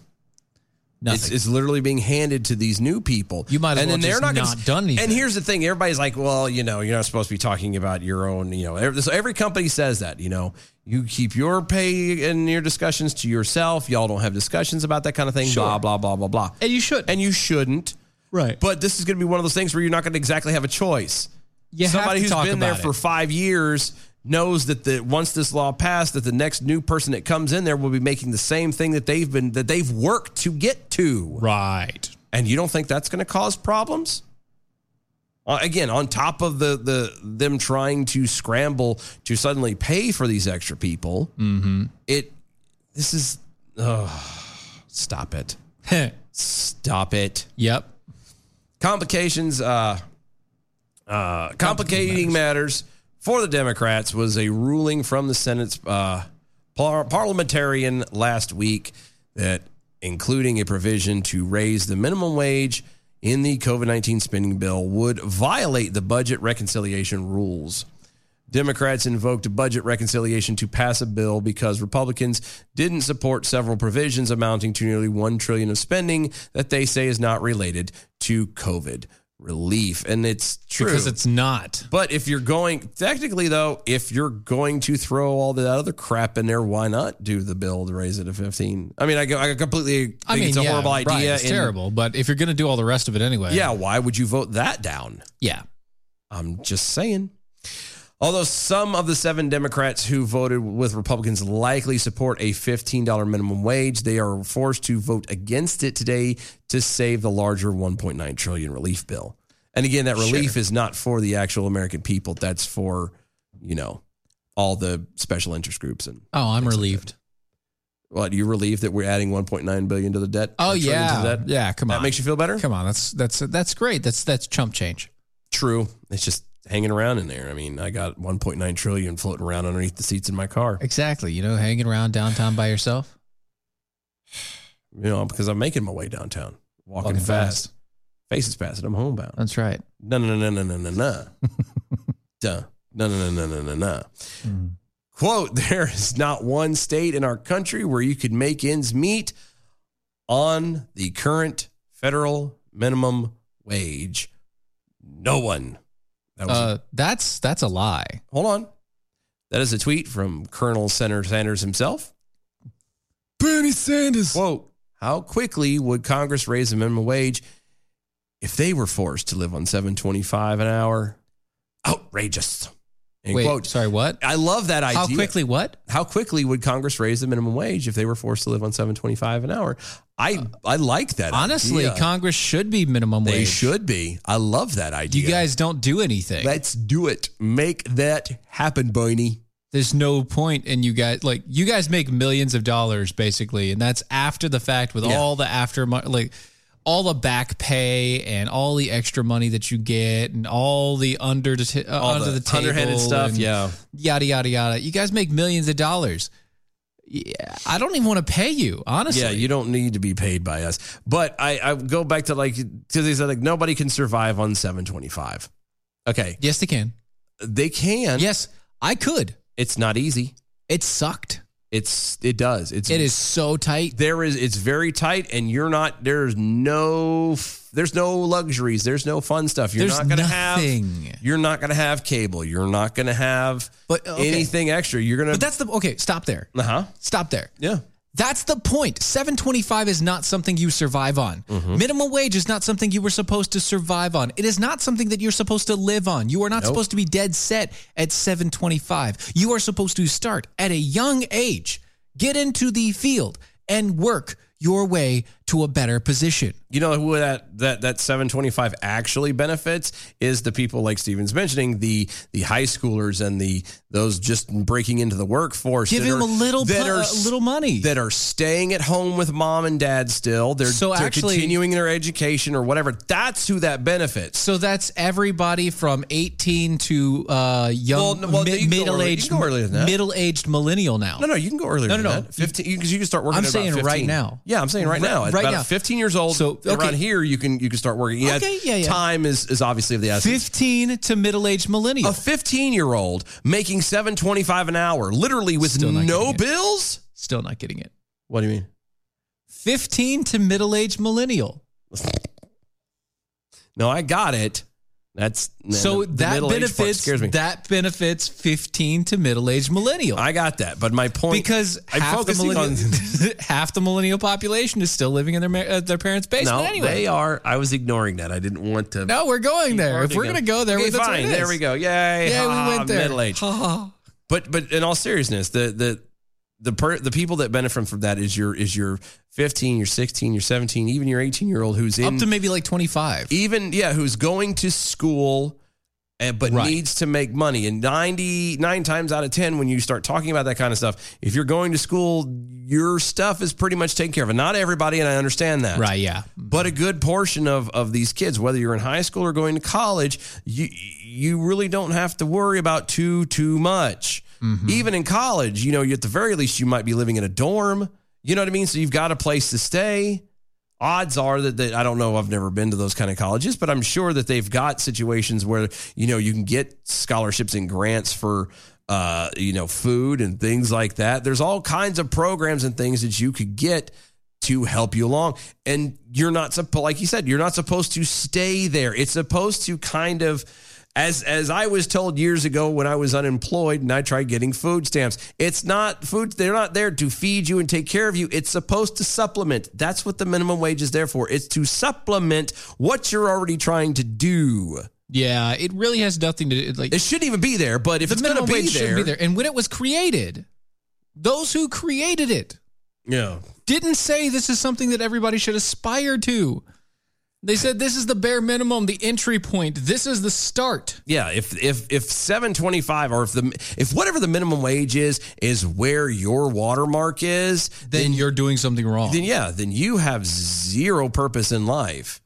[SPEAKER 3] Nothing.
[SPEAKER 2] It's, it's literally being handed to these new people. You
[SPEAKER 3] might have well just
[SPEAKER 2] gonna-
[SPEAKER 3] not done anything.
[SPEAKER 2] And here's the thing: everybody's like, "Well, you know, you're not supposed to be talking about your own." You know, every, so every company says that. You know, you keep your pay and your discussions to yourself. Y'all don't have discussions about that kind of thing. Blah blah blah blah blah.
[SPEAKER 3] And you should.
[SPEAKER 2] And you shouldn't.
[SPEAKER 3] Right.
[SPEAKER 2] But this is going to be one of those things where you're not going to exactly have a choice.
[SPEAKER 3] You have
[SPEAKER 2] Somebody
[SPEAKER 3] to
[SPEAKER 2] who's
[SPEAKER 3] talk
[SPEAKER 2] been there
[SPEAKER 3] about it.
[SPEAKER 2] for five years knows that the once this law passed, that the next new person that comes in there will be making the same thing that they've been that they've worked to get to.
[SPEAKER 3] Right.
[SPEAKER 2] And you don't think that's going to cause problems? Uh, again, on top of the the them trying to scramble to suddenly pay for these extra people,
[SPEAKER 3] Mm-hmm.
[SPEAKER 2] it this is oh, stop it. Stop it.
[SPEAKER 3] Yep.
[SPEAKER 2] Complications, uh, uh, complicating matters. for the Democrats was a ruling from the Senate's uh, par- parliamentarian last week that including a provision to raise the minimum wage in the COVID 19 spending bill would violate the budget reconciliation rules. Democrats invoked budget reconciliation to pass a bill because Republicans didn't support several provisions amounting to nearly 1 trillion of spending that they say is not related to COVID relief and it's true
[SPEAKER 3] Because it's not.
[SPEAKER 2] But if you're going technically though, if you're going to throw all that other crap in there, why not do the bill to raise it to 15? I mean, I, go- I completely think
[SPEAKER 3] I mean,
[SPEAKER 2] it's a
[SPEAKER 3] yeah,
[SPEAKER 2] horrible
[SPEAKER 3] right,
[SPEAKER 2] idea.
[SPEAKER 3] it's
[SPEAKER 2] and-
[SPEAKER 3] terrible, but if you're going to do all the rest of it anyway.
[SPEAKER 2] Yeah, why would you vote that down?
[SPEAKER 3] Yeah.
[SPEAKER 2] I'm just saying. Although some of the seven Democrats who voted with Republicans likely support a $15 minimum wage, they are forced to vote against it today to save the larger 1.9 trillion relief bill. And again, that relief is not for the actual American people. That's for, you know, all the special interest groups and
[SPEAKER 3] Oh, I'm relieved.
[SPEAKER 2] what you relieved that we're adding 1.9 billion to the debt. or
[SPEAKER 3] Oh
[SPEAKER 2] trillion to the
[SPEAKER 3] yeah.
[SPEAKER 2] debt?
[SPEAKER 3] Yeah, come on.
[SPEAKER 2] That makes you feel better?
[SPEAKER 3] Come on. That's that's that's great. That's that's chump change.
[SPEAKER 2] True. It's just hanging around in there. I mean, I got 1.9 trillion floating around underneath the seats in my car.
[SPEAKER 3] Exactly. You know, hanging around downtown by yourself.
[SPEAKER 2] You know, because I'm making my way downtown, walking,
[SPEAKER 3] Walking
[SPEAKER 2] fast. Faces past it. I'm homebound.
[SPEAKER 3] That's right.
[SPEAKER 2] No, no, no, no, no, no, no. Duh. No, no, no, no, no, no, no. Quote, there is not one state in our country where you could make ends meet on the current federal minimum wage. No one. That
[SPEAKER 3] Uh, that's that's a lie.
[SPEAKER 2] Hold on. That is a tweet from Colonel Senator Sanders himself. Bernie Sanders. Quote How quickly would Congress raise the minimum wage if they were forced to live on 725 an hour? Outrageous. End
[SPEAKER 3] Wait,
[SPEAKER 2] quote.
[SPEAKER 3] sorry, what?
[SPEAKER 2] I love that idea.
[SPEAKER 3] How quickly what?
[SPEAKER 2] How quickly would Congress raise the minimum wage if they were forced to live on 725 an hour? I I like that.
[SPEAKER 3] Honestly,
[SPEAKER 2] idea.
[SPEAKER 3] Congress should be minimum
[SPEAKER 2] They
[SPEAKER 3] wage.
[SPEAKER 2] should be. I love that idea.
[SPEAKER 3] You guys don't do anything.
[SPEAKER 2] Let's do it. Make that happen, Bernie.
[SPEAKER 3] There's no point in you guys like you guys make millions of dollars basically, and that's after the fact with
[SPEAKER 2] Yeah.
[SPEAKER 3] all the after mo- like all the back pay and all the extra money that you get and all the under the, uh,
[SPEAKER 2] All
[SPEAKER 3] under
[SPEAKER 2] the
[SPEAKER 3] the, table
[SPEAKER 2] underhanded stuff,
[SPEAKER 3] and
[SPEAKER 2] yeah.
[SPEAKER 3] yada yada yada. You guys make millions of dollars. Yeah, I don't even want to pay you honestly.
[SPEAKER 2] Yeah, you don't need to be paid by us. But I, I go back to like because they said like nobody can survive on seven twenty five. Okay.
[SPEAKER 3] Yes, they can.
[SPEAKER 2] They can.
[SPEAKER 3] Yes, I could.
[SPEAKER 2] It's not easy.
[SPEAKER 3] It sucked.
[SPEAKER 2] It's it does. It's
[SPEAKER 3] It is so tight.
[SPEAKER 2] There is it's very tight, and you're not. There's no f- there's no luxuries. There's no fun stuff. You're
[SPEAKER 3] There's
[SPEAKER 2] not gonna
[SPEAKER 3] nothing.
[SPEAKER 2] have. You're not gonna have cable. You're not gonna have
[SPEAKER 3] But, okay.
[SPEAKER 2] anything extra. You're gonna.
[SPEAKER 3] But that's the okay. Stop there.
[SPEAKER 2] uh huh.
[SPEAKER 3] Stop there.
[SPEAKER 2] Yeah.
[SPEAKER 3] That's the point. 725 is not something you survive on.
[SPEAKER 2] Mm-hmm.
[SPEAKER 3] Minimum wage is not something you were supposed to survive on. It is not something that you're supposed to live on. You are not
[SPEAKER 2] Nope.
[SPEAKER 3] supposed to be dead set at 725. You are supposed to start at a young age, get into the field and work your way to a better position.
[SPEAKER 2] You know who that that that 725 actually benefits is the people like Stevens mentioning the the high schoolers and the those just breaking into the workforce.
[SPEAKER 3] Give
[SPEAKER 2] that
[SPEAKER 3] them
[SPEAKER 2] are-
[SPEAKER 3] a little
[SPEAKER 2] that
[SPEAKER 3] pu-
[SPEAKER 2] are
[SPEAKER 3] a
[SPEAKER 2] s-
[SPEAKER 3] little money.
[SPEAKER 2] that are staying at home with mom and dad still. They're
[SPEAKER 3] So
[SPEAKER 2] they're
[SPEAKER 3] actually-
[SPEAKER 2] continuing their education or whatever. That's who that benefits.
[SPEAKER 3] So that's everybody from 18 to uh, young,
[SPEAKER 2] Well, well, you can go
[SPEAKER 3] middle
[SPEAKER 2] early- you
[SPEAKER 3] aged,
[SPEAKER 2] can go earlier than that.
[SPEAKER 3] middle aged millennial now.
[SPEAKER 2] No, no, you can go earlier.
[SPEAKER 3] No, no,
[SPEAKER 2] than
[SPEAKER 3] no.
[SPEAKER 2] that. 15 because you, can start working.
[SPEAKER 3] I'm
[SPEAKER 2] at about
[SPEAKER 3] saying
[SPEAKER 2] 15.
[SPEAKER 3] right now.
[SPEAKER 2] Yeah, I'm saying right,
[SPEAKER 3] Right-
[SPEAKER 2] now. At
[SPEAKER 3] right
[SPEAKER 2] about
[SPEAKER 3] now.
[SPEAKER 2] 15 years old.
[SPEAKER 3] So, okay.
[SPEAKER 2] around here, you can you can start working. Yeah,
[SPEAKER 3] Okay, yeah, yeah.
[SPEAKER 2] Time is is obviously of the essence.
[SPEAKER 3] 15 to middle aged millennial.
[SPEAKER 2] a 15 year old making 725 an hour literally with
[SPEAKER 3] Still not
[SPEAKER 2] no
[SPEAKER 3] getting it.
[SPEAKER 2] bills
[SPEAKER 3] Still not getting it.
[SPEAKER 2] what do you mean
[SPEAKER 3] 15 to middle aged millennial.
[SPEAKER 2] no i got it that's
[SPEAKER 3] so
[SPEAKER 2] the- the
[SPEAKER 3] that
[SPEAKER 2] middle age part
[SPEAKER 3] benefits
[SPEAKER 2] scares me
[SPEAKER 3] that benefits 15 to middle aged millennial.
[SPEAKER 2] i got that but my point
[SPEAKER 3] because
[SPEAKER 2] I'm
[SPEAKER 3] half the,
[SPEAKER 2] focusing
[SPEAKER 3] millennial,
[SPEAKER 2] on-
[SPEAKER 3] half the millennial population is still living in their, ma- uh, their parents' basement
[SPEAKER 2] no
[SPEAKER 3] anyway.
[SPEAKER 2] they are i was ignoring that i didn't want to
[SPEAKER 3] No, we're going there. If
[SPEAKER 2] Hardly
[SPEAKER 3] we're
[SPEAKER 2] go-
[SPEAKER 3] going to go there,
[SPEAKER 2] Okay,
[SPEAKER 3] that's what
[SPEAKER 2] fine.
[SPEAKER 3] it
[SPEAKER 2] There
[SPEAKER 3] is.
[SPEAKER 2] we go. Yay!
[SPEAKER 3] Yeah,
[SPEAKER 2] Ha,
[SPEAKER 3] we went there.
[SPEAKER 2] Middle age.
[SPEAKER 3] Ha, ha.
[SPEAKER 2] But but in all seriousness, the the the per, the people that benefit from that is your is your 15, your 16, your 17, even your 18 year old who's in
[SPEAKER 3] Up to maybe like 25.
[SPEAKER 2] even yeah who's going to school and, but
[SPEAKER 3] Right.
[SPEAKER 2] needs to make money and 99 times out of 10 when you start talking about that kind of stuff if you're going to school your stuff is pretty much taken care of and not everybody and i understand that
[SPEAKER 3] Right, yeah.
[SPEAKER 2] but a good portion of of these kids whether you're in high school or going to college you you really don't have to worry about too too much
[SPEAKER 3] Mm-hmm.
[SPEAKER 2] even in college you know you at the very least you might be living in a dorm you know what i mean so you've got a place to stay odds are that they, I don't know, I've never been to those kind of colleges, but I'm sure that they've got situations where, you know, you can get scholarships and grants for, uh, you know, food and things like that. There's all kinds of programs and things that you could get to help you along. And you're not, suppo- like you said, you're not supposed to stay there. It's supposed to kind of, as as I was told years ago when I was unemployed and I tried getting food stamps. It's not food; they're not there to feed you and take care of you. It's supposed to supplement. That's what the minimum wage is there for. It's to supplement what you're already trying to do.
[SPEAKER 3] Yeah, it really has nothing to do. Like,
[SPEAKER 2] It shouldn't even be there, but if
[SPEAKER 3] the
[SPEAKER 2] it's going to
[SPEAKER 3] minimum
[SPEAKER 2] be
[SPEAKER 3] wage
[SPEAKER 2] there,
[SPEAKER 3] should be there. And when it was created, those who created it
[SPEAKER 2] yeah,
[SPEAKER 3] didn't say this is something that everybody should aspire to. They said this is the bare minimum, the entry point. This is the start.
[SPEAKER 2] yeah. If if if seven twenty five or if the if whatever the minimum wage is is where your watermark is,
[SPEAKER 3] Then, you're doing something wrong.
[SPEAKER 2] then yeah, then you have zero purpose in life.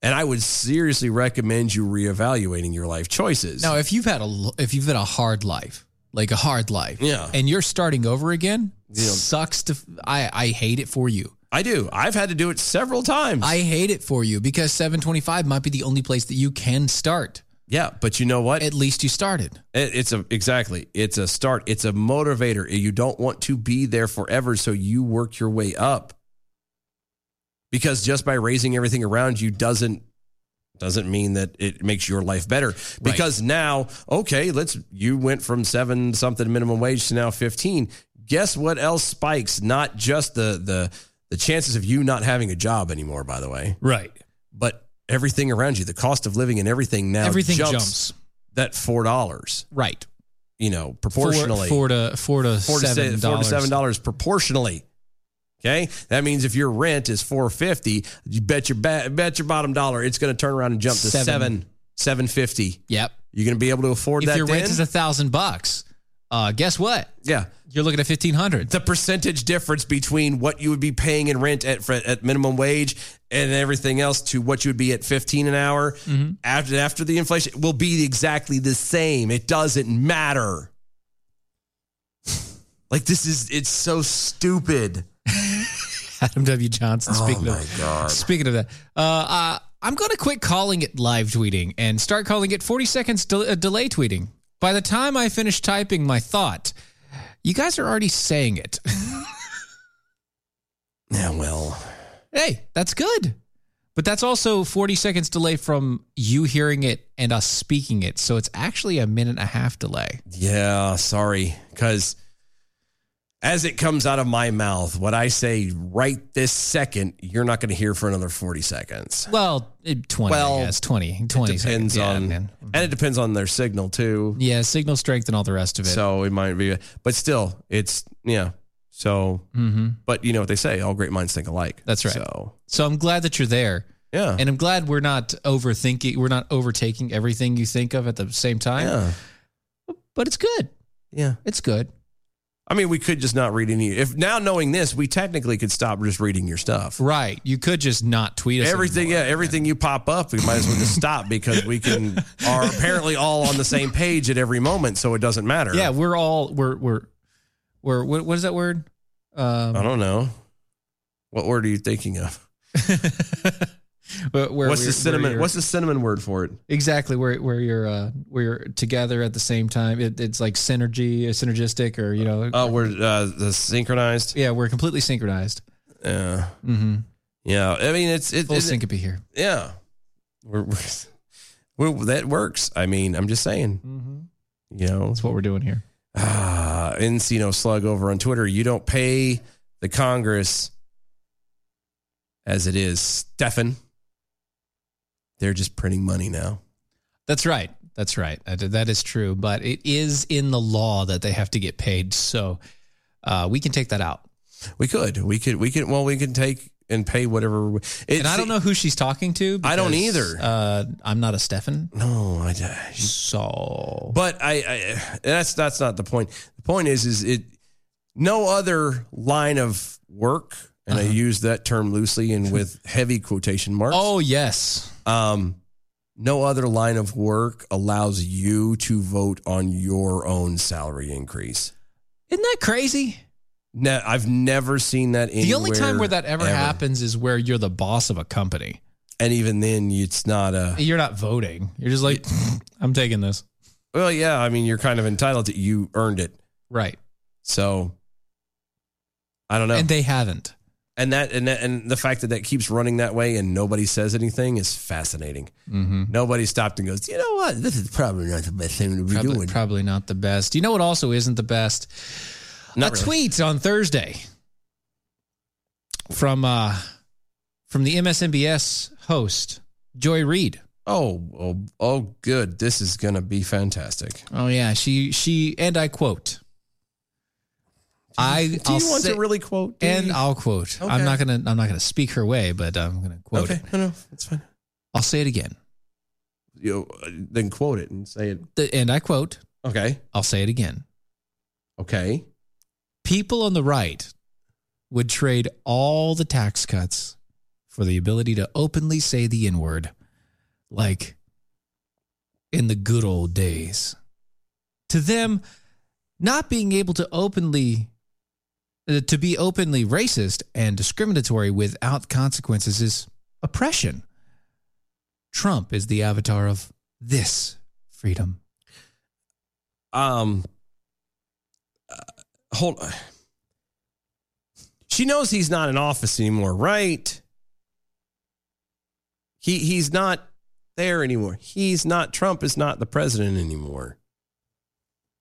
[SPEAKER 2] And I would seriously recommend you reevaluating your life choices.
[SPEAKER 3] now, if you've had a l- if you've had a hard life, like a hard life,
[SPEAKER 2] Yeah.
[SPEAKER 3] and you're starting over again,
[SPEAKER 2] Yeah.
[SPEAKER 3] sucks to. f- I I hate it for you.
[SPEAKER 2] I do. I've had to do it several times.
[SPEAKER 3] I hate it for you because 725 might be the only place that you can start.
[SPEAKER 2] yeah, but you know what?
[SPEAKER 3] At least you started.
[SPEAKER 2] It- it's a exactly. It's a start. It's a motivator. You don't want to be there forever, so you work your way up. Because just by raising everything around you doesn't doesn't mean that it makes your life better because now okay let's you went from 7 something minimum wage to now 15 guess what else spikes not just the the the chances of you not having a job anymore by the way
[SPEAKER 3] right
[SPEAKER 2] but everything around you the cost of living and everything now
[SPEAKER 3] Everything
[SPEAKER 2] jumps,
[SPEAKER 3] jumps.
[SPEAKER 2] that $4
[SPEAKER 3] right
[SPEAKER 2] you know proportionally
[SPEAKER 3] four, four to four to
[SPEAKER 2] four to
[SPEAKER 3] seven
[SPEAKER 2] se- four to
[SPEAKER 3] dollars.
[SPEAKER 2] seven dollars proportionally. Okay, that means if your rent is four fifty, you bet your ba- bet your bottom dollar it's going to turn around and jump to
[SPEAKER 3] Seven.
[SPEAKER 2] seven seven fifty.
[SPEAKER 3] Yep,
[SPEAKER 2] you're going to be able to afford
[SPEAKER 3] If
[SPEAKER 2] that.
[SPEAKER 3] your
[SPEAKER 2] then?
[SPEAKER 3] rent is a thousand bucks, uh, guess what?
[SPEAKER 2] Yeah,
[SPEAKER 3] you're looking at fifteen hundred.
[SPEAKER 2] The percentage difference between what you would be paying in rent at for- at minimum wage and everything else to what you would be at fifteen an hour
[SPEAKER 3] Mhm.
[SPEAKER 2] after after the inflation will be exactly the same. It doesn't matter. Like this is it's so stupid.
[SPEAKER 3] Adam W. Johnson.
[SPEAKER 2] Oh,
[SPEAKER 3] Speaking
[SPEAKER 2] my
[SPEAKER 3] of
[SPEAKER 2] God.
[SPEAKER 3] speaking of that, uh, uh, I'm going to quit calling it live tweeting and start calling it 40 seconds del- uh, delay tweeting. By the time I finish typing my thought, you guys are already saying it.
[SPEAKER 2] yeah, well,
[SPEAKER 3] hey, that's good. But that's also 40 seconds delay from you hearing it and us speaking it. So it's actually a minute and a half delay.
[SPEAKER 2] Yeah, sorry. Because as it comes out of my mouth, what I say right this second, you're not going to hear for another 40 seconds.
[SPEAKER 3] Well, eh, 20, well,
[SPEAKER 2] Well,
[SPEAKER 3] I guess. 20, 20
[SPEAKER 2] it
[SPEAKER 3] seconds.
[SPEAKER 2] depends
[SPEAKER 3] Yeah,
[SPEAKER 2] on,
[SPEAKER 3] man.
[SPEAKER 2] and it depends on their signal too.
[SPEAKER 3] Yeah, signal strength and all the rest of it.
[SPEAKER 2] So it might be, but still, it's yeah. So,
[SPEAKER 3] Mhm.
[SPEAKER 2] but you know what they say: all great minds think alike.
[SPEAKER 3] That's right.
[SPEAKER 2] So
[SPEAKER 3] So I'm glad that you're there.
[SPEAKER 2] Yeah.
[SPEAKER 3] And I'm glad we're not overthinking, we're not overtaking everything you think of at the same time.
[SPEAKER 2] Yeah.
[SPEAKER 3] But it's good.
[SPEAKER 2] Yeah.
[SPEAKER 3] It's good.
[SPEAKER 2] I mean, we could just not read any. If now knowing this, we technically could stop just reading your stuff.
[SPEAKER 3] Right. You could just not tweet us.
[SPEAKER 2] everything yeah everything you pop up we might as well just stop because we can are apparently all on the same page at every moment so it doesn't matter
[SPEAKER 3] Yeah, we're all we're we're we're what, what is that word? Um
[SPEAKER 2] i don't know what word are you thinking of
[SPEAKER 3] where, where
[SPEAKER 2] what's
[SPEAKER 3] we're-
[SPEAKER 2] the cinnamon
[SPEAKER 3] where
[SPEAKER 2] what's the cinnamon word for it
[SPEAKER 3] you're- exactly where where you're uh where you're together at the same time. It, it's like synergy, uh, synergistic, or you know,
[SPEAKER 2] oh we're uh, the synchronized
[SPEAKER 3] yeah, we're completely synchronized.
[SPEAKER 2] yeah
[SPEAKER 3] Mhm.
[SPEAKER 2] yeah i mean it's it,
[SPEAKER 3] Full
[SPEAKER 2] Mm-hmm. it-
[SPEAKER 3] syncope here.
[SPEAKER 2] yeah we're, we're well that works i mean i'm just saying you know that's
[SPEAKER 3] what we're doing here
[SPEAKER 2] ah encino slug over on twitter you don't pay the congress as it is stefan they're just printing money now
[SPEAKER 3] That's right. That's right. That that is true. But it is in the law that they have to get paid. So uh, we can take that out.
[SPEAKER 2] we could we could we could well we can take and pay whatever we-
[SPEAKER 3] and I don't know who she's talking to.
[SPEAKER 2] I don't
[SPEAKER 3] because,
[SPEAKER 2] either.
[SPEAKER 3] Uh, I'm not a Stefan.
[SPEAKER 2] No, I
[SPEAKER 3] so.
[SPEAKER 2] But I, I that's that's not the point. The point is is it no other line of work, and
[SPEAKER 3] Uh-huh.
[SPEAKER 2] I use that term loosely and with heavy quotation marks.
[SPEAKER 3] Oh yes.
[SPEAKER 2] Um, no other line of work allows you to vote on your own salary increase.
[SPEAKER 3] Isn't that crazy?
[SPEAKER 2] No, I've never seen that anywhere.
[SPEAKER 3] the only time where that ever, happens is where you're the boss of a company.
[SPEAKER 2] and even then, it's not a.
[SPEAKER 3] You're not voting. You're just like, I'm taking this.
[SPEAKER 2] Well, yeah, I mean, you're kind of entitled to. You earned it,
[SPEAKER 3] Right.
[SPEAKER 2] so I don't know.
[SPEAKER 3] And they haven't.
[SPEAKER 2] and that and that, and the fact that that keeps running that way and nobody says anything is fascinating.
[SPEAKER 3] Mm-hmm.
[SPEAKER 2] Nobody stopped and goes, you know what? This is probably not the best thing to be
[SPEAKER 3] Probably,
[SPEAKER 2] doing.
[SPEAKER 3] probably not the best. You know what also isn't the best?
[SPEAKER 2] Not
[SPEAKER 3] a
[SPEAKER 2] really.
[SPEAKER 3] tweet on Thursday from uh from the MSNBS host, Joy Reid.
[SPEAKER 2] Oh, oh, oh, good. This is gonna be fantastic.
[SPEAKER 3] Oh yeah, she she and I quote. I
[SPEAKER 2] Do you want to really quote? Do
[SPEAKER 3] and
[SPEAKER 2] you-
[SPEAKER 3] I'll quote.
[SPEAKER 2] Okay.
[SPEAKER 3] I'm not gonna I'm not gonna speak her way, but I'm gonna quote.
[SPEAKER 2] Okay,
[SPEAKER 3] it.
[SPEAKER 2] no, no, that's fine.
[SPEAKER 3] I'll say it again.
[SPEAKER 2] You uh, then quote it and say it.
[SPEAKER 3] The, and I quote.
[SPEAKER 2] Okay.
[SPEAKER 3] I'll say it again.
[SPEAKER 2] Okay.
[SPEAKER 3] People on the right would trade all the tax cuts for the ability to openly say the N word, like in the good old days. To them, not being able to openly uh, to be openly racist and discriminatory without consequences is oppression. Trump is the avatar of this freedom.
[SPEAKER 2] Um. uh, hold. She knows he's not in office anymore, right? He he's not there anymore. He's not Trump is not the president anymore.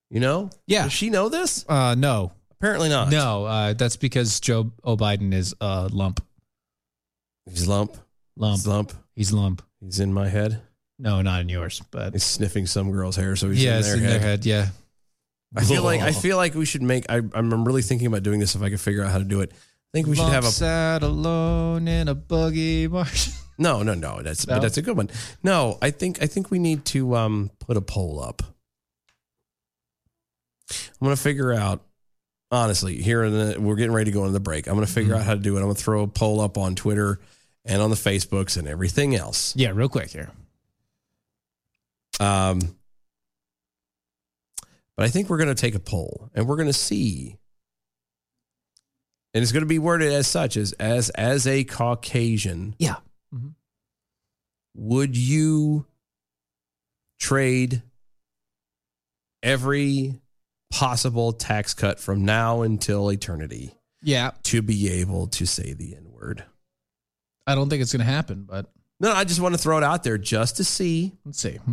[SPEAKER 2] You know? Yeah. Does she know this?
[SPEAKER 3] Uh, no.
[SPEAKER 2] Apparently not.
[SPEAKER 3] No, uh, that's because Joe O. Biden is a uh, lump.
[SPEAKER 2] He's lump.
[SPEAKER 3] Lump.
[SPEAKER 2] He's lump.
[SPEAKER 3] He's lump.
[SPEAKER 2] He's in my head.
[SPEAKER 3] No, not in yours, but
[SPEAKER 2] he's sniffing some girl's hair, so he's
[SPEAKER 3] yeah,
[SPEAKER 2] in,
[SPEAKER 3] it's
[SPEAKER 2] their,
[SPEAKER 3] in
[SPEAKER 2] head.
[SPEAKER 3] their head. Yeah.
[SPEAKER 2] I feel like I feel like we should make. I, I'm really thinking about doing this if I could figure out how to do it. I think we should have a
[SPEAKER 3] sat alone in a buggy marsh.
[SPEAKER 2] No, no, no. That's
[SPEAKER 3] No?
[SPEAKER 2] but that's a good one. No, I think I think we need to um put a poll up. I'm gonna figure out honestly here in the we're getting ready to go into the break. I'm gonna figure out how to do it. I'm gonna throw a poll up on Twitter and on the Facebooks and everything else.
[SPEAKER 3] Yeah, real quick here.
[SPEAKER 2] Um, but I think we're gonna take a poll and we're gonna see. And it's gonna be worded as such as as as a Caucasian.
[SPEAKER 3] Yeah.
[SPEAKER 2] would you trade every possible tax cut from now until eternity
[SPEAKER 3] Yeah.
[SPEAKER 2] to be able to say the N word?
[SPEAKER 3] I don't think it's going to happen, but
[SPEAKER 2] No, I just want to throw it out there just to see.
[SPEAKER 3] Let's see.
[SPEAKER 2] You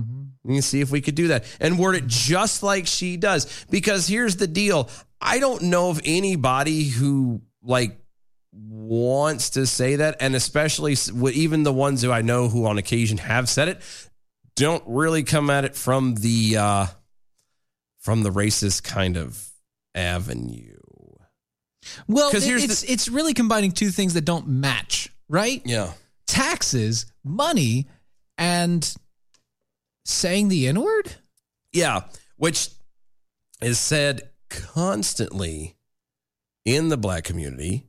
[SPEAKER 2] can see if we could do that and word it just like she does. Because here's the deal I don't know of anybody who, like, wants to say that. And especially s- with even the ones who I know who on occasion have said it don't really come at it from the, uh, from the racist kind of avenue.
[SPEAKER 3] Well,
[SPEAKER 2] 'Cause
[SPEAKER 3] it-
[SPEAKER 2] here's
[SPEAKER 3] it's it's really combining two things that don't match, right?
[SPEAKER 2] Yeah.
[SPEAKER 3] Taxes, money, and saying the N word.
[SPEAKER 2] Yeah, which is said constantly in the black community,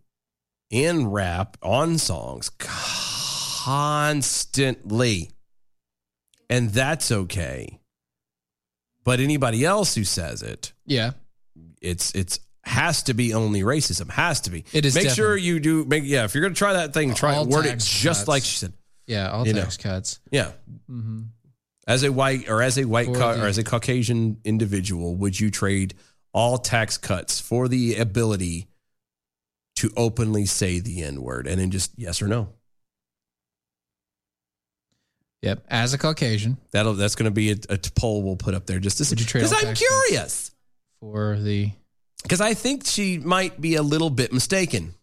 [SPEAKER 2] in rap, on songs, constantly. And that's okay. But anybody else who says it,
[SPEAKER 3] Yeah.
[SPEAKER 2] it's it's has to be only racism. Has to be.
[SPEAKER 3] It is
[SPEAKER 2] Make sure you do. Make yeah. If you're gonna try that thing, try
[SPEAKER 3] All
[SPEAKER 2] it, word it
[SPEAKER 3] tax
[SPEAKER 2] just
[SPEAKER 3] cuts.
[SPEAKER 2] like she said.
[SPEAKER 3] Yeah, all
[SPEAKER 2] You know.
[SPEAKER 3] tax cuts.
[SPEAKER 2] Yeah.
[SPEAKER 3] hmm
[SPEAKER 2] As a white or as a white
[SPEAKER 3] For
[SPEAKER 2] ca-
[SPEAKER 3] the-
[SPEAKER 2] or as a Caucasian individual, would you trade all tax cuts for the ability to openly say the N word and then just yes or no?
[SPEAKER 3] Yep. As a Caucasian,
[SPEAKER 2] That'll that's going to be a, a poll we'll put up there just to see.
[SPEAKER 3] Would you trade
[SPEAKER 2] Because
[SPEAKER 3] all
[SPEAKER 2] I'm
[SPEAKER 3] tax
[SPEAKER 2] curious.
[SPEAKER 3] for the
[SPEAKER 2] Because I think she might be a little bit mistaken.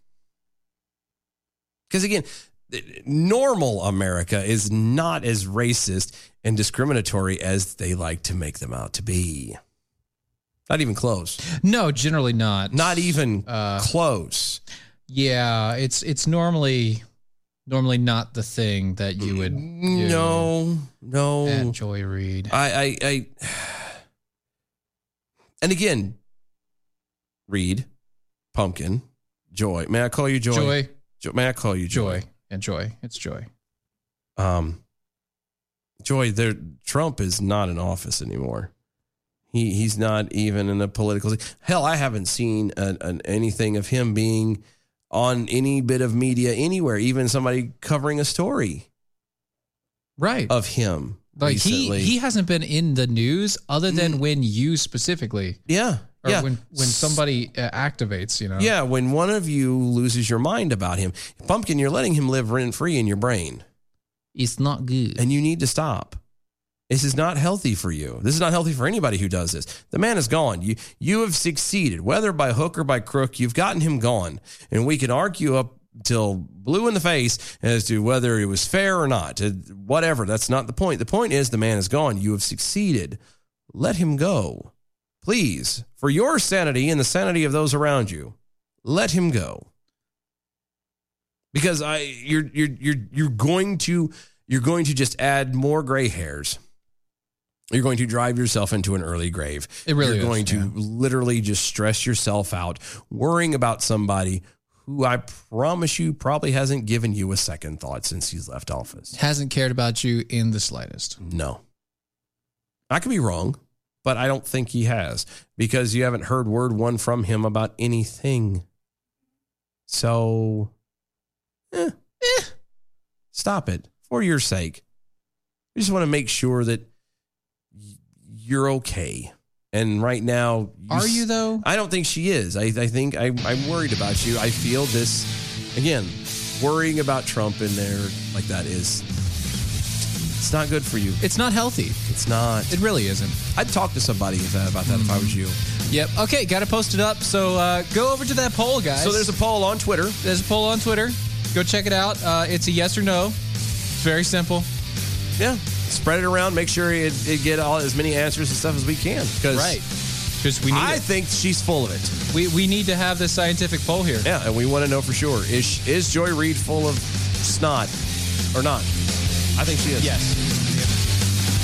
[SPEAKER 2] Because again, th- normal America is not as racist and discriminatory as they like to make them out to be. Not even close.
[SPEAKER 3] no, generally not.
[SPEAKER 2] Not even
[SPEAKER 3] Uh,
[SPEAKER 2] close.
[SPEAKER 3] Yeah, it's it's normally normally not the thing that you would. do
[SPEAKER 2] No, Uh, no.
[SPEAKER 3] At Joy Reid.
[SPEAKER 2] I, I, I, and again, Reed, Pumpkin, Joy. May I call you Joy?
[SPEAKER 3] Joy.
[SPEAKER 2] Jo- may I call you Joy?
[SPEAKER 3] Joy. And Joy. It's Joy.
[SPEAKER 2] Um, Joy, there. Trump is not in office anymore. He he's not even in a political. Hell, I haven't seen an, an anything of him being on any bit of media anywhere. Even somebody covering a story,
[SPEAKER 3] right,
[SPEAKER 2] of him.
[SPEAKER 3] Like
[SPEAKER 2] recently.
[SPEAKER 3] he he hasn't been in the news other than when you specifically.
[SPEAKER 2] Yeah.
[SPEAKER 3] Or
[SPEAKER 2] Mm. yeah.
[SPEAKER 3] when when somebody uh, activates, you know.
[SPEAKER 2] Yeah, when one of you loses your mind about him, Pumpkin, you're letting him live rent free in your brain.
[SPEAKER 3] It's not good.
[SPEAKER 2] And you need to stop. This is not healthy for you. This is not healthy for anybody who does this. The man is gone. You you have succeeded, whether by hook or by crook, you've gotten him gone. And we can argue up till blue in the face as to whether it was fair or not. Uh, Whatever. That's not the point. The point is the man is gone. You have succeeded. Let him go. Please, for your sanity and the sanity of those around you, let him go because I you're you're you're you're going to you're going to just add more gray hairs. You're going to drive yourself into an early grave.
[SPEAKER 3] It really
[SPEAKER 2] you're
[SPEAKER 3] is,
[SPEAKER 2] going to literally just stress yourself out worrying about somebody who I promise you probably hasn't given you a second thought since he's left office.
[SPEAKER 3] Hasn't cared about you in the slightest.
[SPEAKER 2] No. I could be wrong, but I don't think he has because you haven't heard word one from him about anything. So, eh, eh, stop it for your sake. We just want to make sure that y- you're okay. And right now,
[SPEAKER 3] Are you, though?
[SPEAKER 2] I don't think she is. I, I think I, I'm worried about you. I feel this again, worrying about Trump in there like that is It's not good for you.
[SPEAKER 3] It's not healthy.
[SPEAKER 2] It's not. It
[SPEAKER 3] really isn't.
[SPEAKER 2] I'd talk to somebody if that, about that if I was you.
[SPEAKER 3] Yep. Okay, got it posted up. So uh, go over to that poll, guys.
[SPEAKER 2] So there's a poll on Twitter.
[SPEAKER 3] There's a poll on Twitter. Go check it out. Uh, it's a yes or no. It's very simple.
[SPEAKER 2] Yeah. Spread it around. Make sure it, it get all as many answers and stuff as we can. Because
[SPEAKER 3] Right. Because we need
[SPEAKER 2] I
[SPEAKER 3] it.
[SPEAKER 2] think she's full of it.
[SPEAKER 3] We we need to have this scientific poll here.
[SPEAKER 2] Yeah, and we want to know for sure is she- is Joy Reid full of snot or not? I think she is.
[SPEAKER 3] Yes.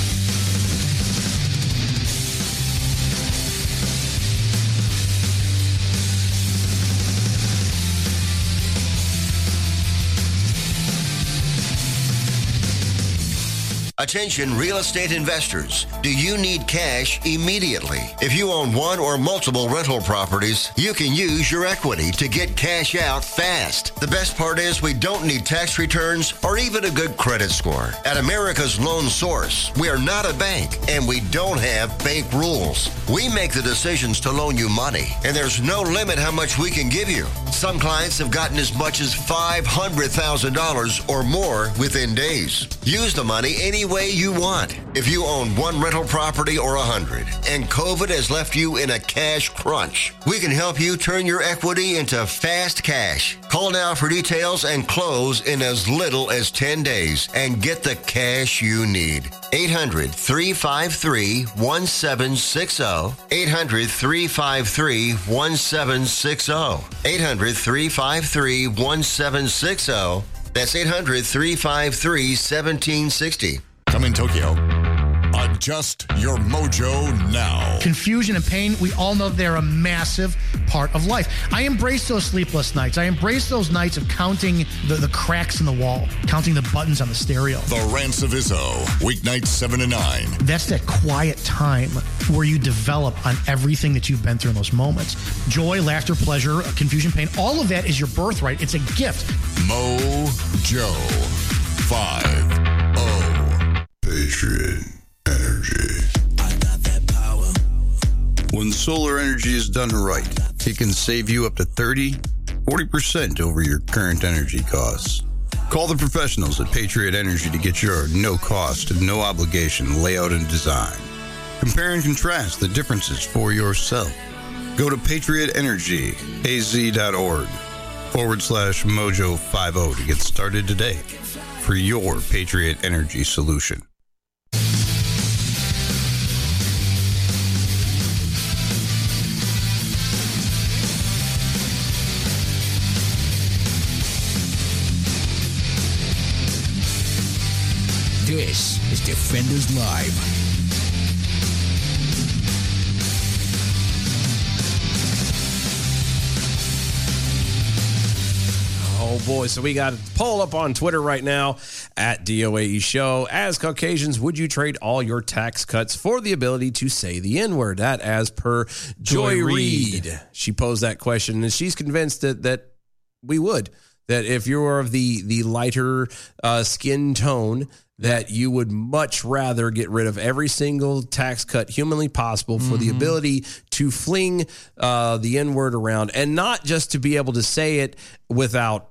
[SPEAKER 5] Attention real estate investors. Do you need cash immediately? If you own one or multiple rental properties, you can use your equity to get cash out fast. The best part is we don't need tax returns or even a good credit score. At America's Loan Source, we are not a bank and we don't have bank rules. We make the decisions to loan you money and there's no limit how much we can give you. Some clients have gotten as much as $500,000 or more within days. Use the money any way you want. If you own one rental property or a hundred and COVID has left you in a cash crunch, we can help you turn your equity into fast cash. Call now for details and close in as little as 10 days and get the cash you need. 800 353 1760. 800 353 1760. 800 353 1760. oh. That's 800 353 1760.
[SPEAKER 17] Come in Tokyo. Adjust your mojo now.
[SPEAKER 18] Confusion and pain, we all know they're a massive part of life. I embrace those sleepless nights. I embrace those nights of counting the, the cracks in the wall, counting the buttons on the stereo.
[SPEAKER 17] The Rants of Izzo, weeknights 7 to 9.
[SPEAKER 18] That's that quiet time where you develop on everything that you've been through in those moments. Joy, laughter, pleasure, uh, confusion, pain, all of that is your birthright. It's a gift.
[SPEAKER 17] Mojo 5 0.
[SPEAKER 19] Patriot Energy. When solar energy is done right, it can save you up to 30, 40% over your current energy costs. Call the professionals at Patriot Energy to get your no cost, no obligation layout and design. Compare and contrast the differences for yourself. Go to patriotenergyaz.org forward slash mojo 50 to get started today for your Patriot Energy solution.
[SPEAKER 1] This is Defenders Live.
[SPEAKER 2] Oh boy! So we got a poll up on Twitter right now at DOAE E Show. As Caucasians, would you trade all your tax cuts for the ability to say the N word? That, as per Joy,
[SPEAKER 3] Joy
[SPEAKER 2] Reid,
[SPEAKER 3] Reid.
[SPEAKER 2] she posed that question, and she's convinced that that we would. That if you are of the the lighter uh, skin tone, that you would much rather get rid of every single tax cut humanly possible for
[SPEAKER 3] Mm-hmm.
[SPEAKER 2] the ability to fling uh, the N word around, and not just to be able to say it without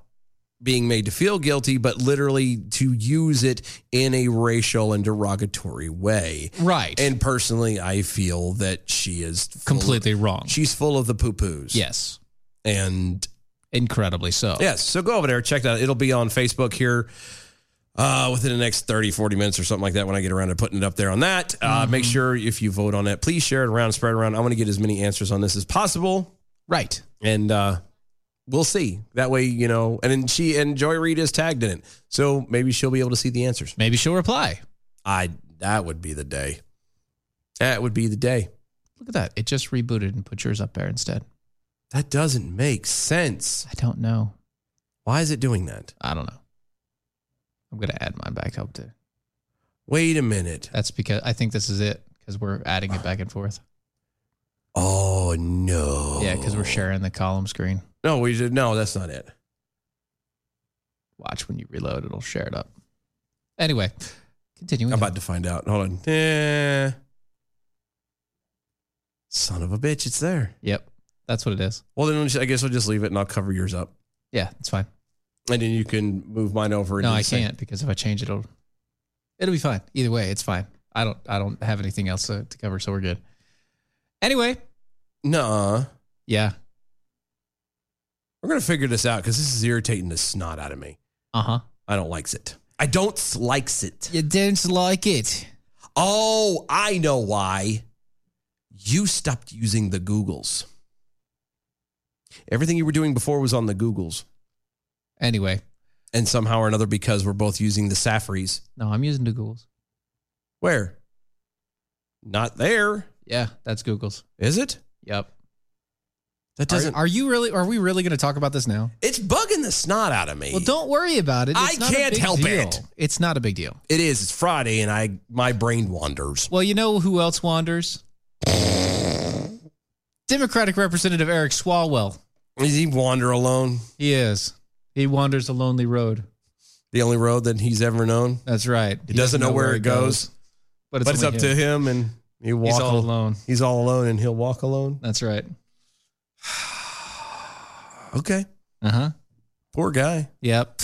[SPEAKER 2] being made to feel guilty, but literally to use it in a racial and derogatory way.
[SPEAKER 3] Right.
[SPEAKER 2] And personally, I feel that she is full of-
[SPEAKER 3] Completely wrong.
[SPEAKER 2] She's full of the poo poos.
[SPEAKER 3] Yes.
[SPEAKER 2] And
[SPEAKER 3] incredibly so.
[SPEAKER 2] Yes. So go over there, check that out. It'll be on Facebook here. Uh, within the next 30, 40 minutes or something like that, when I get around to putting it up there on that, uh,
[SPEAKER 3] Mm-hmm.
[SPEAKER 2] make sure if you vote on that, please share it around, spread it around. I want to get as many answers on this as possible.
[SPEAKER 3] Right.
[SPEAKER 2] And uh, we'll see. That way, you know, and then she and Joy Reid is tagged in it. So maybe she'll be able to see the answers.
[SPEAKER 3] Maybe she'll reply.
[SPEAKER 2] I, that would be the day. That would be the day.
[SPEAKER 3] Look at that. It just rebooted and put yours up there instead.
[SPEAKER 2] That doesn't make sense.
[SPEAKER 3] I don't know.
[SPEAKER 2] Why is it doing that?
[SPEAKER 3] I don't know. I'm going to add mine back up too.
[SPEAKER 2] Wait a minute.
[SPEAKER 3] That's because I think this is it because we're adding it back and forth.
[SPEAKER 2] Oh, no.
[SPEAKER 3] Yeah, because we're sharing the column screen.
[SPEAKER 2] No, we did. No, that's not it.
[SPEAKER 3] Watch when you reload, it'll share it up. Anyway, continuing.
[SPEAKER 2] I'm about to find out. Hold on. Eh. Son of a bitch, it's there.
[SPEAKER 3] Yep. That's what it is.
[SPEAKER 2] Well, then I guess I'll just leave it and I'll cover yours up.
[SPEAKER 3] Yeah, it's fine.
[SPEAKER 2] And then you can move mine over. and
[SPEAKER 3] No,
[SPEAKER 2] do the
[SPEAKER 3] I
[SPEAKER 2] same.
[SPEAKER 3] can't because if I change it, it'll It'll be fine. Either way, it's fine. I don't I don't have anything else to, to cover, so we're good. Anyway.
[SPEAKER 2] Nuh-uh.
[SPEAKER 3] Yeah.
[SPEAKER 2] We're gonna figure this out because this is irritating the snot out of me.
[SPEAKER 3] Uh huh.
[SPEAKER 2] I don't likes it. I don't likes it.
[SPEAKER 3] You don't like it.
[SPEAKER 2] Oh, I know why. You stopped using the Googles. Everything you were doing before was on the Googles.
[SPEAKER 3] Anyway.
[SPEAKER 2] And somehow or another, because we're both using the Safaris.
[SPEAKER 3] No, I'm using the Googles.
[SPEAKER 2] Where? Not there.
[SPEAKER 3] Yeah, that's Google's.
[SPEAKER 2] Is it?
[SPEAKER 3] Yep.
[SPEAKER 2] That doesn't.
[SPEAKER 3] Are, are you really? Are we really going to talk about this now?
[SPEAKER 2] it's bugging the snot out of me.
[SPEAKER 3] Well, don't worry about it.
[SPEAKER 2] I
[SPEAKER 3] It's not a
[SPEAKER 2] can't
[SPEAKER 3] big
[SPEAKER 2] help
[SPEAKER 3] deal.
[SPEAKER 2] it.
[SPEAKER 3] It's not a big deal.
[SPEAKER 2] It is. It's Friday, and I my brain wanders.
[SPEAKER 3] Well, you know who else wanders? Democratic Representative Eric Swalwell.
[SPEAKER 2] Does he wander alone?
[SPEAKER 3] He is. He wanders a lonely road.
[SPEAKER 2] The only road that he's ever known.
[SPEAKER 3] That's right.
[SPEAKER 2] He, doesn't know where it goes,
[SPEAKER 3] but it's,
[SPEAKER 2] up
[SPEAKER 3] only
[SPEAKER 2] to him, and he walk
[SPEAKER 3] He's all
[SPEAKER 2] al-
[SPEAKER 3] alone.
[SPEAKER 2] He's all alone, and he'll walk alone.
[SPEAKER 3] That's right.
[SPEAKER 2] Okay.
[SPEAKER 3] Uh huh.
[SPEAKER 2] Poor guy.
[SPEAKER 3] Yep.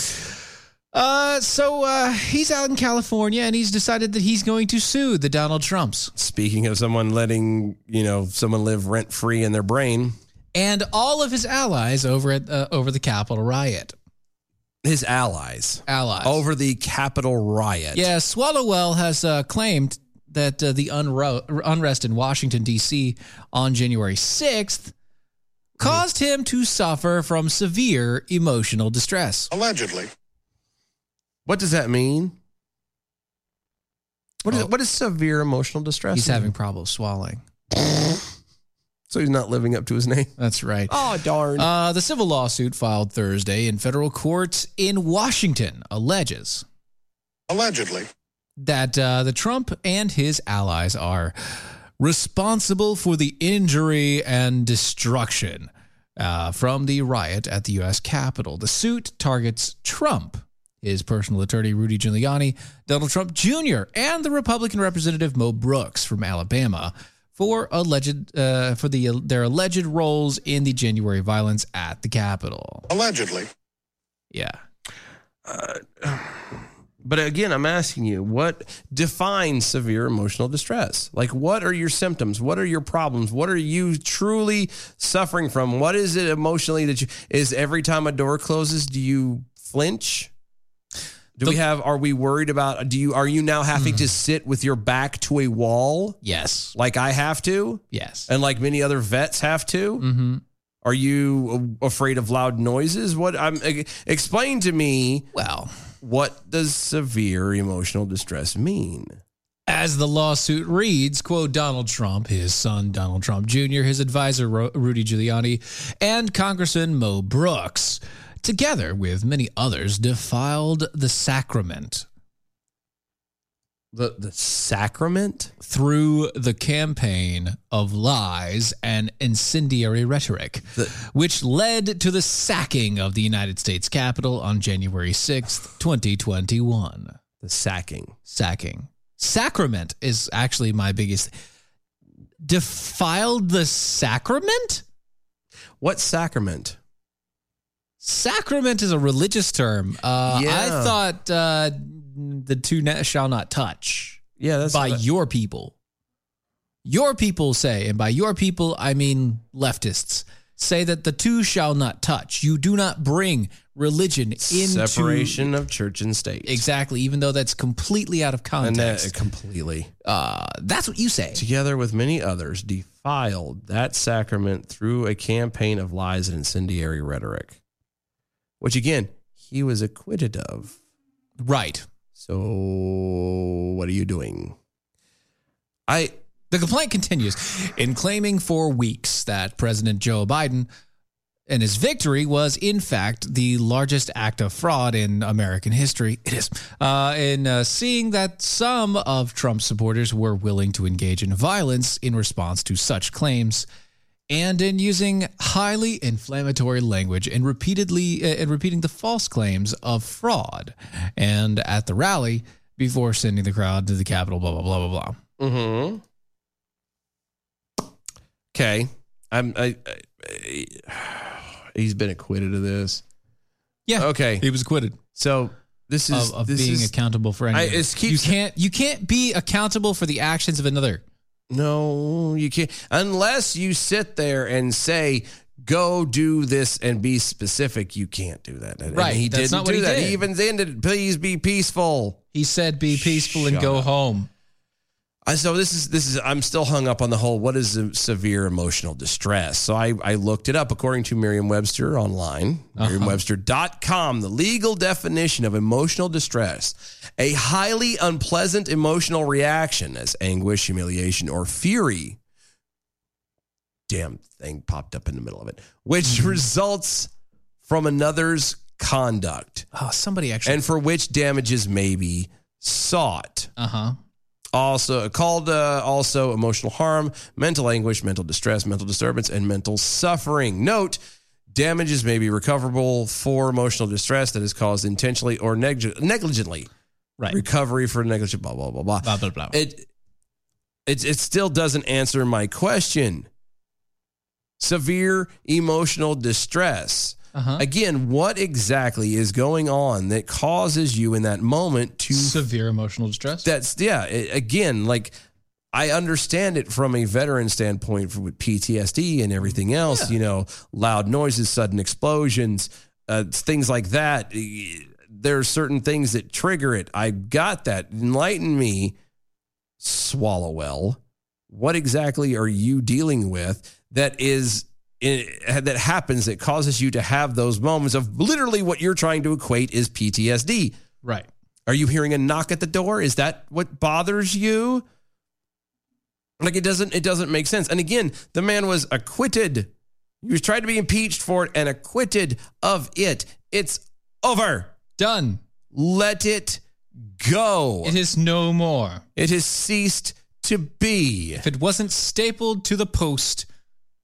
[SPEAKER 3] Uh, so uh, he's out in California, and he's decided that he's going to sue the Donald Trumps.
[SPEAKER 2] Speaking of someone letting you know someone live rent free in their brain,
[SPEAKER 3] and all of his allies over at uh, over the Capitol riot.
[SPEAKER 2] his allies
[SPEAKER 3] Allies.
[SPEAKER 2] over the Capitol riot.
[SPEAKER 3] Yeah, Swallowell has uh, claimed that uh, the unro- unrest in Washington D.C. on January 6th caused him to suffer from severe emotional distress.
[SPEAKER 20] Allegedly.
[SPEAKER 2] What does that mean? What is what is severe emotional distress?
[SPEAKER 3] Oh. He's
[SPEAKER 2] mean?
[SPEAKER 3] having problems swallowing.
[SPEAKER 2] so he's not living up to his name.
[SPEAKER 3] That's right.
[SPEAKER 2] Oh darn!
[SPEAKER 3] Uh, the civil lawsuit filed Thursday in federal courts in Washington alleges
[SPEAKER 20] Allegedly.
[SPEAKER 3] that uh, the Trump and his allies are responsible for the injury and destruction uh, from the riot at the U.S. Capitol. The suit targets Trump, his personal attorney Rudy Giuliani, Donald Trump Jr., and the Republican representative Mo Brooks from Alabama. For alleged, uh, for the their alleged roles in the January violence at the Capitol.
[SPEAKER 20] Allegedly.
[SPEAKER 3] Yeah,
[SPEAKER 2] But again, I'm asking you, what defines severe emotional distress? Like, what are your symptoms? What are your problems? What are you truly suffering from? What is it emotionally that you is every time a door closes, do you flinch? Do we have, are we worried about, do you, are you now having
[SPEAKER 3] Hmm.
[SPEAKER 2] to sit with your back to a wall?
[SPEAKER 3] Yes.
[SPEAKER 2] Like I have to?
[SPEAKER 3] Yes.
[SPEAKER 2] And like many other vets have to?
[SPEAKER 3] mm-hmm.
[SPEAKER 2] Are you a- afraid of loud noises? What I'm e- explain to me.
[SPEAKER 3] Well,
[SPEAKER 2] what does severe emotional distress mean?
[SPEAKER 3] As the lawsuit reads, quote, Donald Trump, his son Donald Trump Jr., his advisor Ro- Rudy Giuliani, and Congressman Mo Brooks, together with many others, defiled the sacrament
[SPEAKER 2] The the sacrament
[SPEAKER 3] through the campaign of lies and incendiary rhetoric, which led to the sacking of the United States Capitol on January 6th, 2021.
[SPEAKER 2] The sacking.
[SPEAKER 3] Sacking. Sacrament is actually my biggest. Defiled the sacrament?
[SPEAKER 2] What sacrament?
[SPEAKER 3] Sacrament is a religious term. Uh,
[SPEAKER 2] Yeah.
[SPEAKER 3] I thought uh, the two na- shall not touch.
[SPEAKER 2] Yeah, that's
[SPEAKER 3] by
[SPEAKER 2] what I-
[SPEAKER 3] your people. Your people say, and by your people I mean leftists, say that the two shall not touch. You do not bring religion into
[SPEAKER 2] Separation of church and state.
[SPEAKER 3] Exactly, even though that's completely out of
[SPEAKER 2] And
[SPEAKER 3] context.
[SPEAKER 2] that completely.
[SPEAKER 3] uh, that's what you say.
[SPEAKER 2] Together with many others, defiled that sacrament through a campaign of lies and incendiary rhetoric, which again, he was acquitted of.
[SPEAKER 3] Right.
[SPEAKER 2] So, what are you doing? I
[SPEAKER 3] The complaint continues in claiming for weeks that President Joe Biden and his victory was, in fact, the largest act of fraud in American history. It is. Uh, in uh, seeing that some of Trump's supporters were willing to engage in violence in response to such claims. And in using highly inflammatory language and repeatedly uh, and repeating the false claims of fraud, and at the rally before sending the crowd to the Capitol, blah blah blah blah blah.
[SPEAKER 2] Mm-hmm. Okay. I'm. I, I, he's been acquitted of this.
[SPEAKER 3] Yeah.
[SPEAKER 2] Okay.
[SPEAKER 3] He was acquitted.
[SPEAKER 2] So This is-
[SPEAKER 3] of, of
[SPEAKER 2] this
[SPEAKER 3] being
[SPEAKER 2] is-
[SPEAKER 3] accountable for
[SPEAKER 2] I-
[SPEAKER 3] anything.
[SPEAKER 2] it's
[SPEAKER 3] you
[SPEAKER 2] keeps-
[SPEAKER 3] can't you can't be accountable for the actions of another.
[SPEAKER 2] No, you can't. Unless you sit there and say, go do this and be specific, you can't do that. And
[SPEAKER 3] Right,
[SPEAKER 2] he
[SPEAKER 3] that's
[SPEAKER 2] didn't
[SPEAKER 3] not
[SPEAKER 2] do
[SPEAKER 3] what he
[SPEAKER 2] that.
[SPEAKER 3] did.
[SPEAKER 2] He even ended, please be peaceful.
[SPEAKER 3] He said, be peaceful and go home.
[SPEAKER 2] I, so this is this is I'm still hung up on the whole what is a severe emotional distress. So I, I looked it up according to Merriam-Webster online, merriam-webster.com, the legal definition of emotional distress, a highly unpleasant emotional reaction as anguish, humiliation or fury. Damn thing popped up in the middle of it, which results from another's conduct.
[SPEAKER 3] Oh, somebody actually.
[SPEAKER 2] And for which damages may be sought
[SPEAKER 3] Uh huh.
[SPEAKER 2] also called uh, also emotional harm, mental anguish, mental distress, mental disturbance, and mental suffering. Note. Damages may be recoverable for emotional distress that is caused intentionally or neg- negligently.
[SPEAKER 3] Right.
[SPEAKER 2] Recovery for negligent, blah, blah, blah, blah.
[SPEAKER 3] Blah blah blah.
[SPEAKER 2] It, it, it still doesn't answer my question. Severe emotional distress.
[SPEAKER 3] Uh-huh.
[SPEAKER 2] Again, what exactly is going on that causes you in that moment to
[SPEAKER 3] severe emotional distress?
[SPEAKER 2] That's yeah. a- again, like I understand it from a veteran standpoint for, with PTSD and everything else. You know, loud noises, sudden explosions, uh, things like that. There are certain things that trigger it. I got that. Enlighten me, swallow well. What exactly are you dealing with that is? eh, that happens that causes you to have those moments of literally what you're trying to equate is PTSD.
[SPEAKER 3] Right.
[SPEAKER 2] Are you hearing a knock at the door? Is that what bothers you? Like it doesn't it doesn't make sense. And again, the man was acquitted. He was tried to be impeached for it and acquitted of it. It's over.
[SPEAKER 3] Done.
[SPEAKER 2] Let it go.
[SPEAKER 3] It is no more.
[SPEAKER 2] It has ceased to be. If
[SPEAKER 3] it wasn't stapled to the post,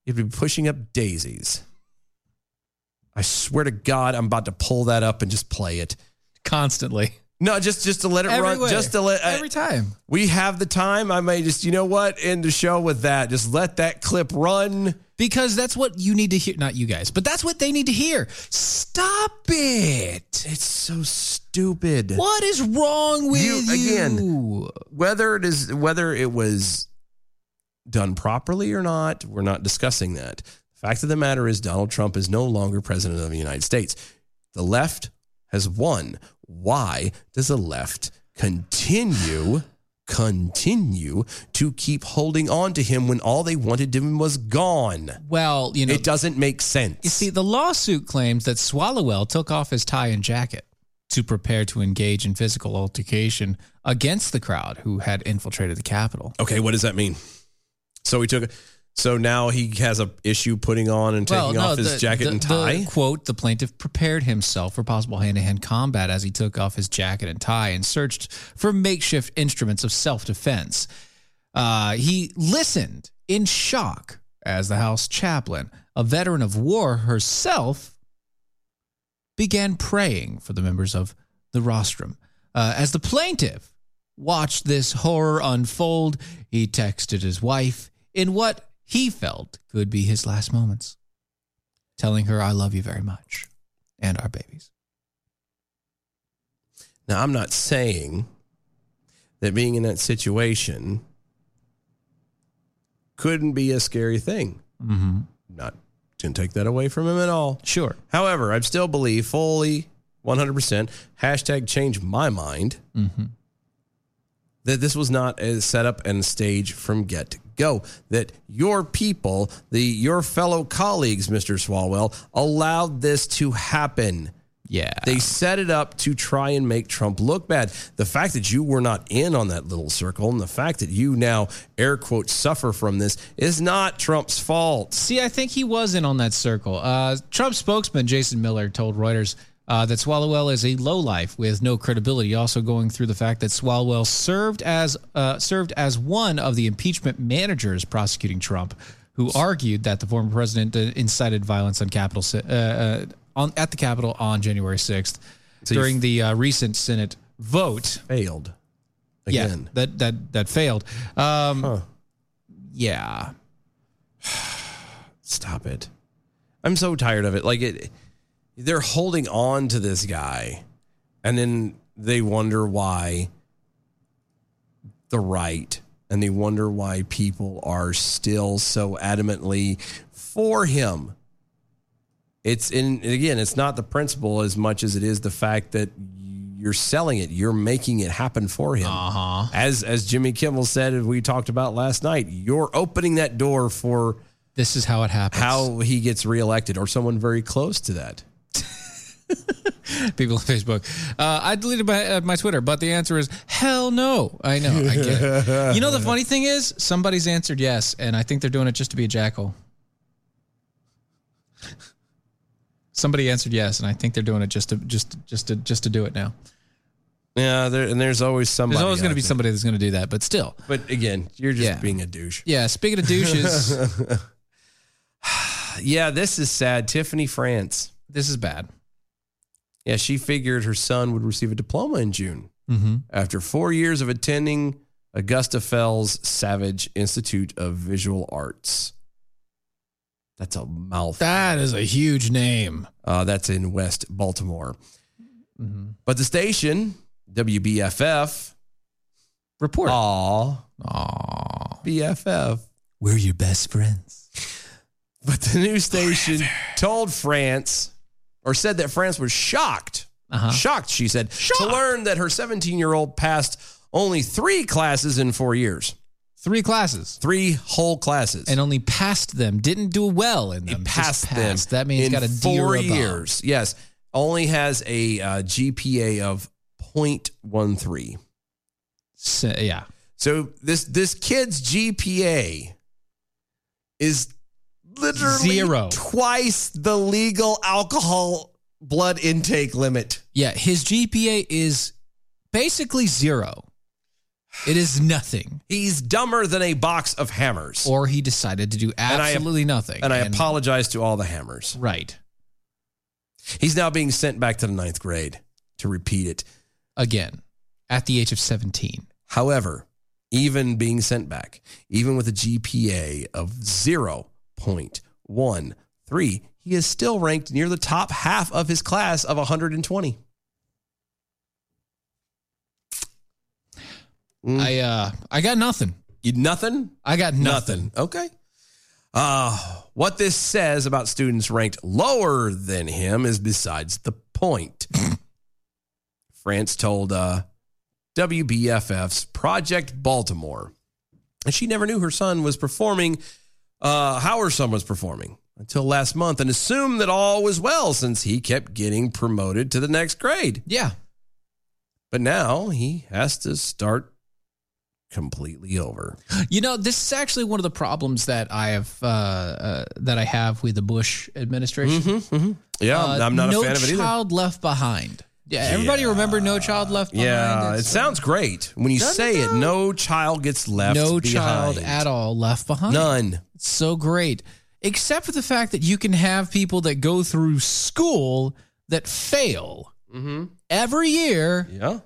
[SPEAKER 2] you'd be pushing up daisies. I swear to God, I'm about to pull that up and just play it
[SPEAKER 3] constantly.
[SPEAKER 2] No, just just to let it
[SPEAKER 3] Everywhere.
[SPEAKER 2] run. Just to let uh,
[SPEAKER 3] Every time.
[SPEAKER 2] we have the time. I may just you know what end the show with that. Just let that clip run.
[SPEAKER 3] Because that's what you need to hear. Not you guys, but that's what they need to hear. Stop it. It's
[SPEAKER 2] so stupid.
[SPEAKER 3] What is wrong with you?
[SPEAKER 2] again? Whether it is whether it was done properly or not, we're not discussing that. The fact of the matter is, Donald Trump is no longer president of the United States. The left has won. Why does the left continue? continue to keep holding on to him when all they wanted him was gone.
[SPEAKER 3] Well, you know,
[SPEAKER 2] it doesn't make sense.
[SPEAKER 3] You see, the lawsuit claims that Swallowell took off his tie and jacket to prepare to engage in physical altercation against the crowd who had infiltrated the Capitol.
[SPEAKER 2] Okay, what does that mean? So he took. So now he has a issue putting on and taking off his jacket
[SPEAKER 3] the-
[SPEAKER 2] and tie.
[SPEAKER 3] The, quote, the plaintiff prepared himself for possible hand to hand combat as he took off his jacket and tie and searched for makeshift instruments of self defense. Uh, he listened in shock as the House chaplain, a veteran of war herself, began praying for the members of the rostrum. Uh, as the plaintiff watched this horror unfold, he texted his wife in what he felt could be his last moments, telling her, I love you very much and our babies.
[SPEAKER 2] Now, I'm not saying that being in that situation couldn't be a scary thing.
[SPEAKER 3] Mm-hmm.
[SPEAKER 2] Not didn't take that away from him at all.
[SPEAKER 3] Sure.
[SPEAKER 2] However, I still believe fully 100% hashtag change my mind
[SPEAKER 3] Mm-hmm.
[SPEAKER 2] that this was not a setup and stage from get go. That your people, the your fellow colleagues, Mr. Swalwell, allowed this to happen.
[SPEAKER 3] Yeah.
[SPEAKER 2] They set it up to try and make Trump look bad. The fact that you were not in on that little circle and the fact that you now air quotes suffer from this is not Trump's fault.
[SPEAKER 3] See, I think he was in on that circle. Uh, Trump spokesman Jason Miller told Reuters uh, that Swallowell is a lowlife with no credibility. Also, going through the fact that Swallowell served as uh, served as one of the impeachment managers prosecuting Trump, who argued that the former president uh, incited violence on Capitol Ci- uh, uh, on at the Capitol on January sixth
[SPEAKER 2] So you-
[SPEAKER 3] during the uh, recent Senate vote.
[SPEAKER 2] Failed. Again.
[SPEAKER 3] Yeah, that that that failed. Um, Yeah.
[SPEAKER 2] Stop it. I'm so tired of it. Like it they're holding on to this guy And then they wonder why the right and they wonder why people are still so adamantly for him. It's in, and again, it's not the principle as much as it is the fact that you're selling it, you're making it happen for him. Uh-huh. As as Jimmy Kimmel said, and we talked about last night, you're opening that door for
[SPEAKER 3] this is how it happens.
[SPEAKER 2] How he gets reelected, or someone very close to that.
[SPEAKER 3] People on Facebook. Uh, I deleted my, uh, my Twitter, but the answer is hell no. I know. I get it. You know, the funny thing is, somebody's answered yes, and I think they're doing it just to be a jackal. Somebody answered yes, and I think they're doing it just to just just to just to do it now.
[SPEAKER 2] Yeah, there, and there's always somebody.
[SPEAKER 3] There's always going
[SPEAKER 2] out
[SPEAKER 3] to be
[SPEAKER 2] there.
[SPEAKER 3] somebody that's going to do that, but still.
[SPEAKER 2] But again, you're just
[SPEAKER 3] Yeah.
[SPEAKER 2] being a douche.
[SPEAKER 3] Yeah. Speaking of douches,
[SPEAKER 2] yeah, this is sad. Tiffany France.
[SPEAKER 3] This is bad.
[SPEAKER 2] Yeah, she figured her son would receive a diploma in June
[SPEAKER 3] Mhm.
[SPEAKER 2] after four years of attending Augusta Fells Savage Institute of Visual Arts. That's a mouth.
[SPEAKER 3] That is a huge name.
[SPEAKER 2] Uh, that's in West Baltimore. But the station, WBFF,
[SPEAKER 3] report.
[SPEAKER 2] Oh, Aw.
[SPEAKER 3] Aw.
[SPEAKER 2] BFF.
[SPEAKER 3] We're your best friends.
[SPEAKER 2] But the news station told France, or said that France was shocked.
[SPEAKER 3] Uh-huh.
[SPEAKER 2] Shocked, she said, to learn that her 17 year old passed only three classes in four years.
[SPEAKER 3] Three classes.
[SPEAKER 2] Three whole classes.
[SPEAKER 3] and only passed them. Didn't do well in them. Just
[SPEAKER 2] passed, them.
[SPEAKER 3] That means
[SPEAKER 2] in
[SPEAKER 3] got a D
[SPEAKER 2] four
[SPEAKER 3] or a above.
[SPEAKER 2] years. Yes, only has a uh, GPA of 0.13.
[SPEAKER 3] So, yeah.
[SPEAKER 2] So this this kid's GPA is literally
[SPEAKER 3] Zero.
[SPEAKER 2] twice the legal alcohol blood intake limit.
[SPEAKER 3] Yeah, his GPA is basically zero. It is nothing.
[SPEAKER 2] He's dumber than a box of hammers.
[SPEAKER 3] Or he decided to do
[SPEAKER 2] And I-
[SPEAKER 3] absolutely nothing.
[SPEAKER 2] And I apologize to all the hammers.
[SPEAKER 3] Right.
[SPEAKER 2] He's now being sent back to the ninth grade to repeat it.
[SPEAKER 3] Again, at the age of 17.
[SPEAKER 2] However, even being sent back, even with a GPA of 0.13, he is still ranked near the top half of his class of 120. Mm.
[SPEAKER 3] I uh I got nothing.
[SPEAKER 2] You nothing?
[SPEAKER 3] I got nothing.
[SPEAKER 2] Okay. Uh, what this says about students ranked lower than him is besides the point. France told uh, WBFF's Project Baltimore. And she never knew her son was performing, uh, how her son was performing until last month, and assumed that all was well since he kept getting promoted to the next grade.
[SPEAKER 3] Yeah.
[SPEAKER 2] But now he has to start completely over.
[SPEAKER 3] You know, this is actually one of the problems that I have uh, uh, that I have with the Bush administration.
[SPEAKER 2] Yeah,
[SPEAKER 3] Uh,
[SPEAKER 2] I'm not
[SPEAKER 3] no
[SPEAKER 2] a fan of it either.
[SPEAKER 3] Child Left Behind. Yeah, everybody remember No Child Left Behind?
[SPEAKER 2] Yeah, it
[SPEAKER 3] It's-
[SPEAKER 2] sounds great when you
[SPEAKER 3] Doesn't
[SPEAKER 2] say it. No child gets left.
[SPEAKER 3] no
[SPEAKER 2] behind.
[SPEAKER 3] child at all left behind.
[SPEAKER 2] None.
[SPEAKER 3] It's so great. Except for the fact that you can have people that go through school that fail
[SPEAKER 2] Mm-hmm.
[SPEAKER 3] every year
[SPEAKER 2] Yeah.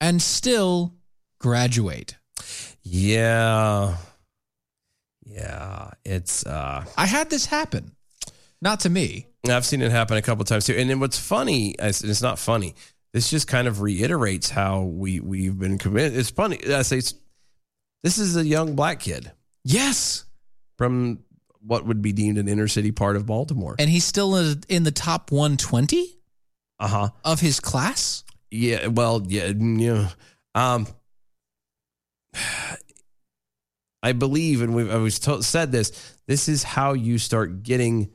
[SPEAKER 3] and still graduate.
[SPEAKER 2] Yeah. Yeah. It's uh
[SPEAKER 3] I had this happen. Not to me.
[SPEAKER 2] I've seen it happen a couple times too. And then what's funny, it's it's not funny. This just kind of reiterates how we we've been committed. It's funny. I say it's, this is a young black kid
[SPEAKER 3] Yes.
[SPEAKER 2] from what would be deemed an inner city part of Baltimore.
[SPEAKER 3] And he's still in in the top 120
[SPEAKER 2] Uh huh.
[SPEAKER 3] of his class?
[SPEAKER 2] Yeah, well, yeah, mm, yeah. Um, I believe, and we've I was to- said this. This is how you start getting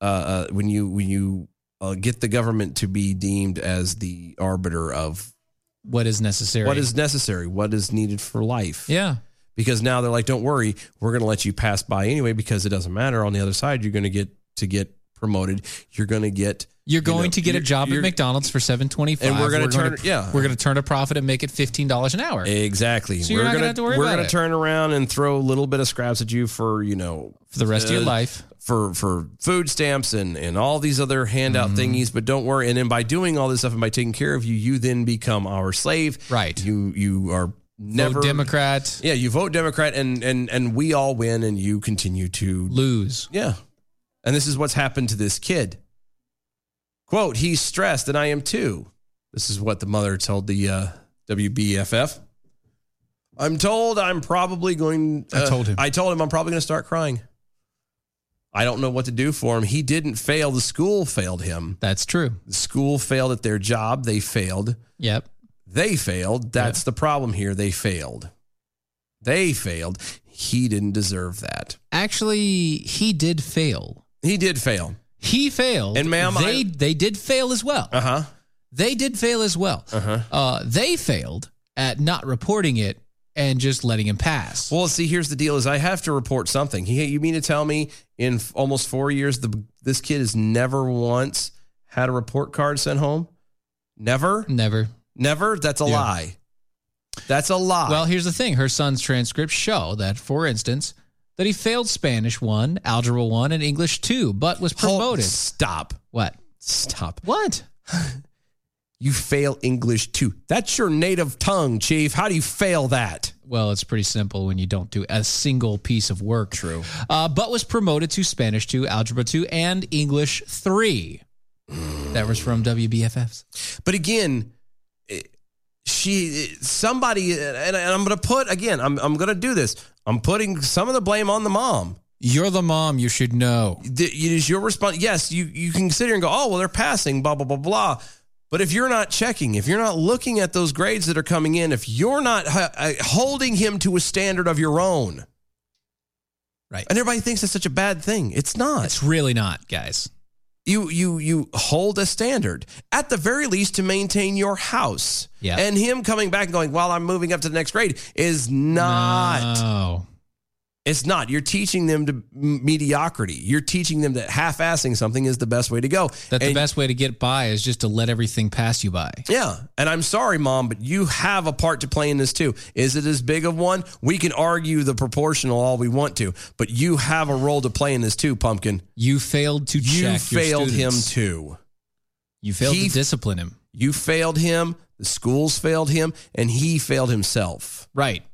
[SPEAKER 2] uh, uh, when you when you uh, get the government to be deemed as the arbiter of
[SPEAKER 3] What is necessary?
[SPEAKER 2] what is necessary, what is needed for life.
[SPEAKER 3] Yeah.
[SPEAKER 2] Because now they're like, don't worry, we're going to let you pass by anyway because it doesn't matter. On the other side, you're going to get to get promoted. You're going to get
[SPEAKER 3] You're
[SPEAKER 2] you know,
[SPEAKER 3] going to get a
[SPEAKER 2] you're-
[SPEAKER 3] job at
[SPEAKER 2] you're-
[SPEAKER 3] McDonald's for seven twenty five,
[SPEAKER 2] And we're gonna turn- yeah.
[SPEAKER 3] we're going to turn a profit and make it fifteen dollars an hour.
[SPEAKER 2] Exactly.
[SPEAKER 3] So you're not gonna have to worry
[SPEAKER 2] we're
[SPEAKER 3] about
[SPEAKER 2] gonna
[SPEAKER 3] it.
[SPEAKER 2] turn around and throw a little bit of scraps at you for you know
[SPEAKER 3] For the rest of your
[SPEAKER 2] uh,
[SPEAKER 3] life.
[SPEAKER 2] for for food stamps and and all these other handout
[SPEAKER 3] Mm-hmm.
[SPEAKER 2] thingies. But don't worry. And then by doing all this stuff and by taking care of you, you then become our slave.
[SPEAKER 3] Right.
[SPEAKER 2] You you are never
[SPEAKER 3] Vote Democrat
[SPEAKER 2] Yeah, you vote Democrat and and and we all win and you continue to
[SPEAKER 3] lose.
[SPEAKER 2] yeah. And this is what's happened to this kid. Quote, he's stressed and I am too. This is what the mother told the uh, WBFF. I'm told I'm probably going. uh,
[SPEAKER 3] I told him.
[SPEAKER 2] I told him I'm probably going to start crying. I don't know what to do for him. He didn't fail. The school failed him.
[SPEAKER 3] That's true.
[SPEAKER 2] The school failed at their job. They failed.
[SPEAKER 3] Yep.
[SPEAKER 2] They failed. That's the problem here. They failed. They failed. He didn't deserve that.
[SPEAKER 3] Actually, he did fail.
[SPEAKER 2] He did fail.
[SPEAKER 3] He failed.
[SPEAKER 2] And ma'am,
[SPEAKER 3] they
[SPEAKER 2] I-
[SPEAKER 3] they did fail as well.
[SPEAKER 2] Uh huh.
[SPEAKER 3] They did fail as well. Uh-huh. they failed at not reporting it and just letting him pass.
[SPEAKER 2] Well, see, here's the deal: is I have to report something. He, you mean to tell me in f- almost four years, the this kid has never once had a report card sent home? Never,
[SPEAKER 3] never,
[SPEAKER 2] never. That's a
[SPEAKER 3] Yeah.
[SPEAKER 2] lie. That's a lie.
[SPEAKER 3] Well, here's the thing. Her son's transcripts show that, for instance, that he failed Spanish 1, Algebra 1, and English 2, but was
[SPEAKER 2] Hold-
[SPEAKER 3] promoted.
[SPEAKER 2] stop.
[SPEAKER 3] What?
[SPEAKER 2] Stop.
[SPEAKER 3] What?
[SPEAKER 2] You fail English too. That's your native tongue, Chief. How do you fail that?
[SPEAKER 3] Well, it's pretty simple when you don't do a single piece of work.
[SPEAKER 2] True.
[SPEAKER 3] Uh, but was promoted to Spanish 2, Algebra 2, and English 3. That was from WBFFs.
[SPEAKER 2] But again, it- she eh, somebody eh, and and I'm going to put again. I'm I'm going to do this. I'm putting some of the blame on the mom.
[SPEAKER 3] You're the mom. You should know.
[SPEAKER 2] Th- It is your response. Yes, you you can sit here and go, oh well, they're passing, blah blah blah blah. But if you're not checking, if you're not looking at those grades that are coming in, if you're not h- uh, holding him to a standard of your own,
[SPEAKER 3] right?
[SPEAKER 2] And everybody thinks it's such a bad thing. It's not.
[SPEAKER 3] It's really not, guys.
[SPEAKER 2] you you you hold a standard at the very least to maintain your house.
[SPEAKER 3] Yeah.
[SPEAKER 2] And him coming back and going, "Well, I'm moving up to the next grade," is not.
[SPEAKER 3] No.
[SPEAKER 2] It's not. You're teaching them to m- mediocrity. You're teaching them that half-assing something is the best way to go.
[SPEAKER 3] That the
[SPEAKER 2] And-
[SPEAKER 3] best way to get by is just to let everything pass you by.
[SPEAKER 2] Yeah. And I'm sorry, mom, but you have a part to play in this too. Is it as big of one? We can argue the proportional all we want to, but you have a role to play in this too, pumpkin.
[SPEAKER 3] You failed to
[SPEAKER 2] You
[SPEAKER 3] check your
[SPEAKER 2] failed him
[SPEAKER 3] students.
[SPEAKER 2] too.
[SPEAKER 3] You failed
[SPEAKER 2] He-
[SPEAKER 3] to discipline him.
[SPEAKER 2] You failed him, the schools failed him, and he failed himself.
[SPEAKER 3] Right.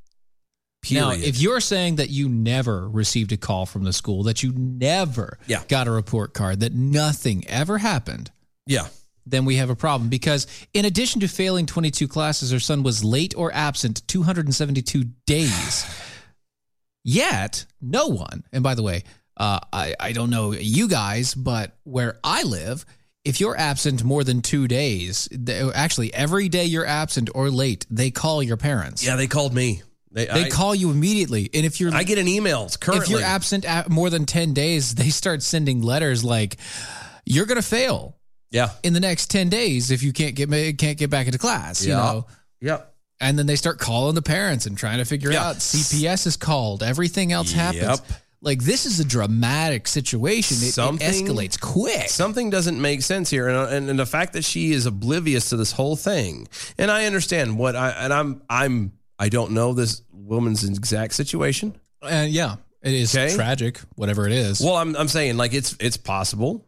[SPEAKER 3] Now,
[SPEAKER 2] Period.
[SPEAKER 3] if you're saying that you never received a call from the school, that you never
[SPEAKER 2] Yeah.
[SPEAKER 3] got a report card, that nothing ever happened,
[SPEAKER 2] yeah.
[SPEAKER 3] then we have a problem because in addition to failing 22 classes, her son was late or absent 272 days. Yet, no one, and by the way, uh, I, I don't know you guys, but where I live, if you're absent more than two days, they, actually every day you're absent or late, they call your parents.
[SPEAKER 2] Yeah, they called me. They,
[SPEAKER 3] They
[SPEAKER 2] I,
[SPEAKER 3] call you immediately, and if you're
[SPEAKER 2] I get an email currently.
[SPEAKER 3] if you're absent at more than 10 days, they start sending letters like, you're going to fail
[SPEAKER 2] yeah.
[SPEAKER 3] in the next 10 days if you can't get ma- can't get back into class, you
[SPEAKER 2] Yeah.
[SPEAKER 3] know.
[SPEAKER 2] Yeah.
[SPEAKER 3] And then they start calling the parents and trying to figure out CPS is called, everything else happens.
[SPEAKER 2] Yep.
[SPEAKER 3] Like this is a dramatic situation. It, it
[SPEAKER 2] Something-
[SPEAKER 3] escalates quick.
[SPEAKER 2] Something doesn't make sense here, and, uh, and and the fact that she is oblivious to this whole thing, and I understand what I and I'm I'm I don't know this woman's exact situation.
[SPEAKER 3] And yeah, it is
[SPEAKER 2] Okay.
[SPEAKER 3] tragic, whatever it is.
[SPEAKER 2] Well, I'm I'm saying like it's it's possible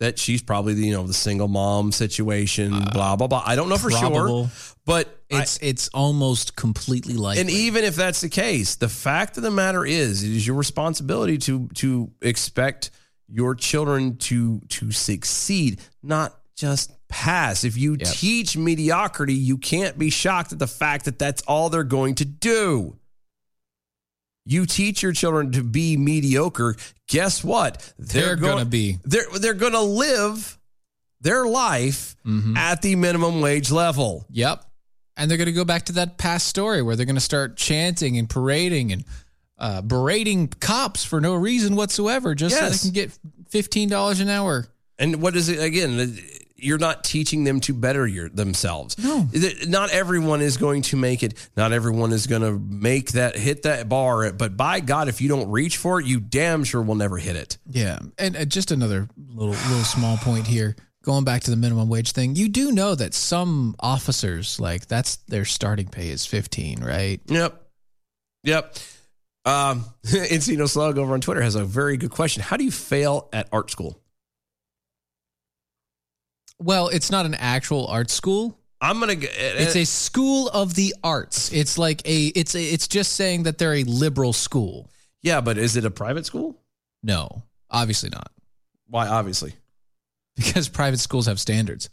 [SPEAKER 2] that she's probably the, you know the single mom situation, blah blah blah. I don't know for
[SPEAKER 3] probable.
[SPEAKER 2] sure, but I-
[SPEAKER 3] it's it's almost completely like
[SPEAKER 2] and even if that's the case, the fact of the matter is, it is your responsibility to to expect your children to to succeed, not just pass. If you teach mediocrity, you can't be shocked at the fact that that's all they're going to do. You teach your children to be mediocre. Guess what?
[SPEAKER 3] They're
[SPEAKER 2] go-
[SPEAKER 3] gonna be.
[SPEAKER 2] they're they're going to live their life
[SPEAKER 3] Mm-hmm.
[SPEAKER 2] at the minimum wage level.
[SPEAKER 3] Yep. And they're going to go back to that past story where they're going to start chanting and parading and uh, berating cops for no reason whatsoever, just
[SPEAKER 2] Yes.
[SPEAKER 3] so they can get fifteen dollars an hour.
[SPEAKER 2] And what is it again? You're not teaching them to better your, themselves. No, not everyone is going to make it. Not everyone is going to make that hit that bar. But by God, if you don't reach for it, you damn sure will never hit it.
[SPEAKER 3] Yeah, and uh, just another little little small point here. Going back to the minimum wage thing, you do know that some officers like that's their starting pay is fifteen, right?
[SPEAKER 2] Yep, yep. Um, Encino Slug over on Twitter has a very good question. How do you fail at art school?
[SPEAKER 3] Well, it's not an actual art school.
[SPEAKER 2] I'm gonna. g- eh,
[SPEAKER 3] It's a school of the arts. It's like a it's a, it's just saying that they're a liberal school.
[SPEAKER 2] yeah, but is it a private school?
[SPEAKER 3] No, obviously not.
[SPEAKER 2] Why? Obviously,
[SPEAKER 3] because private schools have standards.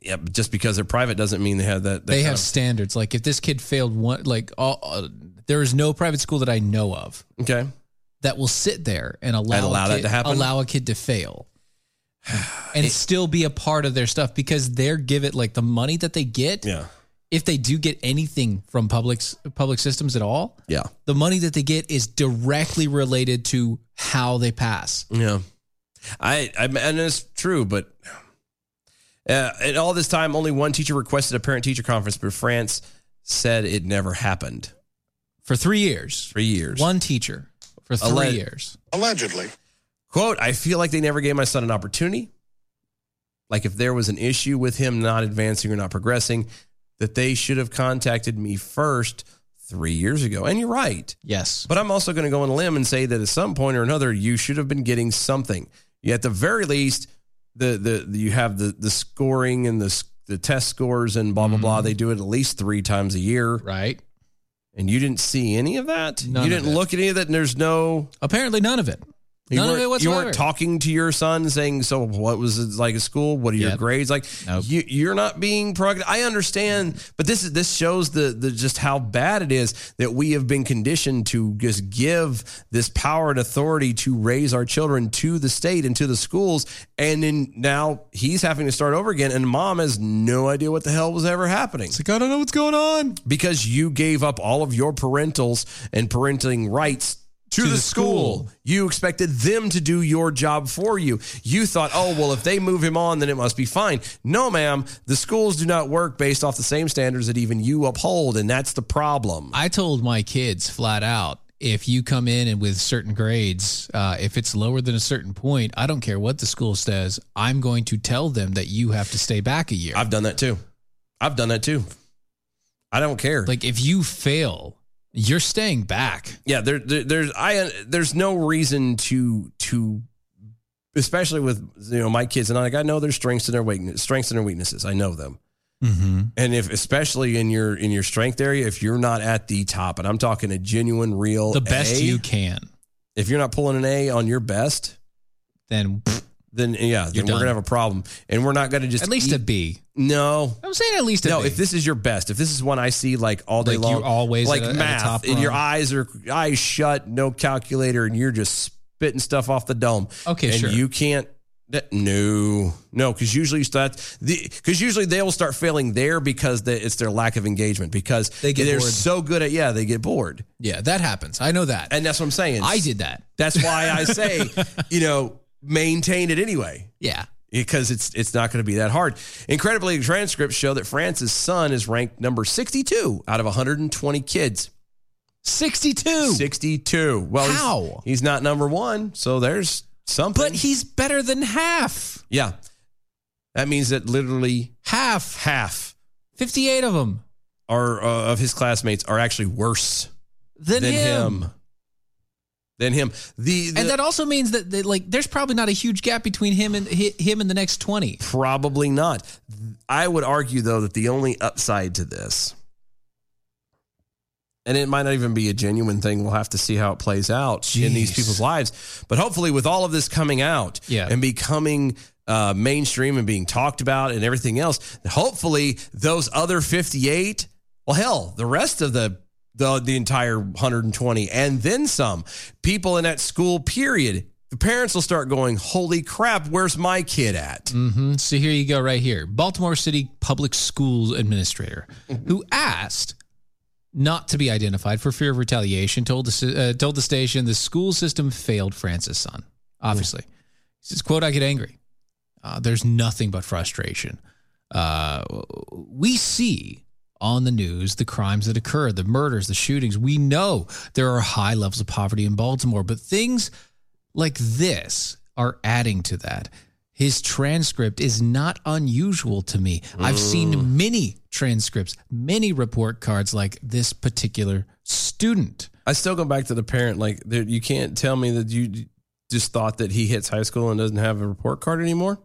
[SPEAKER 2] yeah, but just because they're private doesn't mean they have that. that
[SPEAKER 3] they
[SPEAKER 2] kind
[SPEAKER 3] have
[SPEAKER 2] of-
[SPEAKER 3] standards. Like if this kid failed one, like all, uh, there is no private school that I know of.
[SPEAKER 2] Okay,
[SPEAKER 3] that will sit there and allow
[SPEAKER 2] And allow
[SPEAKER 3] a
[SPEAKER 2] that
[SPEAKER 3] kid,
[SPEAKER 2] to happen?
[SPEAKER 3] Allow a kid to fail, and still be a part of their stuff because they're give it like the money that they get.
[SPEAKER 2] Yeah.
[SPEAKER 3] If they do get anything from public s- public systems at all,
[SPEAKER 2] yeah,
[SPEAKER 3] the money that they get is directly related to how they pass.
[SPEAKER 2] Yeah, I, I and it's true, but uh, at all this time, only one teacher requested a parent-teacher conference, but France said it never happened
[SPEAKER 3] for three years.
[SPEAKER 2] Three years,
[SPEAKER 3] one teacher for three years.
[SPEAKER 2] allegedly. Quote: I feel like they never gave my son an opportunity. Like if there was an issue with him not advancing or not progressing, that they should have contacted me first three years ago. And you're right.
[SPEAKER 3] Yes.
[SPEAKER 2] But I'm also going to go on a limb and say that at some point or another, you should have been getting something. You- At the very least, the the, the- you have the the scoring and the s- the test scores and blah blah
[SPEAKER 3] Mm-hmm.
[SPEAKER 2] blah. They do it at least three times a year,
[SPEAKER 3] right?
[SPEAKER 2] And you didn't see any of that.
[SPEAKER 3] None
[SPEAKER 2] you
[SPEAKER 3] of
[SPEAKER 2] didn't look at any of that. And there's no
[SPEAKER 3] apparently none of it.
[SPEAKER 2] You
[SPEAKER 3] None of
[SPEAKER 2] weren't-
[SPEAKER 3] it
[SPEAKER 2] You
[SPEAKER 3] whatsoever.
[SPEAKER 2] weren't talking to your son saying, "So what was it like at school? What are your
[SPEAKER 3] Yep.
[SPEAKER 2] grades like?" You, you're not being proactive. I understand, but this is this shows the the just how bad it is that we have been conditioned to just give this power and authority to raise our children to the state and to the schools, and then now he's having to start over again, and mom has no idea what the hell was ever happening. It's
[SPEAKER 3] like I don't know what's going on
[SPEAKER 2] because you gave up all of your parentals and parenting rights to, the, school. You expected them to do your job for you. You thought, oh, well, if they move him on, then it must be fine. No, ma'am. The schools do not work based off the same standards that even you uphold. And that's the problem.
[SPEAKER 3] I told my kids flat out if you come in and with certain grades, uh, if it's lower than a certain point, I don't care what the school says, I'm going to tell them that you have to stay back a year.
[SPEAKER 2] I've done that too. I've done that too. I don't care.
[SPEAKER 3] Like if you fail, you're staying back.
[SPEAKER 2] Yeah, there, there there's I there's no reason to to especially with you know my kids and I like I know their strengths and their weakness, strengths and their weaknesses. I know them.
[SPEAKER 4] Mm-hmm.
[SPEAKER 2] And if especially in your in your strength area, if you're not at the top, and I'm talking a genuine, real
[SPEAKER 3] The best
[SPEAKER 2] A,
[SPEAKER 3] you can.
[SPEAKER 2] If you're not pulling an A on your best,
[SPEAKER 3] then
[SPEAKER 2] then yeah, then
[SPEAKER 3] You're
[SPEAKER 2] we're
[SPEAKER 3] done.
[SPEAKER 2] gonna have a problem, and we're not gonna just
[SPEAKER 3] At least
[SPEAKER 2] eat-
[SPEAKER 3] a B.
[SPEAKER 2] No,
[SPEAKER 3] I'm saying at least a
[SPEAKER 2] no.
[SPEAKER 3] B.
[SPEAKER 2] If this is your best, if this is one I see like all day
[SPEAKER 3] Like
[SPEAKER 2] long,
[SPEAKER 3] you're always
[SPEAKER 2] like
[SPEAKER 3] at a- at a
[SPEAKER 2] math,
[SPEAKER 3] top
[SPEAKER 2] and your
[SPEAKER 3] rung.
[SPEAKER 2] eyes are eyes shut, no calculator, and you're just spitting stuff off the dome.
[SPEAKER 3] Okay,
[SPEAKER 2] and
[SPEAKER 3] sure.
[SPEAKER 2] You can't. that- No, no, because usually you start the because usually they will start failing there because they, it's their lack of engagement because
[SPEAKER 3] They get
[SPEAKER 2] they're
[SPEAKER 3] bored.
[SPEAKER 2] so good at yeah they get bored
[SPEAKER 3] yeah that happens I know that
[SPEAKER 2] and that's what I'm saying
[SPEAKER 3] I did that.
[SPEAKER 2] that's why I say you know maintain it anyway
[SPEAKER 3] Yeah.
[SPEAKER 2] because it's it's not going to be that hard. Incredibly, transcripts show that France's son is ranked number 62 out of 120 kids.
[SPEAKER 3] 62.
[SPEAKER 2] 62. Well, he's-
[SPEAKER 3] How?
[SPEAKER 2] He's, not number 1, so there's something.
[SPEAKER 3] But he's better than half.
[SPEAKER 2] Yeah. That means that literally
[SPEAKER 3] half
[SPEAKER 2] half
[SPEAKER 3] 58 of them
[SPEAKER 2] are uh, of his classmates are actually worse
[SPEAKER 3] Than him.
[SPEAKER 2] Than him. The, the
[SPEAKER 3] and that also means that that, like there's probably not a huge gap between him and hi- him and the next 20.
[SPEAKER 2] Probably not. I would argue, though, that the only upside to this, and it might not even be a genuine thing, we'll have to see how it plays out in these
[SPEAKER 3] Jeez.
[SPEAKER 2] people's lives. But hopefully, with all of this coming out
[SPEAKER 3] Yeah.
[SPEAKER 2] and becoming uh, mainstream and being talked about and everything else, hopefully, those other 58, well, hell, the rest of the the, the entire 120 and then some people in that school period the parents will start going holy crap where's my kid at
[SPEAKER 3] hmm So here you go, right here. Baltimore City Public Schools administrator who asked not to be identified for fear of retaliation told the, si- uh, told the station the school system failed Francis' son. Obviously, he says, "quote I get angry. Uh, there's nothing but frustration. Uh, we see." On the news, the crimes that occur, the murders, the shootings. We know there are high levels of poverty in Baltimore, but things like this are adding to that. His transcript is not unusual to me. I've seen many transcripts, many report cards like this particular student.
[SPEAKER 2] I still go back to the parent. Like, there- you can't tell me that you just thought that he hits high school and doesn't have a report card anymore.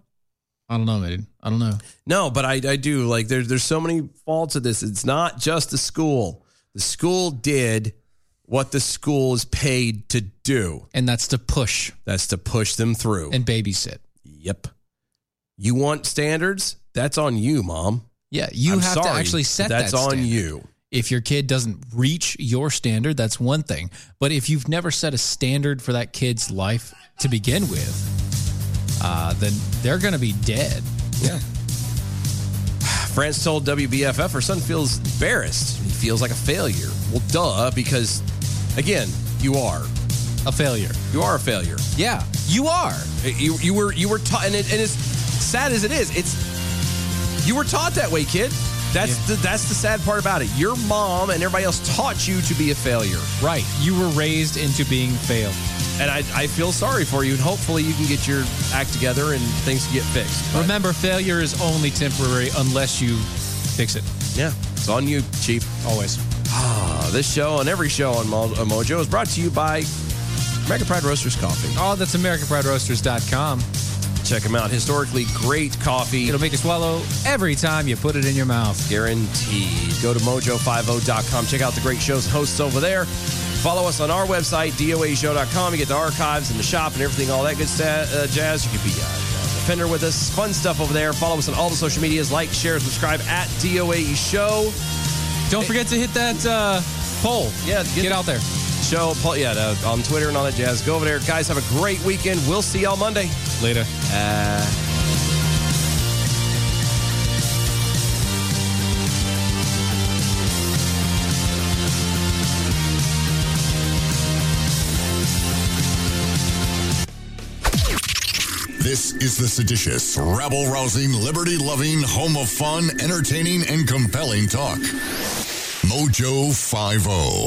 [SPEAKER 3] I don't know, man. I don't know.
[SPEAKER 2] No, but I, I do. Like, there's there's so many faults of this. It's not just the school. The school did what the school is paid to do,
[SPEAKER 3] and that's to push.
[SPEAKER 2] That's to push them through
[SPEAKER 3] and babysit.
[SPEAKER 2] Yep. You want standards? that's on you, mom.
[SPEAKER 3] Yeah, you
[SPEAKER 2] I'm
[SPEAKER 3] have to
[SPEAKER 2] sorry,
[SPEAKER 3] actually set
[SPEAKER 2] but that's
[SPEAKER 3] that
[SPEAKER 2] on
[SPEAKER 3] standard.
[SPEAKER 2] you.
[SPEAKER 3] If your kid doesn't reach your standard, that's one thing. But if you've never set a standard for that kid's life to begin with, uh, then they're going to be dead.
[SPEAKER 2] Yeah. France told WBFF her son feels embarrassed. He feels like a failure. Well, duh, because again, you are
[SPEAKER 3] a failure.
[SPEAKER 2] You are a failure.
[SPEAKER 3] Yeah, you are.
[SPEAKER 2] You you were you were taught, and, it, and as sad as it is, it's you were taught that way, kid. That's the that's the sad part about it. Your mom and everybody else taught you to be a failure.
[SPEAKER 3] Right. You were raised into being failed.
[SPEAKER 2] And I, I feel sorry for you, and hopefully you can get your act together and things can get fixed.
[SPEAKER 3] Remember, failure is only temporary unless you fix it.
[SPEAKER 2] Yeah, it's on you, Chief.
[SPEAKER 3] Always.
[SPEAKER 2] Ah, this show and every show on Mo- on Mojo is brought to you by American Pride Roasters Coffee.
[SPEAKER 3] Oh, that's AmericanPrideRoasters.com.
[SPEAKER 2] Check them out. Historically great coffee.
[SPEAKER 3] It'll make you swallow every time you put it in your mouth.
[SPEAKER 2] Guaranteed. Go to mojo50.com. Check out the great shows and hosts over there. Follow us on our website, doashow.com. You get the archives and the shop and everything, all that good sta- uh, jazz. You can be uh, a defender with us. Fun stuff over there. Follow us on all the social medias. Like, share, subscribe at DOAE Show.
[SPEAKER 3] Don't forget to hit that uh, poll.
[SPEAKER 2] Yeah, get,
[SPEAKER 3] out there.
[SPEAKER 2] Show, poll, yeah, uh, on Twitter and all that jazz. Go over there. Guys, have a great weekend. We'll see y'all Monday.
[SPEAKER 3] Later.
[SPEAKER 2] Uh,
[SPEAKER 17] This is the seditious, rabble rousing, liberty loving, home of fun, entertaining, and compelling talk. Mojo 5